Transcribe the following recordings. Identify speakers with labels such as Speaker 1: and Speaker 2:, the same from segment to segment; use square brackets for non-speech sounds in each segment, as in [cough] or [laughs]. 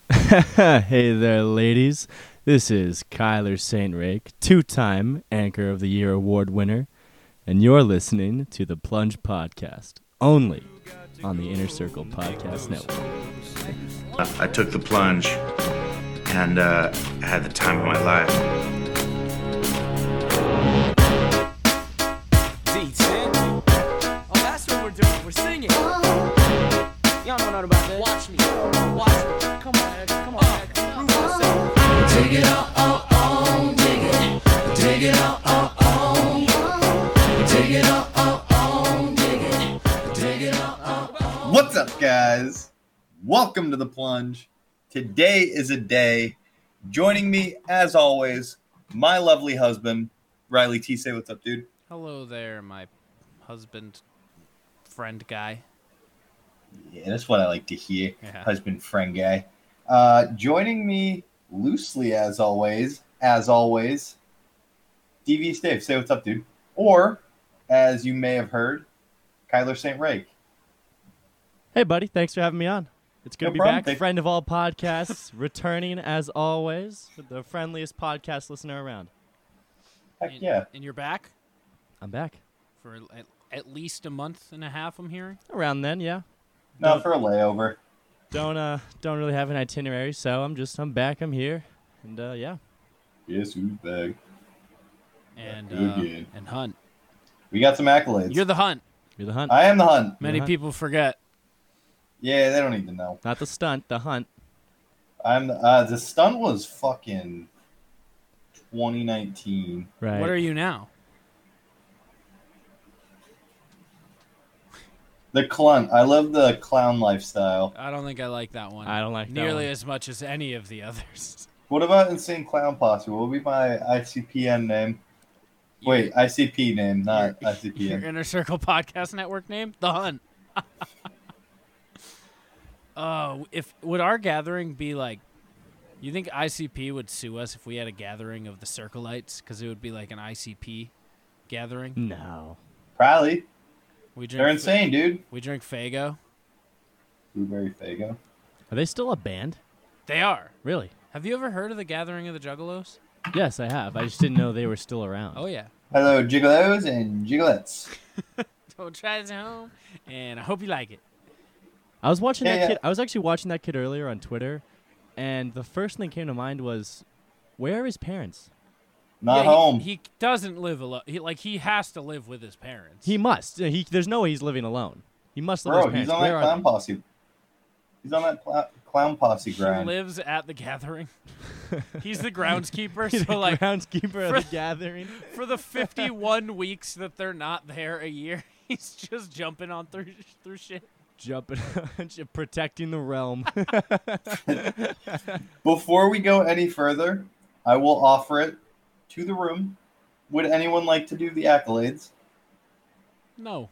Speaker 1: [laughs] hey there, ladies. This is Kyler Saintrake, two time Anchor of the Year award winner, and you're listening to the Plunge Podcast, only on the Inner Circle Podcast Network.
Speaker 2: I took the plunge and uh, I had the time of my life.
Speaker 3: D10. Oh, that's what we're doing. We're singing. Y'all don't know about this. Watch me. Watch me. Come on, Ed. Come on, Ed. Prove yourself.
Speaker 4: What's up, guys? Welcome to the plunge. Today is a day. Joining me, as always, my lovely husband, Riley T. Say what's up, dude.
Speaker 5: Hello there, my husband, friend guy.
Speaker 4: Yeah, that's what I like to hear,
Speaker 5: Yeah.
Speaker 4: husband, friend, guy. Uh, joining me loosely, as always, as always, DV Stave. Say what's up, dude. Or, as you may have heard, Kyler St. Rake.
Speaker 1: Hey, buddy. Thanks for having me on. It's good
Speaker 4: No
Speaker 1: to be
Speaker 4: problem.
Speaker 1: back.
Speaker 4: Thank-
Speaker 1: Friend of all podcasts, [laughs] returning as always, the friendliest podcast listener around.
Speaker 4: Heck
Speaker 5: And-
Speaker 4: yeah.
Speaker 5: And you're back
Speaker 1: I'm back.
Speaker 5: for at, at least a month and a half, I'm hearing.
Speaker 1: Around then, yeah.
Speaker 4: No, for a layover.
Speaker 1: Don't uh don't really have an itinerary, so I'm just I'm back, I'm here. And uh yeah.
Speaker 4: Yes, we back.
Speaker 5: And
Speaker 4: Good
Speaker 5: uh,
Speaker 4: game.
Speaker 5: and Hunt.
Speaker 4: We got some accolades.
Speaker 5: You're the Hunt.
Speaker 1: You're the hunt.
Speaker 4: I am the hunt.
Speaker 5: Many
Speaker 1: Hunt.
Speaker 5: people forget.
Speaker 4: Yeah, they don't need to know.
Speaker 1: Not the stunt, the hunt.
Speaker 4: I'm uh, the stunt was fucking 2019.
Speaker 1: Right.
Speaker 5: What are you now?
Speaker 4: The clown. I love the clown lifestyle.
Speaker 5: I don't think I like that one.
Speaker 1: I don't like that
Speaker 5: nearly
Speaker 1: one.
Speaker 5: as much as any of the others. [laughs]
Speaker 4: What about insane clown posse? What would be my ICPN name? Wait, ICP name,
Speaker 5: [laughs]
Speaker 4: not
Speaker 5: Your
Speaker 4: ICPN.
Speaker 5: Inner Circle Podcast Network name, The Hunt. [laughs] uh, if would our gathering be like? You think ICP would sue us if we had a gathering of the Circleites? Because it would be like an ICP gathering.
Speaker 1: No.
Speaker 4: Probably.
Speaker 5: We drink.
Speaker 4: They're
Speaker 5: fa-
Speaker 4: insane, dude.
Speaker 5: We drink Fago.
Speaker 4: Blueberry Fago.
Speaker 1: Are they still a band?
Speaker 5: They are.
Speaker 1: Really?
Speaker 5: Have you ever heard of the Gathering of the Juggalos?
Speaker 1: Yes, I have. I just didn't know they were still around.
Speaker 5: Oh yeah. [laughs]
Speaker 4: Hello, gigolos and gigolettes.
Speaker 5: Don't try this at home, and I hope you like it.
Speaker 1: I was watching
Speaker 4: Yeah,
Speaker 1: that
Speaker 4: yeah.
Speaker 1: kid. I was actually watching that kid earlier on Twitter, and the first thing that came to mind was, where are his parents?
Speaker 4: Not
Speaker 5: Yeah, he-
Speaker 4: home.
Speaker 5: He, doesn't live alone. He, like he has to live with his parents.
Speaker 1: He must. He, there's no way he's living alone. He must live
Speaker 4: Bro,
Speaker 1: with his
Speaker 4: he's
Speaker 1: parents.
Speaker 4: on
Speaker 1: Where
Speaker 4: that
Speaker 1: are
Speaker 4: clown
Speaker 1: they?
Speaker 4: posse. He's on that cl- clown posse
Speaker 5: He
Speaker 4: grind.
Speaker 5: lives at
Speaker 1: [laughs]
Speaker 5: the gathering. He's the groundskeeper,
Speaker 1: He's
Speaker 5: [laughs] so
Speaker 1: the [laughs]
Speaker 5: like
Speaker 1: groundskeeper
Speaker 5: for- [laughs]
Speaker 1: of the gathering.
Speaker 5: for the 51 weeks that they're not there a year, [laughs] he's just jumping on through through shit.
Speaker 1: Jumping, [laughs] protecting the realm. [laughs]
Speaker 4: Before we go any further, I will offer it to the room. Would anyone like to do the accolades?
Speaker 5: No.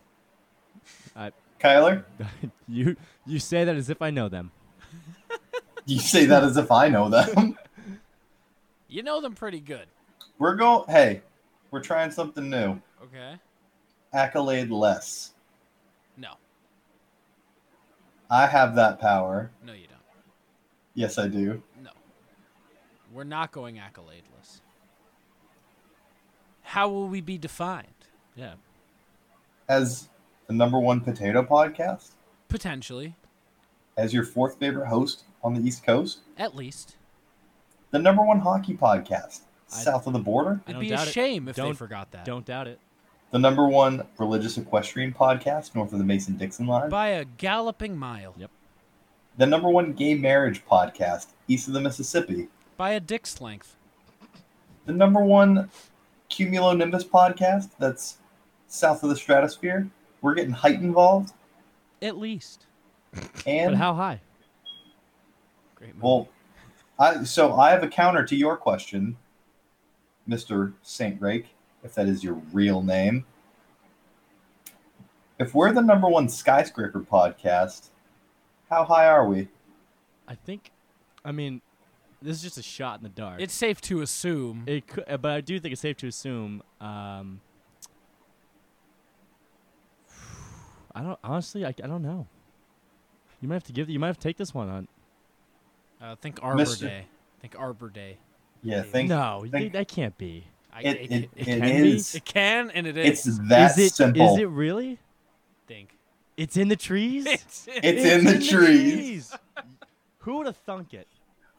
Speaker 4: Kyler,
Speaker 1: you you say that as if I know them.
Speaker 4: you say that as if I know them. [laughs]
Speaker 5: You know them pretty good.
Speaker 4: We're going, hey, we're trying something new.
Speaker 5: Okay.
Speaker 4: Accolade less.
Speaker 5: No.
Speaker 4: I have that power.
Speaker 5: No you don't.
Speaker 4: Yes, I do.
Speaker 5: No. We're not going accoladeless. How will we be defined?
Speaker 1: Yeah.
Speaker 4: As the number one potato podcast,
Speaker 5: Potentially,
Speaker 4: as your fourth favorite host on the East Coast,
Speaker 5: at least.
Speaker 4: the number one hockey podcast
Speaker 1: I-
Speaker 4: south of the border,
Speaker 1: I
Speaker 5: It'd
Speaker 1: don't
Speaker 5: be a
Speaker 1: doubt it.
Speaker 5: shame if they
Speaker 1: Don't-
Speaker 5: forgot that.
Speaker 1: Don't doubt it.
Speaker 4: the number one religious equestrian podcast north of the Mason Dixon line.
Speaker 5: By a galloping mile.
Speaker 1: Yep.
Speaker 4: the number one gay marriage podcast east of the Mississippi,
Speaker 5: By a dick's length.
Speaker 4: the number one cumulonimbus podcast that's south of the stratosphere. We're getting height involved,
Speaker 5: At least.
Speaker 4: and
Speaker 1: But how high?
Speaker 5: Great move.
Speaker 4: well, I so I have a counter to your question, Mister Saint Rake, if that is your real name. If we're the number one skyscraper podcast, how high are we?
Speaker 1: I think. I mean, this is just a shot in the dark.
Speaker 5: it's safe to assume
Speaker 1: It could, uh, but I do think it's safe to assume. Um, I don't honestly. I, I don't know. You might have to give. You might have to take this one on.
Speaker 5: Uh, think Arbor
Speaker 4: Mr.
Speaker 5: Day. Think Arbor Day.
Speaker 4: Yeah, think
Speaker 1: no,
Speaker 4: think-
Speaker 1: dude, that can't be.
Speaker 5: I,
Speaker 4: it,
Speaker 5: it,
Speaker 4: it,
Speaker 5: it,
Speaker 4: it
Speaker 1: can be?
Speaker 4: is.
Speaker 5: it can and it
Speaker 4: It's
Speaker 5: is.
Speaker 4: that
Speaker 1: is it?
Speaker 4: simple.
Speaker 1: Is it really?
Speaker 4: [laughs]
Speaker 5: think.
Speaker 1: It's in the trees.
Speaker 5: [laughs] It's,
Speaker 4: It's in the trees.
Speaker 1: trees. Who would have thunk it?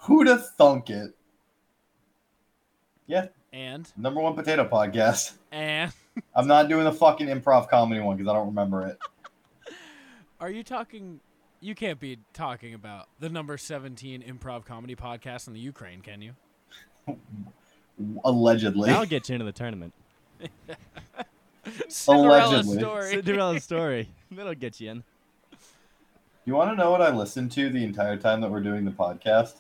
Speaker 4: Who'da thunk it? Yeah,
Speaker 5: and
Speaker 4: number one potato podcast.
Speaker 5: and
Speaker 4: I'm not doing the fucking improv comedy one because I don't remember it.
Speaker 5: are you talking? You can't be talking about the number seventeen improv comedy podcast in the Ukraine, can you?
Speaker 4: Allegedly.
Speaker 1: That'll get you into the
Speaker 5: [laughs]
Speaker 1: tournament.
Speaker 5: Cinderella
Speaker 4: [laughs] Allegedly.
Speaker 5: story.
Speaker 1: Cinderella's story. That'll get you in.
Speaker 4: You want to know what I listened to the entire time that we're doing the podcast?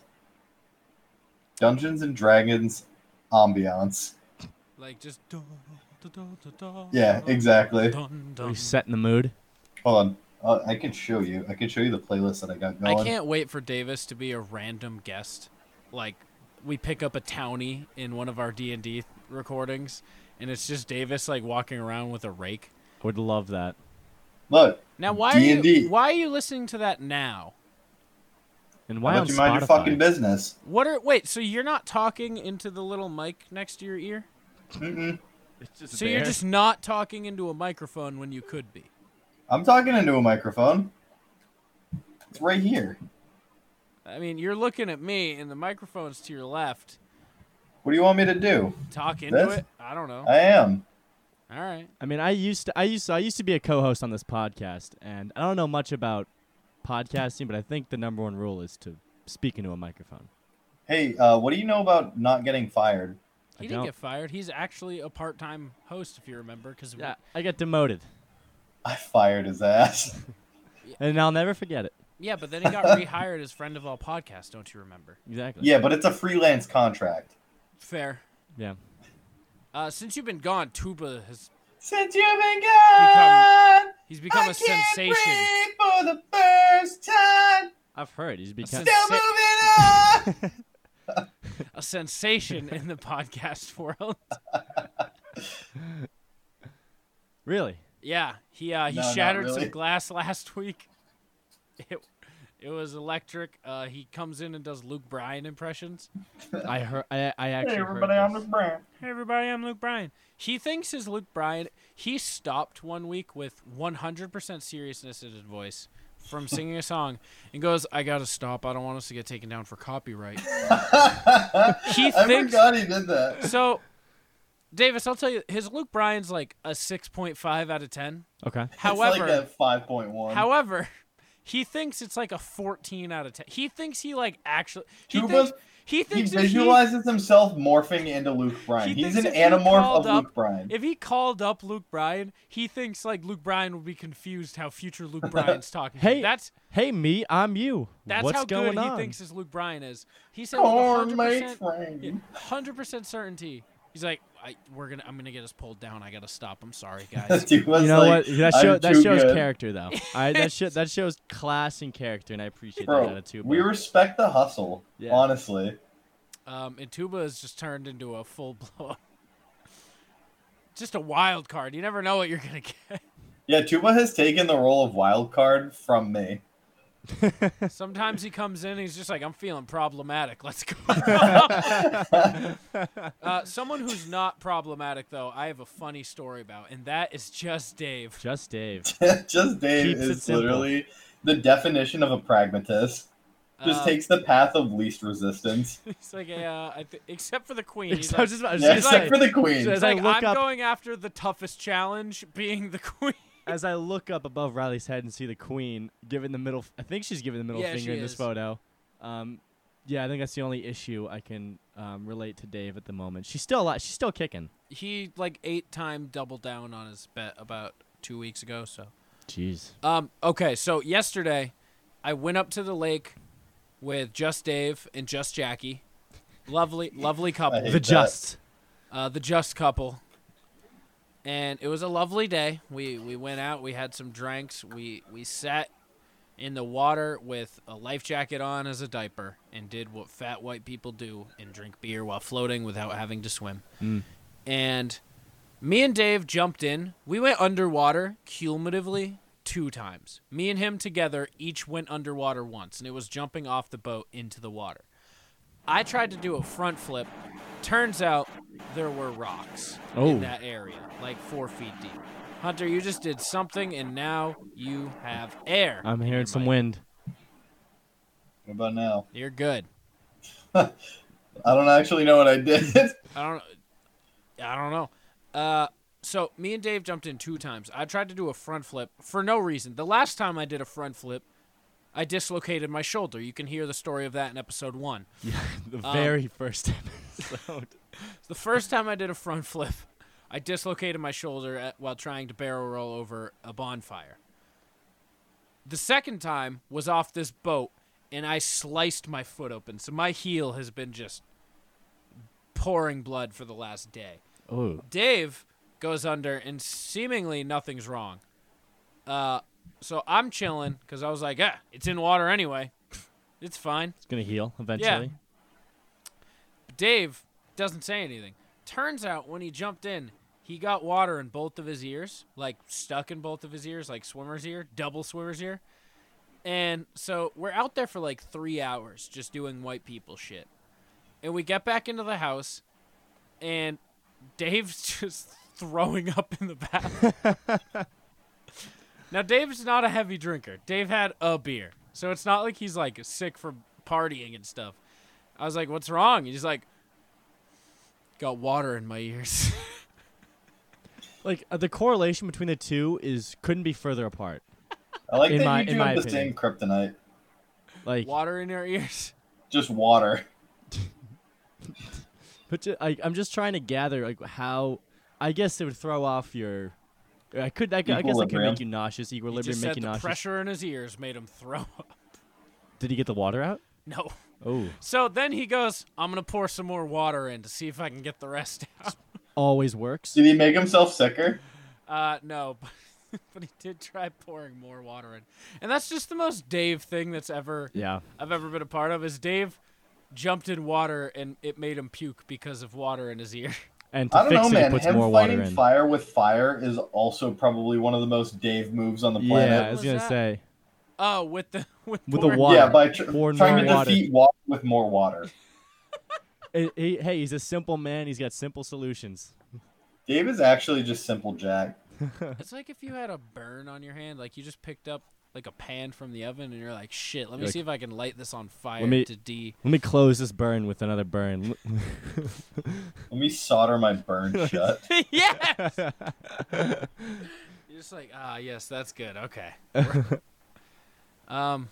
Speaker 4: Dungeons and Dragons ambiance.
Speaker 5: like just. dun, dun, dun, dun, dun,
Speaker 4: Yeah,
Speaker 5: dun,
Speaker 4: exactly.
Speaker 5: dun, dun.
Speaker 1: We set in the mood.
Speaker 4: Hold on. Uh, I can show you. I can show you the playlist that I got
Speaker 5: I
Speaker 4: going.
Speaker 5: can't wait for Davis to be a random guest. Like we pick up a townie in one of our D and D recordings, and it's just Davis like walking around with a rake.
Speaker 1: Would love that.
Speaker 4: Look,
Speaker 5: Now why are
Speaker 4: D&D.
Speaker 5: you why are you listening to that now?
Speaker 1: And
Speaker 4: why
Speaker 1: why
Speaker 4: don't
Speaker 1: on
Speaker 4: you
Speaker 1: Spotify?
Speaker 4: mind your fucking business?
Speaker 5: What are wait? So you're not talking into the little mic next to your ear?
Speaker 4: Mm-mm.
Speaker 1: It's just
Speaker 5: So you're just not talking into a microphone when you could be.
Speaker 4: I'm talking into a microphone. It's right here.
Speaker 5: I mean, you're looking at me, and the microphone's to your left.
Speaker 4: What do you want me to do?
Speaker 5: Talk into
Speaker 4: That's-
Speaker 5: it. I don't know.
Speaker 4: I am.
Speaker 5: All right.
Speaker 1: I mean, I used to, I used to, I used to be a co-host on this podcast, and I don't know much about podcasting, but I think the number one rule is to speak into a microphone.
Speaker 4: Hey, uh, what do you know about not getting fired? [laughs]
Speaker 1: I
Speaker 5: He didn't
Speaker 1: don't-
Speaker 5: get fired. He's actually a part-time host, if you remember, because
Speaker 1: Yeah, I got demoted,
Speaker 4: I fired
Speaker 5: [laughs]
Speaker 4: his ass.
Speaker 1: and I'll never forget it.
Speaker 5: Yeah, but then he
Speaker 4: [laughs]
Speaker 5: got rehired as friend of all podcasts, don't you remember?
Speaker 1: Exactly.
Speaker 4: yeah, but it's a freelance contract.
Speaker 5: Fair.
Speaker 1: Yeah.
Speaker 5: Uh, since you've been gone, Tuba has
Speaker 4: Since you've been gone,
Speaker 5: he's become a sensation.
Speaker 4: for the first time.
Speaker 1: I've heard. You should be
Speaker 5: sen-
Speaker 1: kind-
Speaker 5: Still Sick. [laughs]
Speaker 4: moving on.
Speaker 5: A sensation in the podcast [laughs] world.
Speaker 1: really.
Speaker 5: Yeah, he uh, he
Speaker 4: No, not
Speaker 5: shattered
Speaker 4: really.
Speaker 5: some glass [laughs] last week. It, it was electric. Uh, he comes in and does Luke Bryan impressions.
Speaker 1: I heard. I, I actually
Speaker 4: hey,
Speaker 1: heard.
Speaker 4: everybody, I'm the
Speaker 1: this.
Speaker 4: brand.
Speaker 5: Hey everybody, I'm Luke Bryan. He thinks his Luke Bryan. He stopped one week with 100% seriousness in his voice
Speaker 4: [laughs]
Speaker 5: from singing a song and goes, "I gotta stop. I don't want us to get taken down for
Speaker 4: [laughs]
Speaker 5: copyright." he
Speaker 4: I
Speaker 5: thinks
Speaker 4: forgot he did that.
Speaker 5: so. Davis, I'll tell you, his Luke Bryan's like a 6.5 out of 10.
Speaker 1: Okay.
Speaker 5: However,
Speaker 4: it's like a five point one.
Speaker 5: However, he thinks it's like a 14 out of 10. He thinks he like actually he
Speaker 4: Tuba,
Speaker 5: thinks he
Speaker 4: he
Speaker 5: thinks if
Speaker 4: visualizes himself morphing into Luke Bryan.
Speaker 5: He
Speaker 4: He's an
Speaker 5: thinks if he
Speaker 4: anamorph
Speaker 5: called
Speaker 4: of Luke
Speaker 5: up-
Speaker 4: Bryan.
Speaker 5: If he called up Luke Bryan, he thinks like Luke Bryan would be confused how future
Speaker 4: [laughs]
Speaker 5: Luke Bryan's talking. to him.
Speaker 1: Hey,
Speaker 5: that's
Speaker 1: Hey, me, I'm you.
Speaker 5: that's
Speaker 1: What's
Speaker 5: how
Speaker 1: going
Speaker 5: good
Speaker 1: on?
Speaker 5: he thinks his Luke Bryan is. He said
Speaker 4: Corn, mate,
Speaker 5: 100
Speaker 4: frame.
Speaker 5: hundred percent certainty. He's like, I, we're gonna, I'm gonna get us pulled down. I gotta stop. I'm
Speaker 4: [laughs]
Speaker 5: sorry, guys.
Speaker 4: [laughs] Dude was
Speaker 1: You know
Speaker 4: like,
Speaker 1: what? That,
Speaker 4: "I'm
Speaker 1: show, that
Speaker 4: too
Speaker 1: shows
Speaker 4: good."
Speaker 1: character, though. I that show, that shows class and character, and I appreciate that
Speaker 4: Bro,
Speaker 1: attitude.
Speaker 4: we respect the hustle,
Speaker 1: Yeah.
Speaker 4: honestly.
Speaker 5: um, and Tuba has just turned into a full blown, [laughs] just a wild card. You never know what you're gonna [laughs] get.
Speaker 4: Yeah, Tuba has taken the role of wild card from me. [laughs]
Speaker 5: Sometimes he comes in and he's just like, I'm feeling problematic. [laughs] Let's go. uh, someone who's not problematic, though, I have a funny story about, and that is just Dave. [laughs]
Speaker 1: just
Speaker 4: [laughs]
Speaker 1: Dave.
Speaker 4: Just Dave
Speaker 1: Keeps it
Speaker 4: is
Speaker 1: simple.
Speaker 4: literally the definition of a pragmatist. Just
Speaker 1: Um,
Speaker 5: Uh,
Speaker 4: takes the path of least resistance.
Speaker 1: [laughs]
Speaker 5: He's like, yeah, I th- except for the Queen. He's
Speaker 1: I
Speaker 5: like,
Speaker 1: was just about- I was
Speaker 4: [laughs]
Speaker 1: just
Speaker 4: Yeah,
Speaker 5: he's
Speaker 1: gonna
Speaker 4: except
Speaker 1: say-
Speaker 4: for the queen.
Speaker 1: so-
Speaker 5: he's
Speaker 1: as I
Speaker 5: like,
Speaker 1: look
Speaker 5: I'm
Speaker 1: up-
Speaker 5: going after the toughest challenge, being the [laughs] Queen.
Speaker 1: as I look up above Riley's head and see the queen giving the middle, I think she's giving the middle
Speaker 5: Yeah,
Speaker 1: finger
Speaker 5: she
Speaker 1: in this
Speaker 5: is.
Speaker 1: photo. Um, yeah, I think that's the only issue I can um, relate to Dave at the moment. She's still alive. She's still kicking.
Speaker 5: He like eight time doubled down on his bet about two weeks ago. So
Speaker 1: Jeez.
Speaker 5: Um, okay, so yesterday I went up to the lake with just Dave and just Jackie.
Speaker 4: [laughs]
Speaker 5: Lovely, lovely
Speaker 4: I
Speaker 5: couple.
Speaker 4: hate
Speaker 1: The
Speaker 4: that.
Speaker 1: just.
Speaker 5: Uh, the just couple. And it was a lovely day. We we went out, we had some drinks, we we sat in the water with a life jacket on as a diaper and did what fat white people do and drink beer while floating without having to swim. And me and Dave jumped in. We went underwater cumulatively two times. Me and him together each went underwater once, and it was jumping off the boat into the water. I tried to do a front flip. Turns out there were rocks
Speaker 1: Oh.
Speaker 5: in that area, like four feet deep. Hunter, you just did something, and now you have air.
Speaker 1: I'm
Speaker 5: in your
Speaker 1: hearing some
Speaker 5: mic.
Speaker 1: wind.
Speaker 4: What about now?
Speaker 5: You're good.
Speaker 4: I don't actually know what I did. [laughs]
Speaker 5: I don't. I don't know. Uh, so me and Dave jumped in two times. I tried to do a front flip for no reason. The last time I did a front flip, I dislocated my shoulder. You can hear the story of that in episode one.
Speaker 1: The
Speaker 5: Um,
Speaker 1: very first [laughs] episode.
Speaker 5: The first time I did a front [laughs] flip, I dislocated my shoulder at, while trying to barrel roll over a bonfire. The second time was off this boat, and I sliced my foot open. So my heel has been just pouring blood for the last day.
Speaker 1: Oh,
Speaker 5: Dave goes under, and seemingly nothing's wrong. Uh, so I'm chilling because I was like, ah, it's in water anyway. It's fine.
Speaker 1: it's gonna heal eventually.
Speaker 5: Dave doesn't say anything. Turns out when he jumped in, he got water in both of his ears, like stuck in both of his ears, like swimmer's ear, double swimmer's ear. And so we're out there for like three hours just doing white people shit. And we get back into the house, and Dave's [laughs] just throwing up in the bathroom. now, Dave's not a heavy drinker. Dave had a beer. So it's not like he's like sick from partying and stuff. I was like, "What's wrong?" He's like, "Got water in my ears." [laughs]
Speaker 1: Like uh, the correlation between the two is couldn't be further apart.
Speaker 4: I like
Speaker 1: In
Speaker 4: that
Speaker 1: my-
Speaker 4: you
Speaker 1: in
Speaker 4: do
Speaker 1: my
Speaker 4: have the
Speaker 1: opinion.
Speaker 4: same kryptonite.
Speaker 1: Like,
Speaker 5: water in your ears.
Speaker 4: Just water. [laughs]
Speaker 1: but ju- I, I'm just trying to gather like how. I guess it would throw off your. I could. I, could- I guess I could
Speaker 4: Equilibrium.
Speaker 1: make you nauseous.
Speaker 5: He
Speaker 1: Equilibrium
Speaker 5: just
Speaker 1: make
Speaker 5: said
Speaker 1: you
Speaker 5: the
Speaker 1: nauseous.
Speaker 5: pressure in his ears made him throw up. [laughs]
Speaker 1: Did he get the water out?
Speaker 5: No.
Speaker 1: Oh,
Speaker 5: So then he goes, "I'm gonna pour some more water in to see if I can get the rest [laughs] out."
Speaker 1: always works.
Speaker 4: Did he make himself sicker?
Speaker 5: Uh, no, [laughs] but, but he did try pouring more water in, and that's just the most Dave thing that's ever
Speaker 1: Yeah.
Speaker 5: I've ever been a part of. Is Dave jumped in water and it made him puke because of water in his ear. [laughs]
Speaker 1: And
Speaker 4: I
Speaker 1: to
Speaker 4: don't
Speaker 1: fix
Speaker 4: know,
Speaker 1: it,
Speaker 4: man.
Speaker 1: he puts
Speaker 4: Him
Speaker 1: more
Speaker 4: fighting
Speaker 1: water in.
Speaker 4: fire with fire is also probably one of the most Dave moves on the
Speaker 1: Yeah, I
Speaker 4: planet.
Speaker 1: was
Speaker 5: was
Speaker 1: gonna
Speaker 5: that?
Speaker 1: say
Speaker 5: Oh, with the with,
Speaker 1: with the
Speaker 5: pouring-
Speaker 1: water.
Speaker 4: Yeah, by tr-
Speaker 1: Pour
Speaker 4: trying
Speaker 1: more
Speaker 4: to
Speaker 1: water.
Speaker 4: defeat water with more water.
Speaker 1: Eh, he- hey, he's a simple man. He's got simple solutions.
Speaker 4: Dave is actually just simple Jack.
Speaker 5: It's like if you had a burn on your hand, like you just picked up like a pan from the oven, and you're like, "Shit, let me
Speaker 1: Like,
Speaker 5: see if I can light this on fire."
Speaker 1: me- [laughs]
Speaker 5: to [laughs] D.
Speaker 1: Let me close this burn with another burn. [laughs]
Speaker 4: Let me solder my burn shut.
Speaker 5: yeah. you're just like, ah, yes, that's good. Okay.
Speaker 1: [laughs]
Speaker 5: um,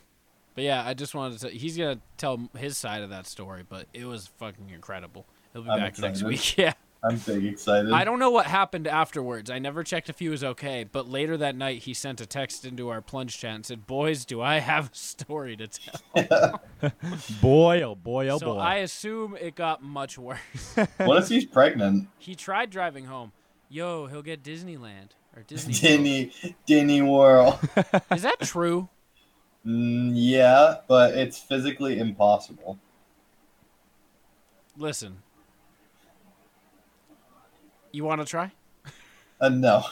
Speaker 5: but yeah, I just wanted to. He's gonna tell his side of that story, but it was fucking incredible. He'll be
Speaker 4: I'm
Speaker 5: back next
Speaker 4: excited.
Speaker 5: week. [laughs] Yeah.
Speaker 4: I'm big excited.
Speaker 5: I don't know what happened afterwards. I never checked if he was okay, but later that night he sent a text into our plunge chat and said, "Boys, do I have a story to tell?"
Speaker 1: [laughs] boy, oh boy, oh
Speaker 5: so
Speaker 1: boy.
Speaker 5: I assume it got much worse. [laughs]
Speaker 4: What if he's pregnant?
Speaker 5: he tried driving home. Yo, he'll get Disneyland or Disney. World.
Speaker 4: Disney, Disney World.
Speaker 5: Is that true?
Speaker 4: Mm, yeah, but it's physically impossible.
Speaker 5: Listen. You want to try?
Speaker 4: Uh, no.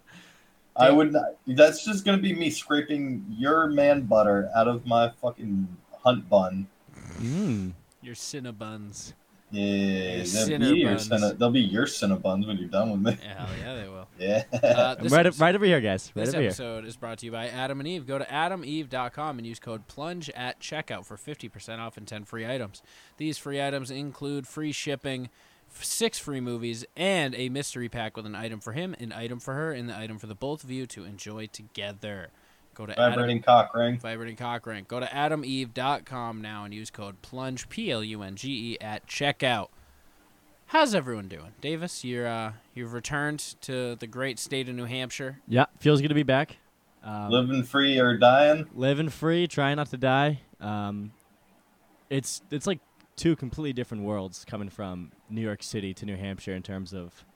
Speaker 4: [laughs] I would not. That's just going to be me scraping your man butter out of my fucking hunt bun.
Speaker 1: Mm.
Speaker 5: Your Cinnabuns.
Speaker 4: Yeah,
Speaker 5: Your
Speaker 4: they'll be, your
Speaker 5: Cinnabuns.
Speaker 4: cinna, they'll be your Cinnabuns when you're done with me. [laughs]
Speaker 5: Yeah, hell yeah, they will.
Speaker 4: Yeah.
Speaker 5: Uh, this
Speaker 1: Right,
Speaker 5: episode-
Speaker 1: right over here, guys. Right
Speaker 5: This
Speaker 1: over here.
Speaker 5: episode is brought to you by Adam and Eve. Go to adameve.com and use code PLUNGE at checkout for 50% off and 10 free items. These free items include free shipping, f- six free movies, and a mystery pack with an item for him, an item for her, and the item for the both of you to enjoy together. Go to
Speaker 4: Vibrating
Speaker 5: Adam,
Speaker 4: cock ring.
Speaker 5: Vibrating Cock Ring. Go to adameve.com now and use code PLUNGE, P L U N G E, at checkout. How's everyone doing? Davis, you're, uh, you've returned to the great state of New Hampshire.
Speaker 1: Yeah, feels good to be back. Um,
Speaker 4: Living free or dying.
Speaker 1: living free, trying not to die. Um, it's it's like two completely different worlds coming from New York City to New Hampshire in terms of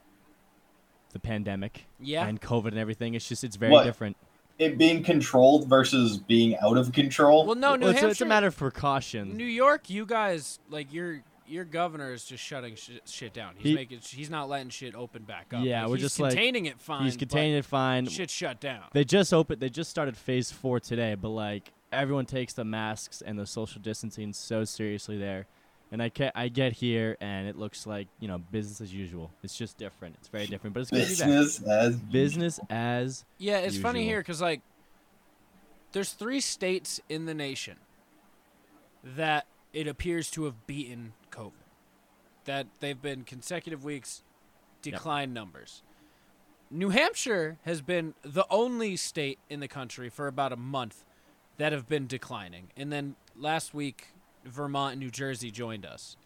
Speaker 1: the pandemic
Speaker 5: Yeah.
Speaker 1: and COVID and everything. It's just it's very
Speaker 4: What?
Speaker 1: different.
Speaker 4: It being controlled versus being out of control.
Speaker 5: Well, no, New
Speaker 1: Well, it's,
Speaker 5: Hampshire.
Speaker 1: a, it's a matter of precaution.
Speaker 5: New York, you guys like you're your governor is just shutting sh- shit down. He's
Speaker 1: He-
Speaker 5: making he's not letting shit open back up.
Speaker 1: Yeah,
Speaker 5: Like,
Speaker 1: we're
Speaker 5: he's
Speaker 1: just, like,
Speaker 5: containing it fine.
Speaker 1: He's containing it fine.
Speaker 5: But shit shut down.
Speaker 1: They just opened. They just started phase four today, but like everyone takes the masks and the social distancing so seriously there. And I get, I get here, and it looks like you know business as usual. It's just different. It's very different, but it's gonna be
Speaker 4: Business as
Speaker 1: that. Business as
Speaker 5: yeah, it's funny
Speaker 1: usual.
Speaker 5: here because like there's three states in the nation that it appears to have beaten COVID. That they've been consecutive weeks decline numbers. New Hampshire has been the only state in the country for about a month that have been declining. And then last week, Vermont and New Jersey joined us.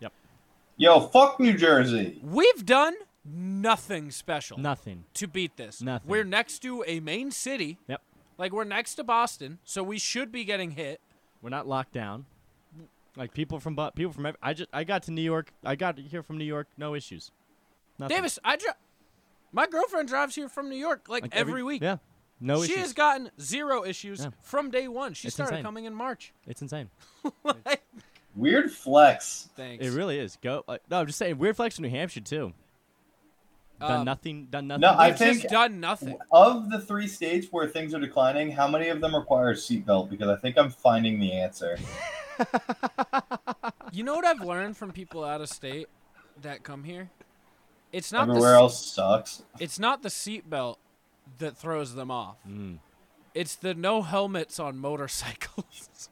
Speaker 4: Yo, fuck New Jersey.
Speaker 5: We've done nothing special
Speaker 1: nothing.
Speaker 5: to beat this.
Speaker 1: Nothing.
Speaker 5: We're next to a main city.
Speaker 1: Yep.
Speaker 5: Like, we're next to Boston, so we should be getting hit.
Speaker 1: We're not locked down. Like people from Bu- people from ev- I just I got to New York. I got here from New York. No issues. Nothing.
Speaker 5: Davis, I dri My girlfriend drives here from New York like,
Speaker 1: Like
Speaker 5: every, week.
Speaker 1: Yeah. No
Speaker 5: she
Speaker 1: issues.
Speaker 5: has gotten zero issues
Speaker 1: Yeah.
Speaker 5: from day one. She
Speaker 1: It's
Speaker 5: started
Speaker 1: insane.
Speaker 5: coming in March.
Speaker 1: it's insane.
Speaker 5: Like,
Speaker 4: Weird flex.
Speaker 5: Thanks.
Speaker 1: It really is. Go. Like, no, I'm just saying. Weird flex in New Hampshire too. Done
Speaker 5: Um,
Speaker 1: nothing. Done nothing.
Speaker 4: No, I
Speaker 5: We've
Speaker 4: think
Speaker 5: just done nothing.
Speaker 4: of the three states where things are declining, how many of them require a seatbelt? Because I think I'm finding the answer.
Speaker 5: You know what I've learned from people out of state that come here? It's not
Speaker 4: Everywhere
Speaker 5: the, s-
Speaker 4: else sucks.
Speaker 5: It's not the seatbelt that throws them off.
Speaker 1: Mm.
Speaker 5: It's the no helmets on motorcycles.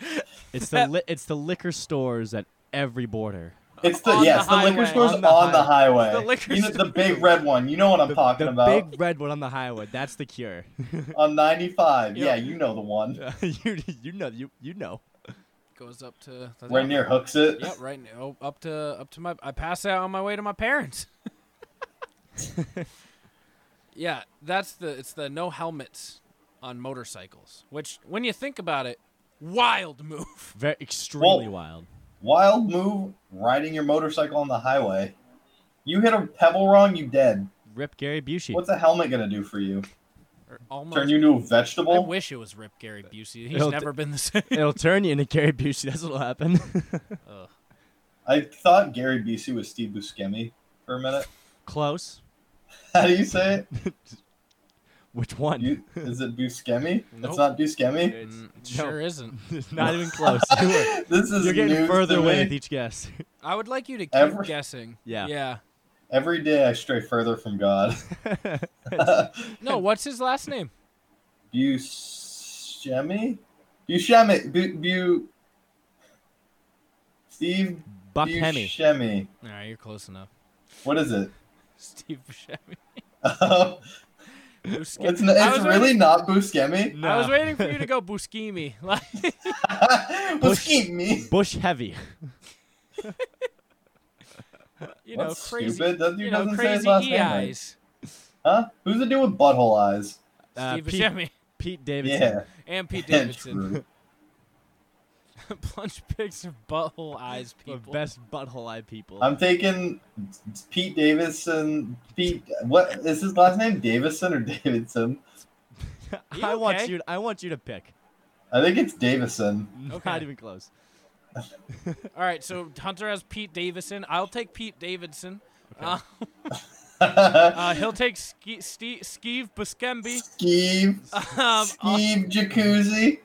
Speaker 5: [laughs]
Speaker 1: It's the li- it's the liquor stores at every border.
Speaker 4: It's the
Speaker 5: On
Speaker 4: yes,
Speaker 5: the
Speaker 4: the, liquor
Speaker 5: highway.
Speaker 4: stores
Speaker 1: On
Speaker 4: on
Speaker 1: the
Speaker 4: the, highway.
Speaker 5: The liquor
Speaker 4: you know, the
Speaker 5: store.
Speaker 4: big red one. You know what I'm talking
Speaker 1: the
Speaker 4: about.
Speaker 1: big red one on the highway. That's the cure.
Speaker 4: [laughs]
Speaker 1: [laughs]
Speaker 4: On 95.
Speaker 5: Yeah.
Speaker 4: Yeah, you know the one.
Speaker 1: you you know you you know.
Speaker 5: Goes up to
Speaker 4: Right near hooks
Speaker 1: [laughs]
Speaker 4: it.
Speaker 5: Yeah, right near, oh, up to up to my. I pass out on my way to
Speaker 1: [laughs]
Speaker 5: my parents. yeah, that's the it's the no helmets on motorcycles. Which, when you think about it, wild move. [laughs]
Speaker 1: Very extremely
Speaker 4: Whoa.
Speaker 1: wild.
Speaker 4: Wild move riding your motorcycle on the highway. You hit a pebble wrong, you dead.
Speaker 1: Rip Gary Busey.
Speaker 4: What's a helmet gonna do for you?
Speaker 5: Or almost.
Speaker 4: Turn you into a
Speaker 5: I
Speaker 4: vegetable?
Speaker 5: wish it was Rip Gary Busey. He's
Speaker 1: It'll
Speaker 5: never been
Speaker 1: [laughs]
Speaker 5: the same.
Speaker 1: It'll turn you into Gary Busey. [laughs] That's what'll happen.
Speaker 4: I thought Gary Busey was Steve Buscemi for a minute. [laughs]
Speaker 1: Close.
Speaker 4: How do you say it?
Speaker 1: Which one?
Speaker 4: You, is it Buscemi?
Speaker 5: Nope.
Speaker 4: It's
Speaker 5: [laughs]
Speaker 4: not Buscemi.
Speaker 1: It's-
Speaker 5: Mm,
Speaker 1: no,
Speaker 5: Sure
Speaker 1: [laughs]
Speaker 5: isn't.
Speaker 1: not even close.
Speaker 4: [laughs] This
Speaker 1: [laughs]
Speaker 4: is
Speaker 1: You're getting
Speaker 4: news
Speaker 1: further
Speaker 4: to
Speaker 1: away
Speaker 4: me.
Speaker 1: with each guess. [laughs]
Speaker 5: I would like you to keep
Speaker 4: Ever-
Speaker 5: guessing.
Speaker 1: Yeah. [laughs]
Speaker 5: Yeah.
Speaker 4: Every day I stray further from God. [laughs]
Speaker 5: No, what's his last name?
Speaker 4: Buscemi? Buscemi. Bu, Bu, Steve
Speaker 1: Buck Hemi.
Speaker 4: Buscemi.
Speaker 5: All right, you're close enough.
Speaker 4: What is it? [laughs] Oh,
Speaker 5: Steve Buscemi.
Speaker 4: it's
Speaker 5: Buscemi.
Speaker 4: n-
Speaker 5: I
Speaker 4: it's
Speaker 5: was
Speaker 4: really
Speaker 5: waiting-
Speaker 4: not [laughs]
Speaker 1: [laughs]
Speaker 4: Buscemi.
Speaker 1: No.
Speaker 5: I was waiting for you to go Buscemi. [laughs] Like,
Speaker 4: Buscemi.
Speaker 1: Bush heavy.
Speaker 5: you know,
Speaker 4: That's
Speaker 5: crazy.
Speaker 4: stupid. That dude
Speaker 5: you know,
Speaker 4: doesn't say his
Speaker 5: crazy
Speaker 4: last
Speaker 5: E
Speaker 4: name right.
Speaker 5: eyes.
Speaker 4: Huh? Who's the dude with butthole eyes?
Speaker 1: Uh,
Speaker 5: Steve
Speaker 1: Pete,
Speaker 5: Buscemi
Speaker 1: Pete Davidson.
Speaker 4: Yeah.
Speaker 5: and [laughs] Pete [laughs]
Speaker 4: yeah,
Speaker 5: Davidson.
Speaker 4: true.
Speaker 5: Plunge pics of butthole eyes
Speaker 1: The
Speaker 5: people.
Speaker 1: best butthole eye people.
Speaker 4: I'm taking Pete Davidson. Pete, what is his last name? Davison or Davidson?
Speaker 5: You
Speaker 1: I want
Speaker 5: okay?
Speaker 1: you. I want you to pick. [laughs]
Speaker 4: I think it's Davison.
Speaker 1: Not
Speaker 5: Okay.
Speaker 1: even
Speaker 5: [laughs]
Speaker 1: close.
Speaker 5: All right, so Hunter has Pete Davidson. I'll take Pete Davidson. Uh, uh, he'll take Ske- Steve, Steve Buscemi.
Speaker 4: [laughs] Steve,
Speaker 5: [laughs] Um, I'll-
Speaker 4: Steve Jacuzzi.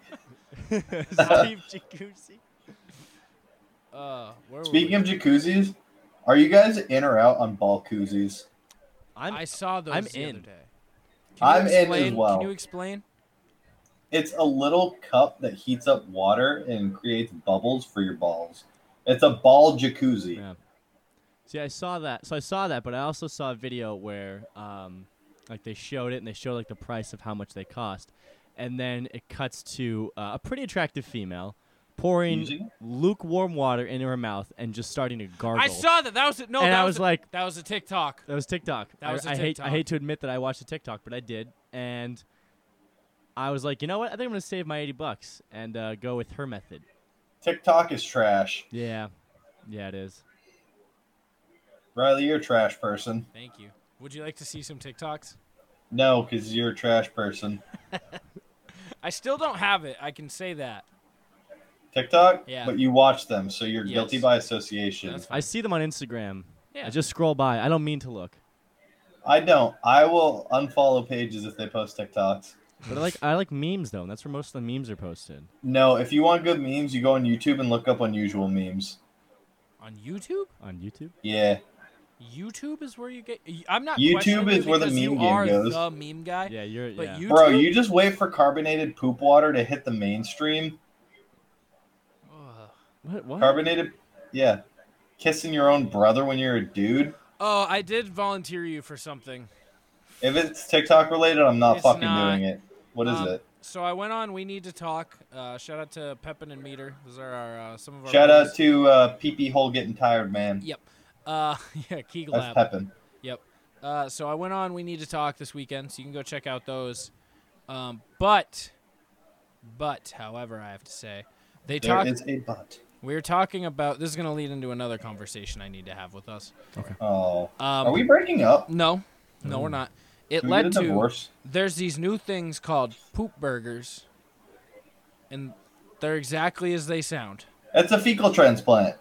Speaker 1: Steve Jacuzzi.
Speaker 5: uh, where were we?
Speaker 4: Speaking of jacuzzis, are you guys in or out on ball koozies?
Speaker 1: I'm
Speaker 5: I saw those
Speaker 1: I'm
Speaker 5: the other
Speaker 1: in.
Speaker 5: day. Can you
Speaker 4: I'm in as
Speaker 5: explain-
Speaker 4: well.
Speaker 5: Can you explain?
Speaker 4: It's a little cup that heats up water and creates bubbles for your balls. It's a ball jacuzzi.
Speaker 1: Yeah. See, I saw that. So I saw that, but I also saw a video where, um, like, they showed it and they showed like the price of how much they cost, and then it cuts to uh, a pretty attractive female pouring
Speaker 4: Using it?
Speaker 1: lukewarm water into her mouth and just starting to gargle.
Speaker 5: I saw that. That was a, no.
Speaker 1: And
Speaker 5: that
Speaker 1: I
Speaker 5: was
Speaker 1: was
Speaker 5: a-
Speaker 1: like-
Speaker 5: that was a TikTok.
Speaker 1: That was TikTok.
Speaker 5: That
Speaker 1: I-
Speaker 5: was a
Speaker 1: I hate. I
Speaker 5: TikTok.
Speaker 1: hate to admit that I watched a TikTok, but I did, and I was like, you know what? I think I'm gonna save my eighty bucks and uh, go with her method.
Speaker 4: TikTok is trash.
Speaker 1: Yeah, yeah, it is.
Speaker 4: Riley, you're a trash person.
Speaker 5: Thank you. Would you like to see some
Speaker 1: [laughs]
Speaker 5: TikToks?
Speaker 4: No, because you're a trash person.
Speaker 5: I still don't have it. I can say that.
Speaker 4: TikTok,
Speaker 5: Yeah.
Speaker 4: but you watch them, so you're
Speaker 5: Yes.
Speaker 4: guilty by association.
Speaker 5: That's fine.
Speaker 1: I see them on Instagram.
Speaker 5: Yeah.
Speaker 1: I just scroll by. I don't mean to look,
Speaker 4: I don't. I will unfollow pages if they post TikToks.
Speaker 1: but I like I like memes though, and that's where most of the memes are posted.
Speaker 4: No, if you want good memes, you go on YouTube and look up unusual memes.
Speaker 5: on YouTube.
Speaker 1: On YouTube?
Speaker 4: Yeah.
Speaker 5: YouTube is where you get. I'm not.
Speaker 4: YouTube
Speaker 5: questioning you
Speaker 4: is where the
Speaker 5: because you
Speaker 4: meme game
Speaker 5: are
Speaker 4: goes.
Speaker 5: The meme guy.
Speaker 1: Yeah, you're
Speaker 5: But
Speaker 1: yeah.
Speaker 5: you-
Speaker 4: Bro,
Speaker 5: YouTube?
Speaker 4: you just wait for carbonated poop water to hit the mainstream.
Speaker 5: Ugh.
Speaker 1: what, what?
Speaker 4: Carbonated, yeah. Kissing your own brother when you're a dude.
Speaker 5: Oh, I did volunteer you for something.
Speaker 4: If it's TikTok related, I'm not
Speaker 5: It's
Speaker 4: fucking
Speaker 5: not.
Speaker 4: doing it. What is
Speaker 5: Um,
Speaker 4: it?
Speaker 5: So I went on. We need to talk. Uh, shout out to Pepin and Meter. Those are our uh, some of our.
Speaker 4: Shout out
Speaker 5: buddies.
Speaker 4: to uh, PP Hole Getting Tired Man.
Speaker 5: Yep. Uh, [laughs] yeah, Kegel
Speaker 4: That's
Speaker 5: app.
Speaker 4: Pepin.
Speaker 5: Yep. Uh, so I went on. We need to talk this weekend, so you can go check out those. Um, but, but, however, I have to say, they
Speaker 4: There
Speaker 5: talked.
Speaker 4: is a butt.
Speaker 5: we were talking about. This is going to lead into another conversation I need to have with us.
Speaker 4: Oh.
Speaker 5: Um,
Speaker 4: Are we breaking up?
Speaker 5: No, no, we're not. It
Speaker 4: Did Hmm. we get a
Speaker 5: led to
Speaker 4: divorce?
Speaker 5: there's these new things called poop burgers, and they're exactly as they sound.
Speaker 4: That's a fecal transplant.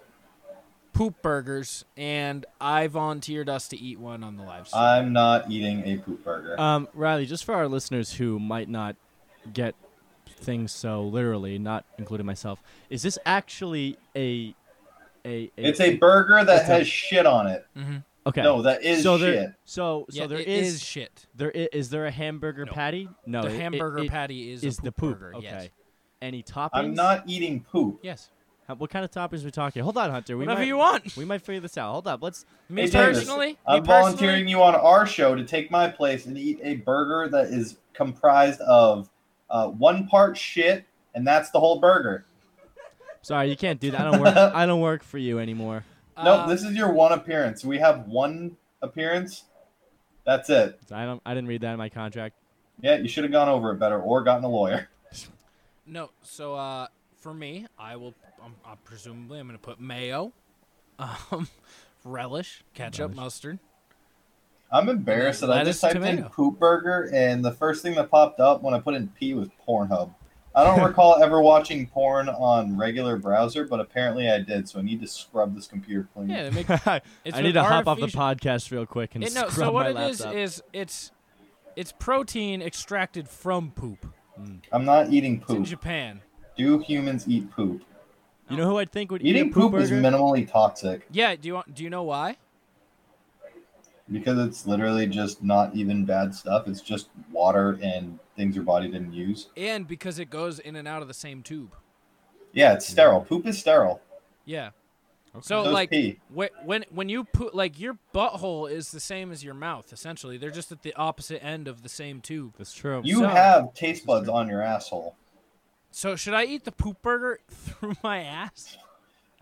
Speaker 5: Poop burgers, and I volunteered us to eat one on the live stream.
Speaker 4: I'm not eating a poop burger.
Speaker 1: Um, Riley, just for our listeners who might not get things so literally, not including myself, is this actually a a, a
Speaker 4: it's a burger that
Speaker 1: it's a-
Speaker 4: has shit on it.
Speaker 1: okay?
Speaker 4: No, that is
Speaker 1: so
Speaker 4: shit.
Speaker 1: there so so
Speaker 5: yeah,
Speaker 1: there
Speaker 5: it
Speaker 1: is
Speaker 5: is shit.
Speaker 1: there is, is there a hamburger
Speaker 5: No.
Speaker 1: patty? No,
Speaker 5: the
Speaker 1: it- it-
Speaker 5: hamburger
Speaker 1: it
Speaker 5: patty is,
Speaker 1: is
Speaker 5: a
Speaker 1: the
Speaker 5: poop
Speaker 1: poop.
Speaker 5: burger.
Speaker 1: Okay.
Speaker 5: Yes.
Speaker 1: Any toppings?
Speaker 4: I'm not eating poop.
Speaker 5: Yes.
Speaker 1: How- What kind of toppings are we talking? Hold on, Hunter. We
Speaker 5: Whatever
Speaker 1: might,
Speaker 5: you want.
Speaker 1: We might figure this out. Hold up. Let's.
Speaker 5: Me
Speaker 4: Hey, Davis,
Speaker 5: personally,
Speaker 4: I'm
Speaker 5: me
Speaker 4: volunteering
Speaker 5: personally,
Speaker 4: you on our show to take my place and eat a burger that is comprised of uh, one part shit, and that's the whole burger.
Speaker 1: Sorry, you can't do that. I don't
Speaker 4: [laughs]
Speaker 1: work. I don't work for you anymore.
Speaker 5: Uh,
Speaker 4: no, this is your one appearance. We have one appearance. That's it.
Speaker 1: I don't. I didn't read that in my contract.
Speaker 4: Yeah, you should have gone over it better or gotten a lawyer. [laughs]
Speaker 5: No, so uh, for me, I will. Um, uh, presumably, I'm going to put mayo, [laughs] um, relish, ketchup,
Speaker 1: Relish.
Speaker 5: mustard.
Speaker 4: I'm embarrassed that I
Speaker 5: Lettuce,
Speaker 4: just typed in
Speaker 5: tomato.
Speaker 4: poop burger, and the first thing that popped up when I put in P was Pornhub. I don't recall ever watching porn on regular browser, but apparently I did, so I need to scrub this computer clean.
Speaker 5: Yeah, they make.
Speaker 1: [laughs] I
Speaker 5: with
Speaker 1: need to hop off the
Speaker 5: artificial-
Speaker 1: podcast real quick and
Speaker 5: It, no, so
Speaker 1: scrub
Speaker 5: what
Speaker 1: my
Speaker 5: it is
Speaker 1: laptop.
Speaker 5: is it's it's protein extracted from poop.
Speaker 4: I'm not eating
Speaker 5: It's in
Speaker 4: poop.
Speaker 5: Japan.
Speaker 4: Do humans eat poop?
Speaker 1: you know who I'd think would eat
Speaker 4: Eating
Speaker 1: a poop,
Speaker 4: poop is
Speaker 1: burger?
Speaker 4: minimally toxic
Speaker 5: Yeah, do you want, do you know why?
Speaker 4: because it's literally just not even bad stuff. It's just water and things your body didn't use.
Speaker 5: And because it goes in and out of the same tube.
Speaker 4: Yeah, it's sterile. Poop is sterile.
Speaker 5: Yeah. So,
Speaker 4: So is
Speaker 5: like
Speaker 4: pee.
Speaker 5: whe- when when you put like your butthole is the same as your mouth essentially. They're just at the opposite end of the same tube.
Speaker 1: That's true.
Speaker 4: You
Speaker 5: So-
Speaker 4: have taste buds on your asshole.
Speaker 5: So should I eat the poop burger [laughs] through my ass?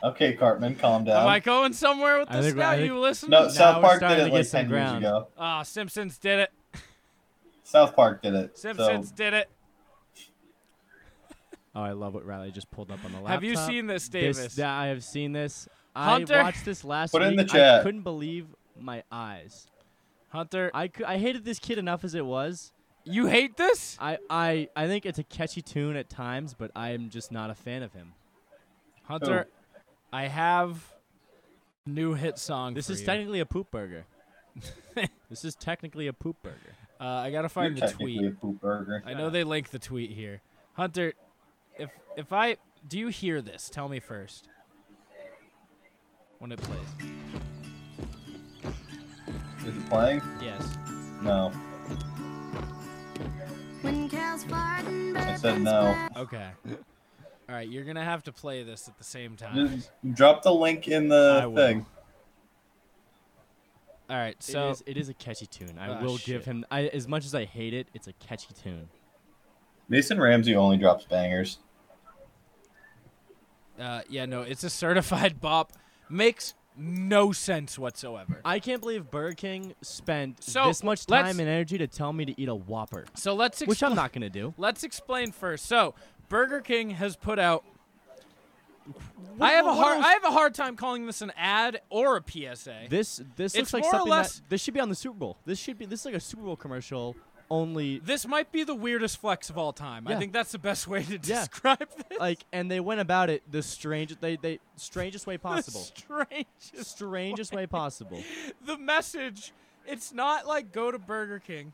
Speaker 4: Okay, Cartman, calm down.
Speaker 5: Am I going somewhere with
Speaker 1: I
Speaker 5: this
Speaker 1: think-
Speaker 5: now,
Speaker 1: I think-
Speaker 5: you listeners?
Speaker 4: no, South
Speaker 1: we're
Speaker 4: Park did
Speaker 1: starting
Speaker 4: it
Speaker 1: to get
Speaker 4: like
Speaker 1: some
Speaker 4: 10
Speaker 1: ground.
Speaker 4: years ago.
Speaker 5: Ah, Simpsons did it.
Speaker 4: South Park did it.
Speaker 5: Simpsons
Speaker 4: So,
Speaker 5: did it.
Speaker 1: Oh, I love what Riley just pulled up on the laptop.
Speaker 5: Have you seen this, Davis?
Speaker 1: This, yeah, I have seen this.
Speaker 5: Hunter?
Speaker 1: I watched this last
Speaker 4: Put it
Speaker 1: week.
Speaker 4: in the chat.
Speaker 1: I couldn't believe my eyes.
Speaker 5: Hunter,
Speaker 1: I, cou- I hated this kid enough as it was.
Speaker 5: you hate this?
Speaker 1: I, I, I think it's a catchy tune at times, but I'm just not a fan of him.
Speaker 5: Hunter, I have new hit song.
Speaker 1: This
Speaker 5: for
Speaker 1: is
Speaker 5: you.
Speaker 1: technically a poop burger. [laughs] this is technically a poop burger.
Speaker 5: Uh, I gotta
Speaker 4: you're
Speaker 5: find the
Speaker 4: technically
Speaker 5: tweet.
Speaker 4: a poop burger.
Speaker 5: I know they link the tweet here. Hunter, if if I do you hear this? Tell me first when it plays.
Speaker 4: Is it playing?
Speaker 5: Yes.
Speaker 4: No.
Speaker 6: When cows fart and
Speaker 4: I
Speaker 6: birds
Speaker 4: said no.
Speaker 5: Okay. All right, you're gonna have to play this at the same time.
Speaker 4: Just drop the link in the
Speaker 5: I will.
Speaker 4: thing.
Speaker 5: All right,
Speaker 1: it,
Speaker 5: so
Speaker 1: is, it is a catchy tune. I
Speaker 5: Ah,
Speaker 1: will
Speaker 5: shit.
Speaker 1: give him. I, as much as I hate it, it's a catchy tune.
Speaker 4: Mason Ramsey only drops bangers.
Speaker 5: uh, yeah, no, it's a certified [laughs] bop. Makes no sense whatsoever.
Speaker 1: I can't believe Burger King spent
Speaker 5: So,
Speaker 1: this much
Speaker 5: let's-
Speaker 1: time and energy to tell me to eat a Whopper,
Speaker 5: So let's
Speaker 1: which
Speaker 5: expl-
Speaker 1: I'm not gonna do.
Speaker 5: Let's explain first. So, Burger King has put out. I have a
Speaker 1: what
Speaker 5: hard.
Speaker 1: else-
Speaker 5: I have a hard time calling this an ad or a PSA.
Speaker 1: This this
Speaker 5: It's
Speaker 1: looks like
Speaker 5: more or
Speaker 1: something
Speaker 5: less-
Speaker 1: that this should be on the Super Bowl. This should be this is like a Super Bowl commercial only
Speaker 5: This might be the weirdest flex of all time.
Speaker 1: Yeah.
Speaker 5: I think that's the best way to
Speaker 1: Yeah.
Speaker 5: describe this.
Speaker 1: like and they went about it the strange they they strangest
Speaker 5: [laughs]
Speaker 1: way possible.
Speaker 5: Strange.
Speaker 1: strangest way possible.
Speaker 5: The message. It's not like go to Burger King.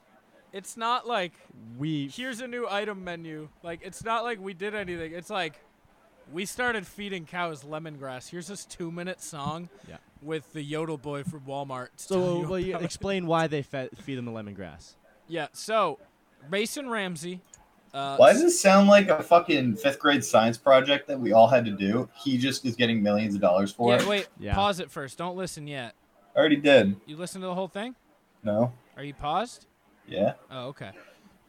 Speaker 5: It's not like
Speaker 1: We
Speaker 5: here's a new item menu. Like it's not like we did anything. It's like we started feeding cows lemongrass. Here's this two minute song
Speaker 1: Yeah.
Speaker 5: with the yodel boy from Walmart. to tell
Speaker 1: So
Speaker 5: you
Speaker 1: well, you
Speaker 5: about it.
Speaker 1: explain why they fe- feed them the lemongrass.
Speaker 5: yeah. So Mason Ramsey. Uh,
Speaker 4: Why does this sound like a fucking fifth grade science project that we all had to do? He just is getting millions of dollars for
Speaker 5: yeah,
Speaker 4: it.
Speaker 5: wait.
Speaker 1: Yeah.
Speaker 5: Pause it first. Don't listen yet.
Speaker 4: I already did.
Speaker 5: You listen to the whole thing?
Speaker 4: No.
Speaker 5: Are you paused?
Speaker 4: Yeah.
Speaker 5: Oh, okay.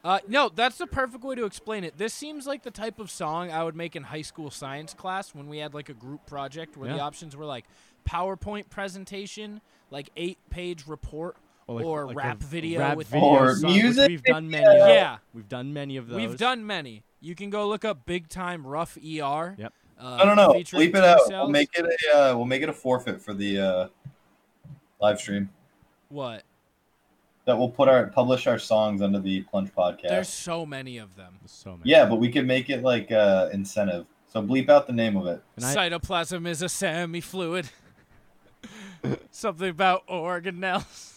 Speaker 5: Uh, no, that's the perfect way to explain it. This seems like the type of song I would make in high school science class when we had like a group project where the
Speaker 1: Yeah.
Speaker 5: options were like PowerPoint presentation, like eight page report, or,
Speaker 1: like- like a
Speaker 5: rap video
Speaker 1: rap
Speaker 5: with
Speaker 1: video
Speaker 4: Or
Speaker 1: song, which
Speaker 4: music
Speaker 1: We've done many.
Speaker 4: video.
Speaker 1: Of.
Speaker 5: Yeah.
Speaker 1: we've done many of those.
Speaker 5: We've done many. You can go look up big time rough ER.
Speaker 1: Yep.
Speaker 5: Uh,
Speaker 4: I don't know.
Speaker 5: featuring
Speaker 4: Leap it
Speaker 5: T
Speaker 4: out. We'll
Speaker 5: cells.
Speaker 4: make it a uh, we'll make it a forfeit for the uh, live stream
Speaker 5: what?
Speaker 4: that we'll put our publish our songs under the Plunge podcast.
Speaker 5: There's so many of them.
Speaker 1: so many.
Speaker 4: Yeah, but we could make it like uh, incentive. So bleep out the name of it.
Speaker 1: And I-
Speaker 5: Cytoplasm is a semi-fluid. [laughs] Something about organelles.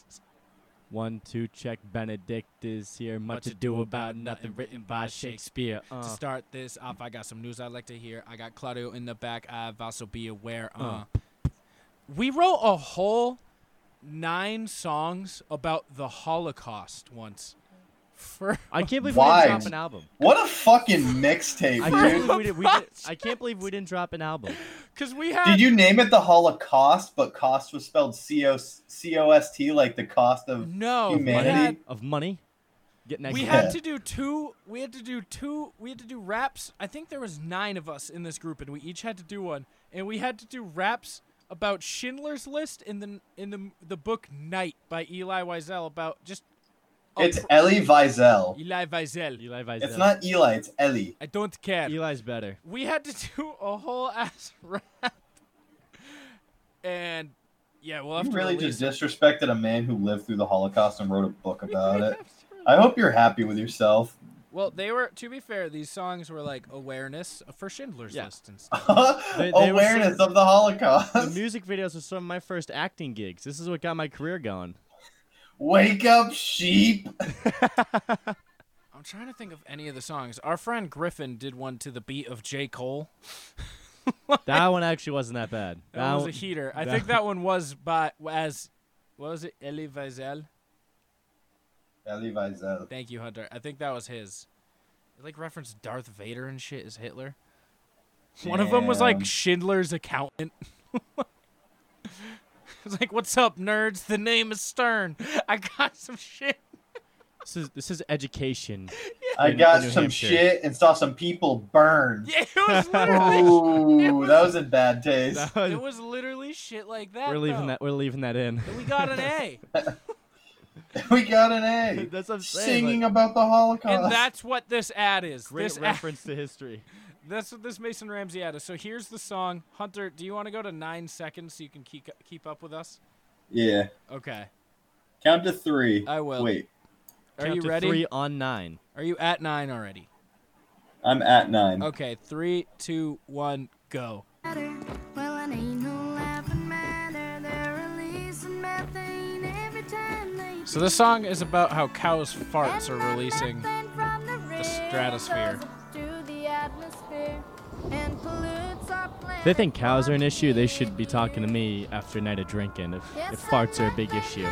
Speaker 1: One, two, check. Benedict is here. Much ado about nothing, written by Shakespeare. Uh,
Speaker 5: to start this off, I got some news I'd like to hear. I got Claudio in the back. I've also be aware. Uh,
Speaker 1: Uh.
Speaker 5: We wrote a whole nine songs about the Holocaust once. [laughs] For
Speaker 1: I can't believe we
Speaker 4: Why?
Speaker 1: didn't drop an album.
Speaker 4: What a fucking mixtape,
Speaker 1: I
Speaker 4: dude.
Speaker 1: can't believe we, did, we did, I can't believe we didn't drop an album.
Speaker 5: because we had
Speaker 4: Did you name it the Holocaust, but cost was spelled C O C O S T, like the cost of
Speaker 5: no we
Speaker 4: Humanity?
Speaker 5: had,
Speaker 1: of money. Getting that
Speaker 5: we
Speaker 1: guy.
Speaker 5: had
Speaker 4: Yeah.
Speaker 5: to do two we had to do two we had to do raps i think there was nine of us in this group and we each had to do one and we had to do raps about schindler's list in the in the the book night by eli wiesel about just
Speaker 1: Oh,
Speaker 5: a
Speaker 4: It's
Speaker 5: pr-
Speaker 4: Eli Wiesel.
Speaker 5: eli wiesel
Speaker 1: Eli Wiesel.
Speaker 4: It's not Eli, it's Ellie.
Speaker 5: i don't care
Speaker 1: Eli's better.
Speaker 5: we had to [laughs] do a whole ass rap and yeah we'll have
Speaker 4: You
Speaker 5: to
Speaker 4: really
Speaker 5: release
Speaker 4: just disrespected a man who lived through the Holocaust and wrote a book about it.
Speaker 5: it.
Speaker 4: I hope you're happy with yourself.
Speaker 5: [laughs]
Speaker 4: [laughs]
Speaker 5: well they were to be fair these songs were like awareness for schindler's
Speaker 1: Yeah.
Speaker 5: list and stuff
Speaker 1: They- they were
Speaker 4: Awareness
Speaker 1: so-
Speaker 4: of the
Speaker 1: The
Speaker 4: Holocaust.
Speaker 1: music videos are some of my first acting gigs. This is what got my career going.
Speaker 4: [laughs] Wake up, sheep.
Speaker 5: I'm trying to think of any of the songs. Our friend Griffin did one to the beat of J. Cole.
Speaker 1: That one actually wasn't that bad.
Speaker 5: That was
Speaker 1: one-
Speaker 5: a heater. I
Speaker 1: that
Speaker 5: think
Speaker 1: [laughs]
Speaker 5: that one was by as what was it? Elie Wiesel.
Speaker 4: Eli Wiesel.
Speaker 5: Thank you, Hunter. I think that was his. It like referenced Darth Vader and shit as Hitler. One of them was like
Speaker 4: Damn.
Speaker 5: Schindler's accountant. [laughs] It's like, what's up, nerds? The name is Stern. I got some shit. [laughs]
Speaker 1: This is this is education.
Speaker 4: I
Speaker 1: in-
Speaker 4: got
Speaker 1: in New
Speaker 4: some
Speaker 1: Hampshire.
Speaker 4: shit and saw some people burn.
Speaker 5: Yeah, it was
Speaker 1: [laughs]
Speaker 5: literally.
Speaker 4: [laughs] Ooh, that was in bad taste.
Speaker 1: That
Speaker 5: it
Speaker 1: was-
Speaker 5: was literally shit like that.
Speaker 1: we're leaving
Speaker 5: though.
Speaker 1: that. We're leaving that in.
Speaker 5: We got
Speaker 1: [laughs]
Speaker 5: an A.
Speaker 4: [laughs] We got an A.
Speaker 1: That's what I'm saying.
Speaker 4: Singing
Speaker 1: like,
Speaker 4: about the Holocaust.
Speaker 5: and that's what this ad is.
Speaker 1: great
Speaker 5: this ad-
Speaker 1: reference to history.
Speaker 5: that's what this Mason Ramsey ad is. So here's the song. Hunter, do you want to go to nine seconds so you can keep keep up with us?
Speaker 4: yeah.
Speaker 5: Okay.
Speaker 4: Count to three.
Speaker 5: I will.
Speaker 4: Wait,
Speaker 5: Are
Speaker 1: Count
Speaker 5: you
Speaker 1: to
Speaker 5: ready?
Speaker 1: Three on nine.
Speaker 5: Are you at nine already?
Speaker 4: I'm at nine.
Speaker 5: Okay. Three, two, one, go.
Speaker 6: Better. Well, an anal laughing matter. They're releasing methane every time they
Speaker 5: So this song is about how cows' farts are releasing.
Speaker 6: the
Speaker 5: stratosphere.
Speaker 6: Through the atmosphere and pollutes our planet.
Speaker 1: If they think cows are an issue, they should be talking to me after a night of drinking. If, if farts are a big issue.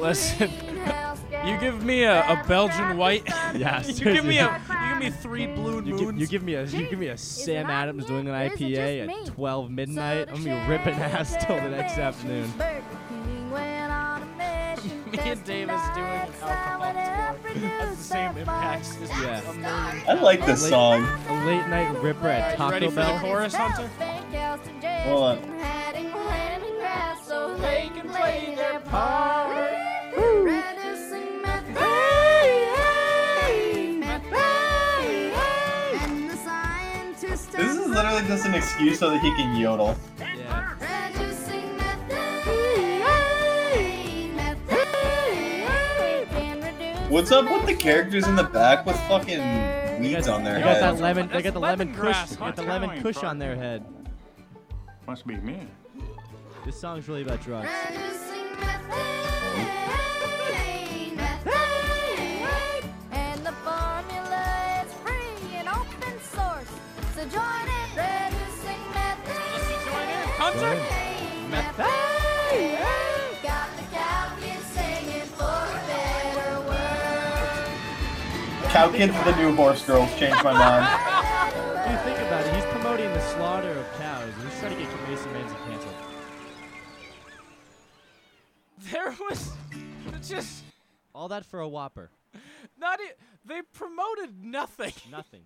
Speaker 5: Listen, [laughs] You give me a, a Belgian white.
Speaker 1: [laughs] Yeah,
Speaker 5: you give me a.
Speaker 6: seriously.
Speaker 5: You give me three blue
Speaker 1: You
Speaker 5: moons.
Speaker 1: give, you give me a you give me a Sam
Speaker 6: not
Speaker 1: Adams
Speaker 6: me,
Speaker 1: doing an
Speaker 6: or is it
Speaker 1: IPA
Speaker 6: just
Speaker 1: at
Speaker 6: me?
Speaker 1: 12 midnight. I'm gonna be ripping ass [laughs] till the next
Speaker 5: [laughs]
Speaker 1: afternoon.
Speaker 5: me and Dave is doing an alcohol tour. That's the same impact. This is
Speaker 1: Yeah.
Speaker 5: a million
Speaker 4: I like
Speaker 1: A
Speaker 4: this
Speaker 1: late-
Speaker 4: song.
Speaker 1: A late night ripper at
Speaker 5: Alright, you
Speaker 1: Taco
Speaker 5: ready for the
Speaker 1: Bell.
Speaker 5: chorus, Hunter?
Speaker 4: Hold on.
Speaker 6: So they can play their part. Reducing methane. Methane. And the scientists
Speaker 4: This is literally just an excuse so that he can yodel.
Speaker 1: Yeah.
Speaker 6: Reducing methane. Methane. Can reduce
Speaker 4: What's up with the characters in the back with fucking weeds on their
Speaker 7: They got that
Speaker 4: heads?
Speaker 7: lemon. They
Speaker 5: That's
Speaker 7: got the lemon
Speaker 5: lemongrass.
Speaker 7: kush. They got the lemon kush on their head.
Speaker 8: Must be me.
Speaker 1: This song's really about drugs.
Speaker 5: Concert?
Speaker 4: Cow Kids the New Horse Girls changed my mind.
Speaker 1: Dude, think about it. He's promoting the slaughter of cows. and He's trying to get Mason Ramsey canceled.
Speaker 5: There was just
Speaker 1: All that for a Whopper.
Speaker 5: not. e they promoted nothing.
Speaker 1: Nothing.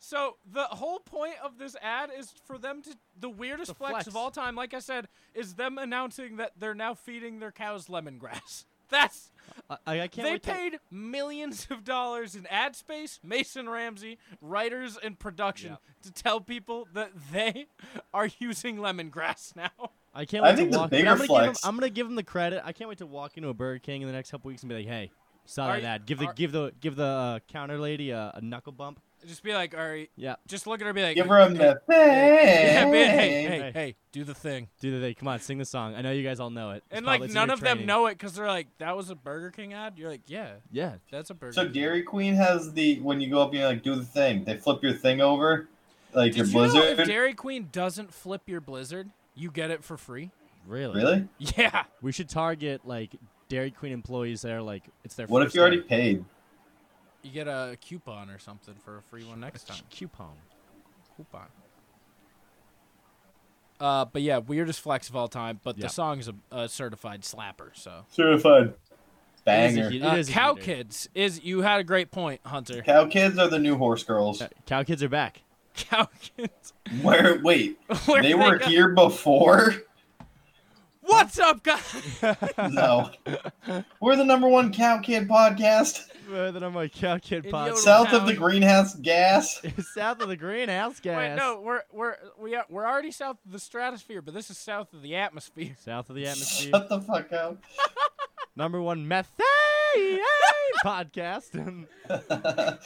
Speaker 5: So the whole point of this ad is for them to the weirdest
Speaker 1: To
Speaker 5: flex,
Speaker 1: flex.
Speaker 5: of all time. Like I said, is them announcing that they're now feeding their cows lemongrass. [laughs] That's
Speaker 1: I, I I can't
Speaker 5: they
Speaker 1: wait to-
Speaker 5: paid millions of dollars in ad space, Mason Ramsey, writers, and production to tell people that they [laughs] are using lemongrass now. [laughs]
Speaker 1: I can't
Speaker 4: I
Speaker 1: wait
Speaker 4: think
Speaker 1: to
Speaker 4: the
Speaker 1: walk.
Speaker 4: bigger
Speaker 1: I'm, gonna give him,
Speaker 4: flex-
Speaker 1: I'm gonna give him the credit. I can't wait to walk into a Burger King in the next couple weeks and be like, "Hey, saw
Speaker 5: Are
Speaker 1: that
Speaker 5: you-
Speaker 1: ad. Give the
Speaker 5: are-
Speaker 1: give the give the uh, counter lady a, a knuckle bump."
Speaker 5: Just be like, all right,
Speaker 1: Yeah,
Speaker 5: just look at her, and be like,
Speaker 4: Give her a
Speaker 5: hey,
Speaker 4: myth.
Speaker 5: [laughs] yeah, be, hey, hey,
Speaker 1: Hey.
Speaker 5: hey, do the thing.
Speaker 1: do the thing. Come on, sing the song. I know you guys all know it. It's
Speaker 5: and
Speaker 1: probably-
Speaker 5: like
Speaker 1: it's in
Speaker 5: none
Speaker 1: your
Speaker 5: of
Speaker 1: training.
Speaker 5: them know it because they're like, that was a Burger King ad. You're like, yeah,
Speaker 1: Yeah,
Speaker 5: that's a Burger.
Speaker 4: So
Speaker 5: King.
Speaker 4: Dairy Queen has the when you go up, you like do the thing. They flip your thing over, like
Speaker 5: Did
Speaker 4: your
Speaker 5: you
Speaker 4: blizzard.
Speaker 5: know if Dairy Queen doesn't flip your Blizzard, you get it for free? [laughs]
Speaker 1: really.
Speaker 4: really?
Speaker 5: Yeah.
Speaker 1: We should target like Dairy Queen employees that are like, it's their.
Speaker 4: What
Speaker 1: first
Speaker 4: if you already
Speaker 1: day.
Speaker 4: paid?
Speaker 5: You get a coupon or something for a free one next time.
Speaker 1: coupon?
Speaker 5: Coupon. Uh, but yeah, weirdest flex of all time. But
Speaker 1: Yeah.
Speaker 5: the song's a, a certified slapper. So
Speaker 4: Certified
Speaker 1: It is a
Speaker 4: banger.
Speaker 1: huge-
Speaker 5: uh,
Speaker 1: is a
Speaker 5: Cow
Speaker 1: heater.
Speaker 5: Kids is you had a great point, Hunter. [laughs]
Speaker 4: Cow Kids are the new horse girls.
Speaker 1: Uh, Cow kids are back.
Speaker 5: Cow Kids. [laughs]
Speaker 4: Where? Wait,
Speaker 5: Where
Speaker 4: they were
Speaker 5: go-
Speaker 4: here before?
Speaker 5: What's up, guys? [laughs]
Speaker 4: No, we're the number one Cow Kid podcast
Speaker 1: Uh, then I'm like cow kid
Speaker 5: In
Speaker 1: pod.
Speaker 5: Yoder-
Speaker 4: south of the
Speaker 5: Cow.
Speaker 4: greenhouse [laughs] gas.
Speaker 1: [laughs] South of the greenhouse
Speaker 5: Wait,
Speaker 1: gas.
Speaker 5: no, we're we're we are, we're already south of the stratosphere, but this is south of the atmosphere. [laughs]
Speaker 1: South of the atmosphere.
Speaker 4: [laughs] Shut the fuck up.
Speaker 1: Number one methane [laughs] podcast.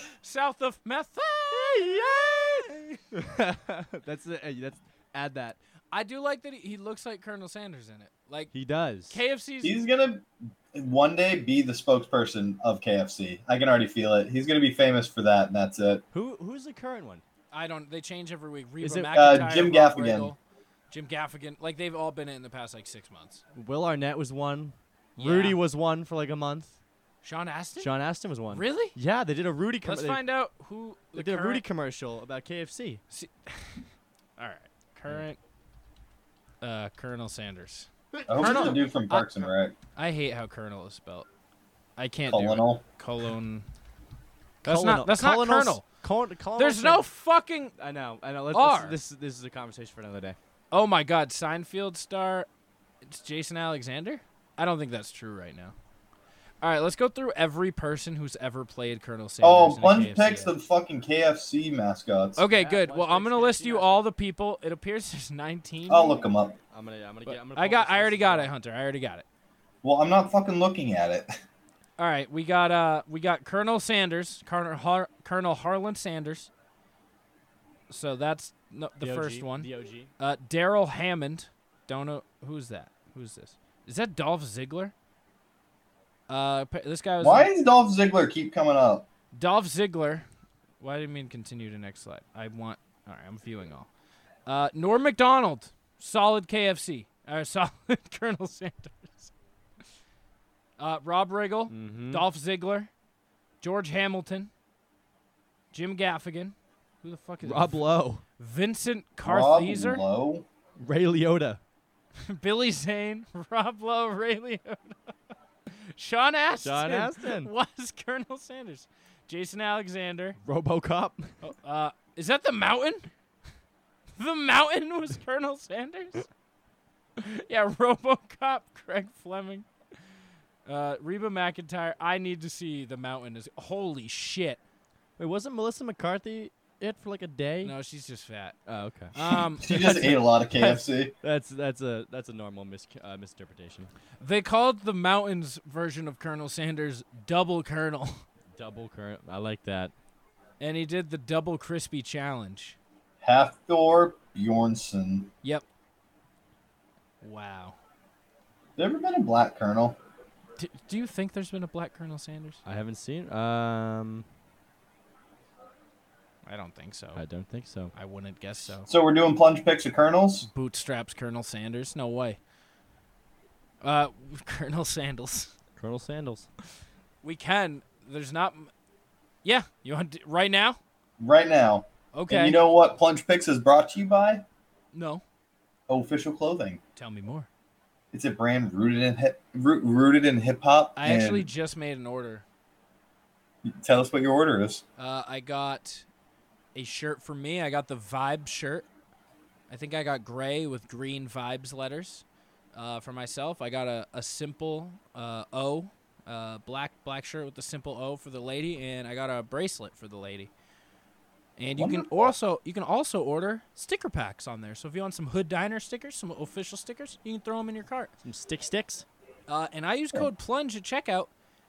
Speaker 1: [laughs]
Speaker 5: South of methane. [laughs]
Speaker 1: that's it. hey, That's add that.
Speaker 5: I do like that he, he looks like Colonel Sanders in it. Like
Speaker 1: He does.
Speaker 5: KFC's
Speaker 4: [laughs] He's gonna one day be the spokesperson of KFC. I can already feel it. He's gonna be famous for that, and that's it.
Speaker 1: Who who's the current one?
Speaker 5: I don't. They change every week. Reba
Speaker 1: Is it-
Speaker 5: McEntire,
Speaker 4: Uh, Jim
Speaker 5: Rob
Speaker 4: Gaffigan.
Speaker 5: Riggle, Jim Gaffigan. Like they've all been in the past like six months.
Speaker 1: Will Arnett was one.
Speaker 5: Yeah.
Speaker 1: Rudy was one for like a month.
Speaker 5: Sean Astin.
Speaker 1: John Aston was one.
Speaker 5: Really?
Speaker 1: Yeah, they did a Rudy. Com-
Speaker 5: Let's
Speaker 1: they,
Speaker 5: find out who
Speaker 1: they
Speaker 5: the
Speaker 1: did a
Speaker 5: current.
Speaker 1: Rudy commercial about KFC.
Speaker 5: see- all right, current. Uh, Colonel Sanders.
Speaker 4: I hope it's
Speaker 5: Colonel-
Speaker 4: the dude from Parks and Rec.
Speaker 5: I hate how Colonel is spelled. I can't do
Speaker 4: Colonel.
Speaker 5: it. Colon. That's
Speaker 1: Colonel-
Speaker 5: not. That's not
Speaker 1: Colonel's-
Speaker 5: Colonel.
Speaker 1: Colon- Colonel
Speaker 5: There's
Speaker 1: said-
Speaker 5: no fucking.
Speaker 1: I know. I know. Let's,
Speaker 5: R.
Speaker 1: let's, this this is a conversation for another day.
Speaker 5: Oh my God, Seinfeld star. It's Jason Alexander. I don't think that's true right now. All right, let's go through every person who's ever played Colonel Sanders. in
Speaker 4: Oh,
Speaker 5: a
Speaker 4: Plunge
Speaker 5: KFC
Speaker 4: picks
Speaker 5: ad.
Speaker 4: the fucking KFC mascots.
Speaker 5: Okay,
Speaker 1: Yeah,
Speaker 5: good.
Speaker 1: one
Speaker 5: Well, I'm
Speaker 1: six
Speaker 5: gonna list
Speaker 1: KFC
Speaker 5: you
Speaker 1: mascot.
Speaker 5: all the people. It appears [laughs] there's 19.
Speaker 4: I'll Oh, look him up.
Speaker 1: I'm gonna. I'm gonna.
Speaker 5: but
Speaker 1: Get, I'm gonna
Speaker 5: I
Speaker 1: pull
Speaker 5: got.
Speaker 1: this
Speaker 5: I
Speaker 1: list
Speaker 5: already
Speaker 1: as
Speaker 5: got
Speaker 1: well.
Speaker 5: it, Hunter. I already got it.
Speaker 4: Well, I'm not fucking looking at it.
Speaker 5: All right, we got. Uh, we got Colonel Sanders, Colonel, Har- Colonel Harlan Sanders. So that's no, the
Speaker 1: OG,
Speaker 5: first one.
Speaker 1: The OG.
Speaker 5: Uh, Daryl Hammond. Don't know who's that. Who's this? Is that Dolph Ziggler? Uh, pa- this guy was.
Speaker 4: Why does Dolph Ziggler keep coming up?
Speaker 5: Dolph Ziggler. Why do you mean continue to next slide? I want. All right, I'm viewing all. Uh, Norm McDonald, solid KFC. Or Uh, [laughs] solid Colonel Sanders. Uh, Rob Riggle, Dolph Ziggler, George Hamilton, Jim Gaffigan. Who the fuck is
Speaker 1: Rob
Speaker 5: [laughs]
Speaker 1: Lowe,
Speaker 5: Vincent
Speaker 4: Rob
Speaker 5: Carthizer,
Speaker 4: Lowe?
Speaker 1: Ray
Speaker 5: [laughs]
Speaker 1: Liotta.
Speaker 5: Billy Zane, [laughs] Rob Lowe, Ray Liotta, [laughs] Sean Astin,
Speaker 1: John Aston.
Speaker 5: [laughs] was Colonel Sanders, Jason Alexander,
Speaker 1: RoboCop.
Speaker 5: Uh, is that the mountain? [laughs] The mountain was Colonel Sanders. [laughs] yeah, RoboCop, Craig Fleming, uh, Reba McIntyre. I need to see the mountain. Is holy shit.
Speaker 1: Wait, wasn't Melissa McCarthy it for like a day?
Speaker 5: No, she's just fat.
Speaker 1: Oh, okay.
Speaker 5: [laughs] Um,
Speaker 4: She just ate a lot
Speaker 5: [laughs]
Speaker 4: of KFC.
Speaker 1: That's that's a that's a normal mis- uh, misinterpretation.
Speaker 5: they called the mountains version of Colonel Sanders double Colonel, [laughs]
Speaker 1: Double current. I like that.
Speaker 5: and he did the double crispy challenge.
Speaker 4: Hathor Bjornson.
Speaker 5: Yep. Wow.
Speaker 4: There ever been a black colonel?
Speaker 5: D- do you think there's been a black Colonel Sanders?
Speaker 1: I haven't seen. Um,
Speaker 5: I don't think so.
Speaker 1: I don't think so.
Speaker 5: I wouldn't guess so.
Speaker 4: So we're doing plunge picks of colonels.
Speaker 5: Bootstraps Colonel Sanders? No way. Uh, [laughs] Colonel Sandals.
Speaker 1: Colonel Sandals.
Speaker 5: We can. There's not. m- Yeah, you want to, right now?
Speaker 4: right now.
Speaker 5: Okay.
Speaker 4: And you know what Plunge Picks is brought to you by?
Speaker 5: no.
Speaker 4: Official Clothing.
Speaker 5: Tell me more.
Speaker 4: It's a brand rooted in hip, roo- rooted in hip hop.
Speaker 5: I actually just made an order.
Speaker 4: tell us what your order is.
Speaker 5: Uh, I got a shirt for me. I got the vibe shirt. I think I got gray with green vibes letters. Uh, for myself, I got a, a simple uh, O, uh, black black shirt with the simple O for the lady, and I got a bracelet for the lady. And you can also you can also order sticker packs on there. So if you want some Hood Diner stickers, some official stickers, you can throw them in your cart.
Speaker 1: Some stick sticks.
Speaker 5: Uh, and I used code plunge at checkout,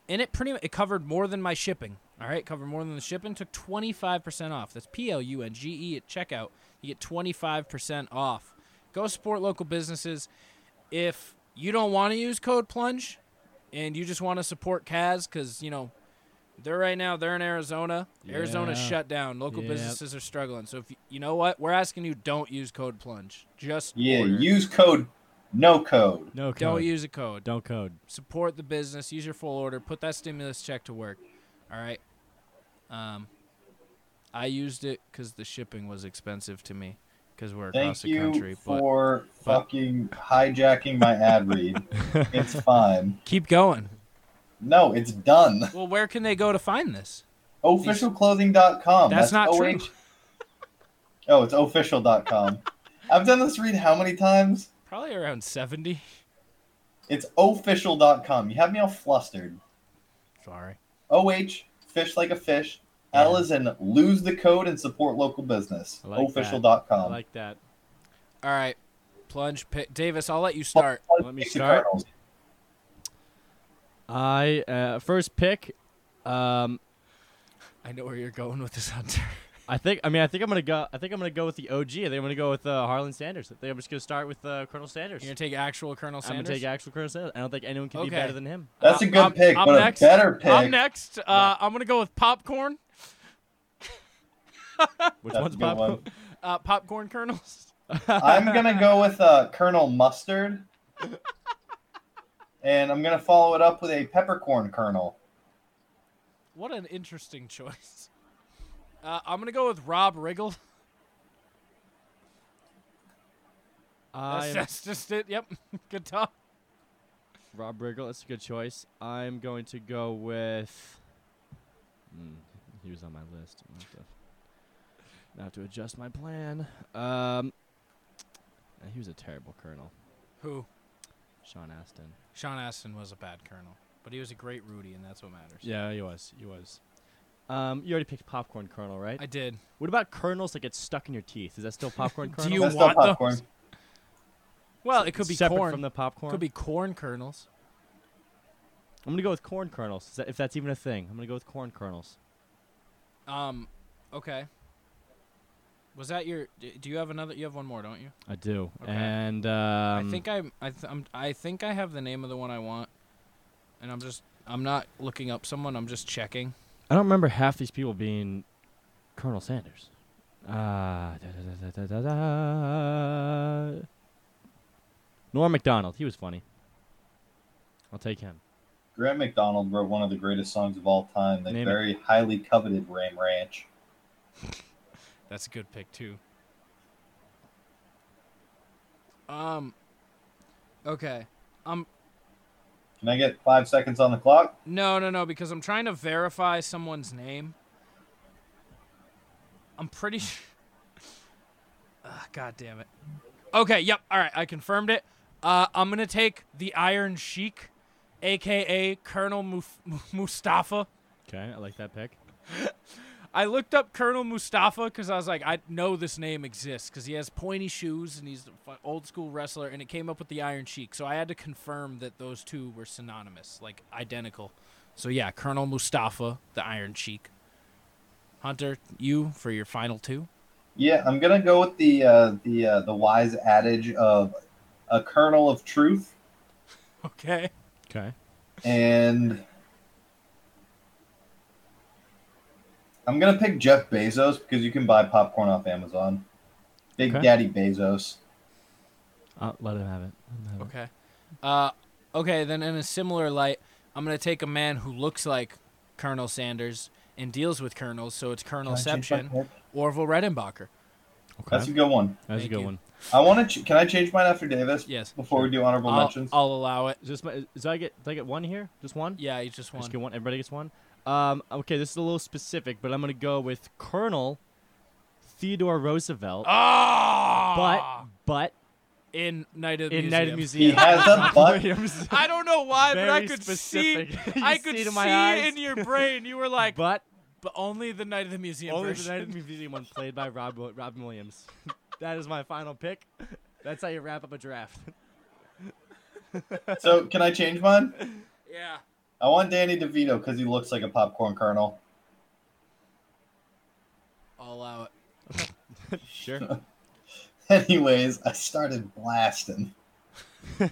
Speaker 5: and it pretty mu- it covered more than my shipping. All right, covered more than the shipping. Took twenty five percent off. That's P L U N G E at checkout. You get twenty five percent off. Go support local businesses. If you don't want to use code plunge, and you just want to support Kaz, because you know they're right now they're in Arizona. Arizona's
Speaker 1: Yeah.
Speaker 5: shut down. Local
Speaker 1: Yep.
Speaker 5: businesses are struggling. So if you, you know what, we're asking you don't use code plunge. Just
Speaker 4: Yeah,
Speaker 5: order.
Speaker 4: use code no code.
Speaker 1: No code.
Speaker 5: don't use a code
Speaker 1: Don't code.
Speaker 5: support the business, use your full order, put that stimulus check to work. All right. Um, I used it because the shipping was expensive to me because we're across
Speaker 4: Thank
Speaker 5: the
Speaker 4: you
Speaker 5: country. But
Speaker 4: for
Speaker 5: but-
Speaker 4: fucking hijacking my
Speaker 5: [laughs]
Speaker 4: ad read. it's fine.
Speaker 5: keep going.
Speaker 4: No, it's done.
Speaker 5: Well, where can they go to find this?
Speaker 4: Officialclothing.com.
Speaker 5: That's not true.
Speaker 4: OH [laughs] Oh, it's official.com. I've done this read how many times?
Speaker 5: Probably around 70.
Speaker 4: It's official.com. You have me all flustered.
Speaker 5: [laughs] Sorry.
Speaker 4: OH, fish like a fish. L is in lose the code and support local business.
Speaker 1: I like
Speaker 4: Official.com.
Speaker 1: that. I like that.
Speaker 5: All right. Plunge. Pi- Davis, I'll let you start.
Speaker 1: Let me start. I uh, first pick. Um,
Speaker 5: I know where you're going with this, Hunter. [laughs]
Speaker 1: I think. I mean, I think I'm gonna go. I think I'm gonna go with the OG. I think I'm gonna go with uh, Harlan Sanders. I think I'm just gonna start with uh, Colonel Sanders.
Speaker 5: You're going to take actual Colonel
Speaker 1: I'm
Speaker 5: Sanders?
Speaker 1: gonna take actual Colonel Sanders. I don't think anyone can
Speaker 5: Okay.
Speaker 1: be better than him.
Speaker 4: That's a
Speaker 5: Uh,
Speaker 4: good
Speaker 5: I'm-
Speaker 4: pick,
Speaker 5: I'm
Speaker 4: but
Speaker 5: next.
Speaker 4: a better pick.
Speaker 5: I'm next. Uh, I'm going to go with popcorn.
Speaker 1: Which
Speaker 4: That's a
Speaker 1: one's
Speaker 4: good
Speaker 1: Bob? [laughs]
Speaker 4: one.
Speaker 5: Uh, popcorn kernels. [laughs]
Speaker 4: I'm gonna go with uh, Colonel Mustard, and I'm gonna follow it up with a peppercorn kernel.
Speaker 5: What an interesting choice. [laughs] Uh, I'm gonna go with Rob [laughs] Riggle. That's,
Speaker 1: I'm
Speaker 5: that's just it. Yep, [laughs] good talk.
Speaker 1: Rob Riggle. That's a good choice. I'm going to go with. Mm, he was on my list. I have to, now have to adjust my plan. Um, uh, he was a terrible colonel,
Speaker 5: Who?
Speaker 1: Sean Astin.
Speaker 5: Sean Astin was a bad colonel, but he was a great Rudy, and that's what matters.
Speaker 1: Yeah, he was. He was. Um, you already picked popcorn kernel, right?
Speaker 5: I did.
Speaker 1: what about kernels that get stuck in your teeth? Is that still [laughs] popcorn kernel?
Speaker 5: You
Speaker 4: That's not
Speaker 5: want those?
Speaker 4: popcorn.
Speaker 5: Well, it could be
Speaker 1: separate
Speaker 5: corn.
Speaker 1: from the popcorn?
Speaker 5: could be corn kernels.
Speaker 1: I'm gonna go with corn kernels, is that- if that's even a thing. I'm gonna go with corn kernels.
Speaker 5: Um, okay. Was that your? d- Do you have another? You have one more, don't you?
Speaker 1: I do,
Speaker 5: Okay.
Speaker 1: and um,
Speaker 5: I think I, I, th- I'm, I think I have the name of the one I want, and I'm just, I'm not looking up someone. I'm just checking.
Speaker 1: I don't remember half these people being Colonel Sanders. Ah, da, da, da, da, da, da, da. Norm Macdonald. He was funny. I'll take him.
Speaker 4: Grant McDonald wrote one of the greatest songs of all time, the
Speaker 1: Name it.
Speaker 4: very highly coveted Ram Ranch.
Speaker 5: That's a good pick too. Um. Okay. Um.
Speaker 4: Can I get five seconds on the clock?
Speaker 5: No, no, no. Because I'm trying to verify someone's name. I'm pretty. [laughs] Sh- Ah, God damn it. Okay. Yep. All right. I confirmed it. Uh, I'm gonna take the Iron Sheik, aka Colonel Muf- Mustafa.
Speaker 1: Okay, I like that pick.
Speaker 5: I looked up Colonel Mustafa because I was like, I know this name exists because he has pointy shoes and he's an old school wrestler, and it came up with the Iron Sheik. So I had to confirm that those two were synonymous, like identical. So yeah, Colonel Mustafa, the Iron Sheik. Hunter, you for your final two.
Speaker 4: Yeah, I'm gonna go with the uh, the uh, the wise adage of a kernel of truth
Speaker 5: Okay.
Speaker 1: Okay.
Speaker 4: and I'm gonna pick Jeff Bezos because you can buy popcorn off Amazon. Big
Speaker 1: Okay.
Speaker 4: Daddy Bezos.
Speaker 1: I'll let him have it. Let him have it.
Speaker 5: Okay. Uh, okay, then in a similar light, I'm going to take a man who looks like Colonel Sanders and deals with colonels, so it's Colonelception, Orville Redenbacher.
Speaker 1: Okay.
Speaker 4: That's a good one.
Speaker 1: That's a
Speaker 5: Thank
Speaker 1: good
Speaker 5: you.
Speaker 1: one.
Speaker 4: I want to. Ch- can I change mine after Davis?
Speaker 5: Yes.
Speaker 4: Before we do honorable
Speaker 5: I'll,
Speaker 4: mentions.
Speaker 5: I'll allow it.
Speaker 1: Is this my, is I get do I get one here? Just one?
Speaker 5: Yeah, you just
Speaker 1: I
Speaker 5: won.
Speaker 1: just get one. Everybody gets one. Um, okay, this is a little specific, but I'm gonna go with Colonel Theodore Roosevelt.
Speaker 5: Ah!
Speaker 1: But but
Speaker 5: in Night of the
Speaker 1: in
Speaker 5: Museum.
Speaker 1: Night of
Speaker 4: he
Speaker 1: Museum. [laughs]
Speaker 4: has a butt.
Speaker 1: Williams,
Speaker 5: I don't know why, but I
Speaker 1: Very
Speaker 5: could [laughs] see,
Speaker 1: specific. You
Speaker 5: I
Speaker 1: see
Speaker 5: could
Speaker 1: it
Speaker 5: see,
Speaker 1: in my eyes.
Speaker 5: it in your brain. You were like, [laughs] but,
Speaker 1: but
Speaker 5: only the Night of the Museum
Speaker 1: only the
Speaker 5: version.
Speaker 1: Night of
Speaker 5: [laughs]
Speaker 1: the Museum one played by Rob Wi- Robin Williams. [laughs] that is my final pick. That's how you wrap up a
Speaker 4: [laughs]
Speaker 1: draft.
Speaker 4: So can I change mine?
Speaker 5: yeah.
Speaker 4: I want Danny DeVito because he looks like a popcorn kernel. [laughs]
Speaker 5: I'll allow it.
Speaker 1: sure.
Speaker 4: Anyways, I started blasting. [laughs] the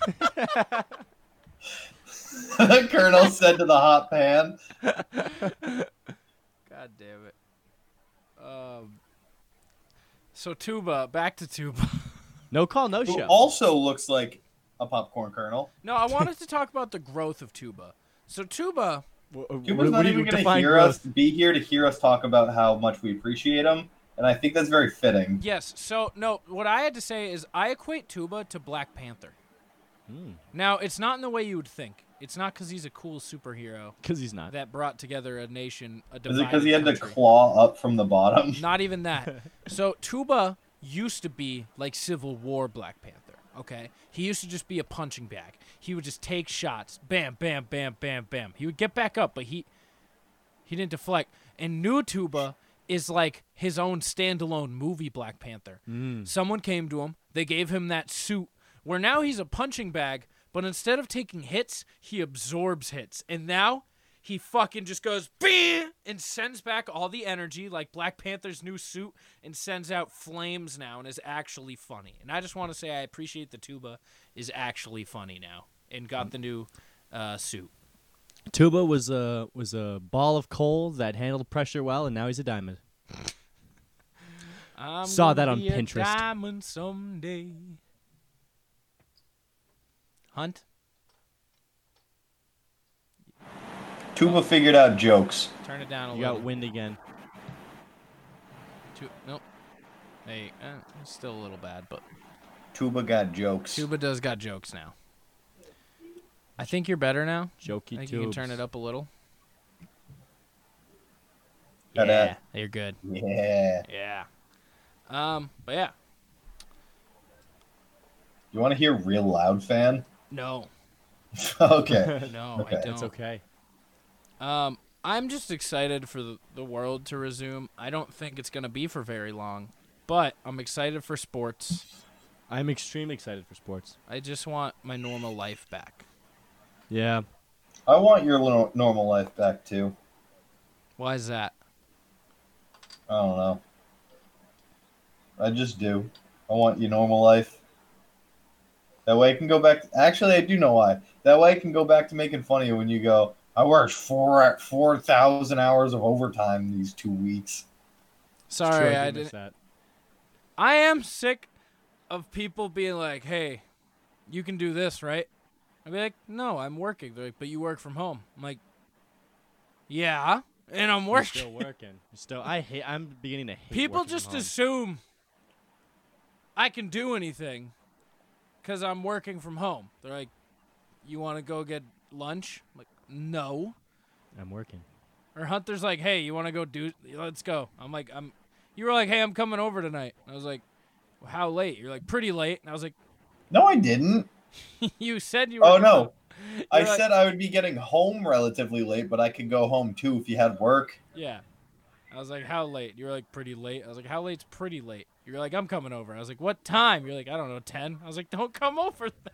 Speaker 1: [laughs]
Speaker 4: colonel said to the hot pan,
Speaker 5: God damn it. Um, so Tuba, back to Tuba. [laughs]
Speaker 1: No call, no
Speaker 4: who
Speaker 1: show.
Speaker 4: also looks like a popcorn kernel.
Speaker 5: No, I wanted to talk about the growth of Tuba. So Tuba,
Speaker 1: Wh- wh- what
Speaker 4: Cuba's not
Speaker 1: do you
Speaker 4: even going to
Speaker 1: define
Speaker 4: hear
Speaker 1: growth?
Speaker 4: us, be here to hear us talk about how much we appreciate him, and I think that's very fitting.
Speaker 5: yes. So no, what I had to say is I equate Tuba to Black Panther. Hmm. Now it's not in the way you would think. It's not because he's a cool superhero
Speaker 1: Because he's not.
Speaker 5: that brought together a nation, a
Speaker 4: Is
Speaker 5: divided
Speaker 4: it because he had to
Speaker 5: country.
Speaker 4: claw up from the bottom?
Speaker 5: Not even that. So Tuba used to be like Civil War Black Panther. Okay, he used to just be a punching bag. He would just take shots, bam, bam, bam, bam, bam. He would get back up, but he he didn't deflect. And new Tuba is like his own standalone movie Black Panther. Someone came to him, they gave him that suit where now he's a punching bag, but instead of taking hits, he absorbs hits. And now he fucking just goes bam and sends back all the energy like Black Panther's new suit and sends out flames now and is actually funny. And I just want to say I appreciate the Tuba is actually funny now and got the new uh, suit.
Speaker 1: Tuba was a was a ball of coal that handled pressure well, and now he's a diamond.
Speaker 5: I'm
Speaker 1: Saw that
Speaker 5: gonna
Speaker 1: on
Speaker 5: be a
Speaker 1: Pinterest.
Speaker 5: diamond someday. Hunt,
Speaker 4: [laughs] Tuba figured out jokes.
Speaker 5: turn it down a
Speaker 1: You
Speaker 5: little.
Speaker 1: got wind again.
Speaker 5: Tu- nope. Hey, uh, it's still a little bad, but
Speaker 4: Tuba got jokes.
Speaker 5: Tuba does got jokes now. I think you're better now. I
Speaker 1: Jokey
Speaker 5: think
Speaker 1: tubes.
Speaker 5: you can turn it up a little.
Speaker 4: Ta-da.
Speaker 5: Yeah, you're good.
Speaker 4: Yeah.
Speaker 5: Yeah. Um, but yeah,
Speaker 4: You want to hear real loud fan? [laughs]
Speaker 5: no,
Speaker 1: [laughs]
Speaker 4: okay.
Speaker 5: no,
Speaker 4: Okay.
Speaker 5: I don't.
Speaker 4: It's
Speaker 1: It's okay.
Speaker 5: Um, I'm just excited for the, the world to resume. I don't think it's gonna be for very long, but I'm excited for sports.
Speaker 1: I'm extremely excited for sports.
Speaker 5: I just want my normal life back.
Speaker 1: Yeah.
Speaker 4: I want your little normal life back too.
Speaker 5: Why is that?
Speaker 4: I don't know. I just do. I want your normal life. That way I can go back. actually, I do know why. That way I can go back to making fun of you when you go. I worked four four thousand hours of overtime these two weeks.
Speaker 5: Sorry,
Speaker 1: Troy,
Speaker 5: I
Speaker 1: do miss [laughs]
Speaker 5: didn't.
Speaker 1: That.
Speaker 5: I am sick of people being like, "Hey, you can do this, right?" I'd be like, "No, I'm working." They're like, "But you work from home." I'm like, "Yeah, and I'm
Speaker 1: You're
Speaker 5: working."
Speaker 1: still working. You're still. I hate. I'm beginning to hate.
Speaker 5: People
Speaker 1: working from
Speaker 5: just
Speaker 1: home.
Speaker 5: assume I can do anything because I'm working from home. They're like, "You want to go get lunch?" I'm like, "No."
Speaker 1: I'm working.
Speaker 5: Or Hunter's like, "Hey, you want to go do? Let's go." I'm like, "I'm." You were like, "Hey, I'm coming over tonight." And I was like, well, "How late?" You're like, "Pretty late." And I was like, [laughs]
Speaker 4: No, I didn't.
Speaker 5: "You said you." Were
Speaker 4: Oh
Speaker 5: coming
Speaker 4: no.
Speaker 5: over." [laughs]
Speaker 4: I
Speaker 5: You're like-
Speaker 4: said I would be getting home relatively late, but I could go home too if you had work.
Speaker 5: Yeah. I was like, how late? You were like, pretty late. I was like, how late's pretty late? You were like, I'm coming over. I was like, what time? You're like, I don't know, 10. I was like, don't come over [laughs] then.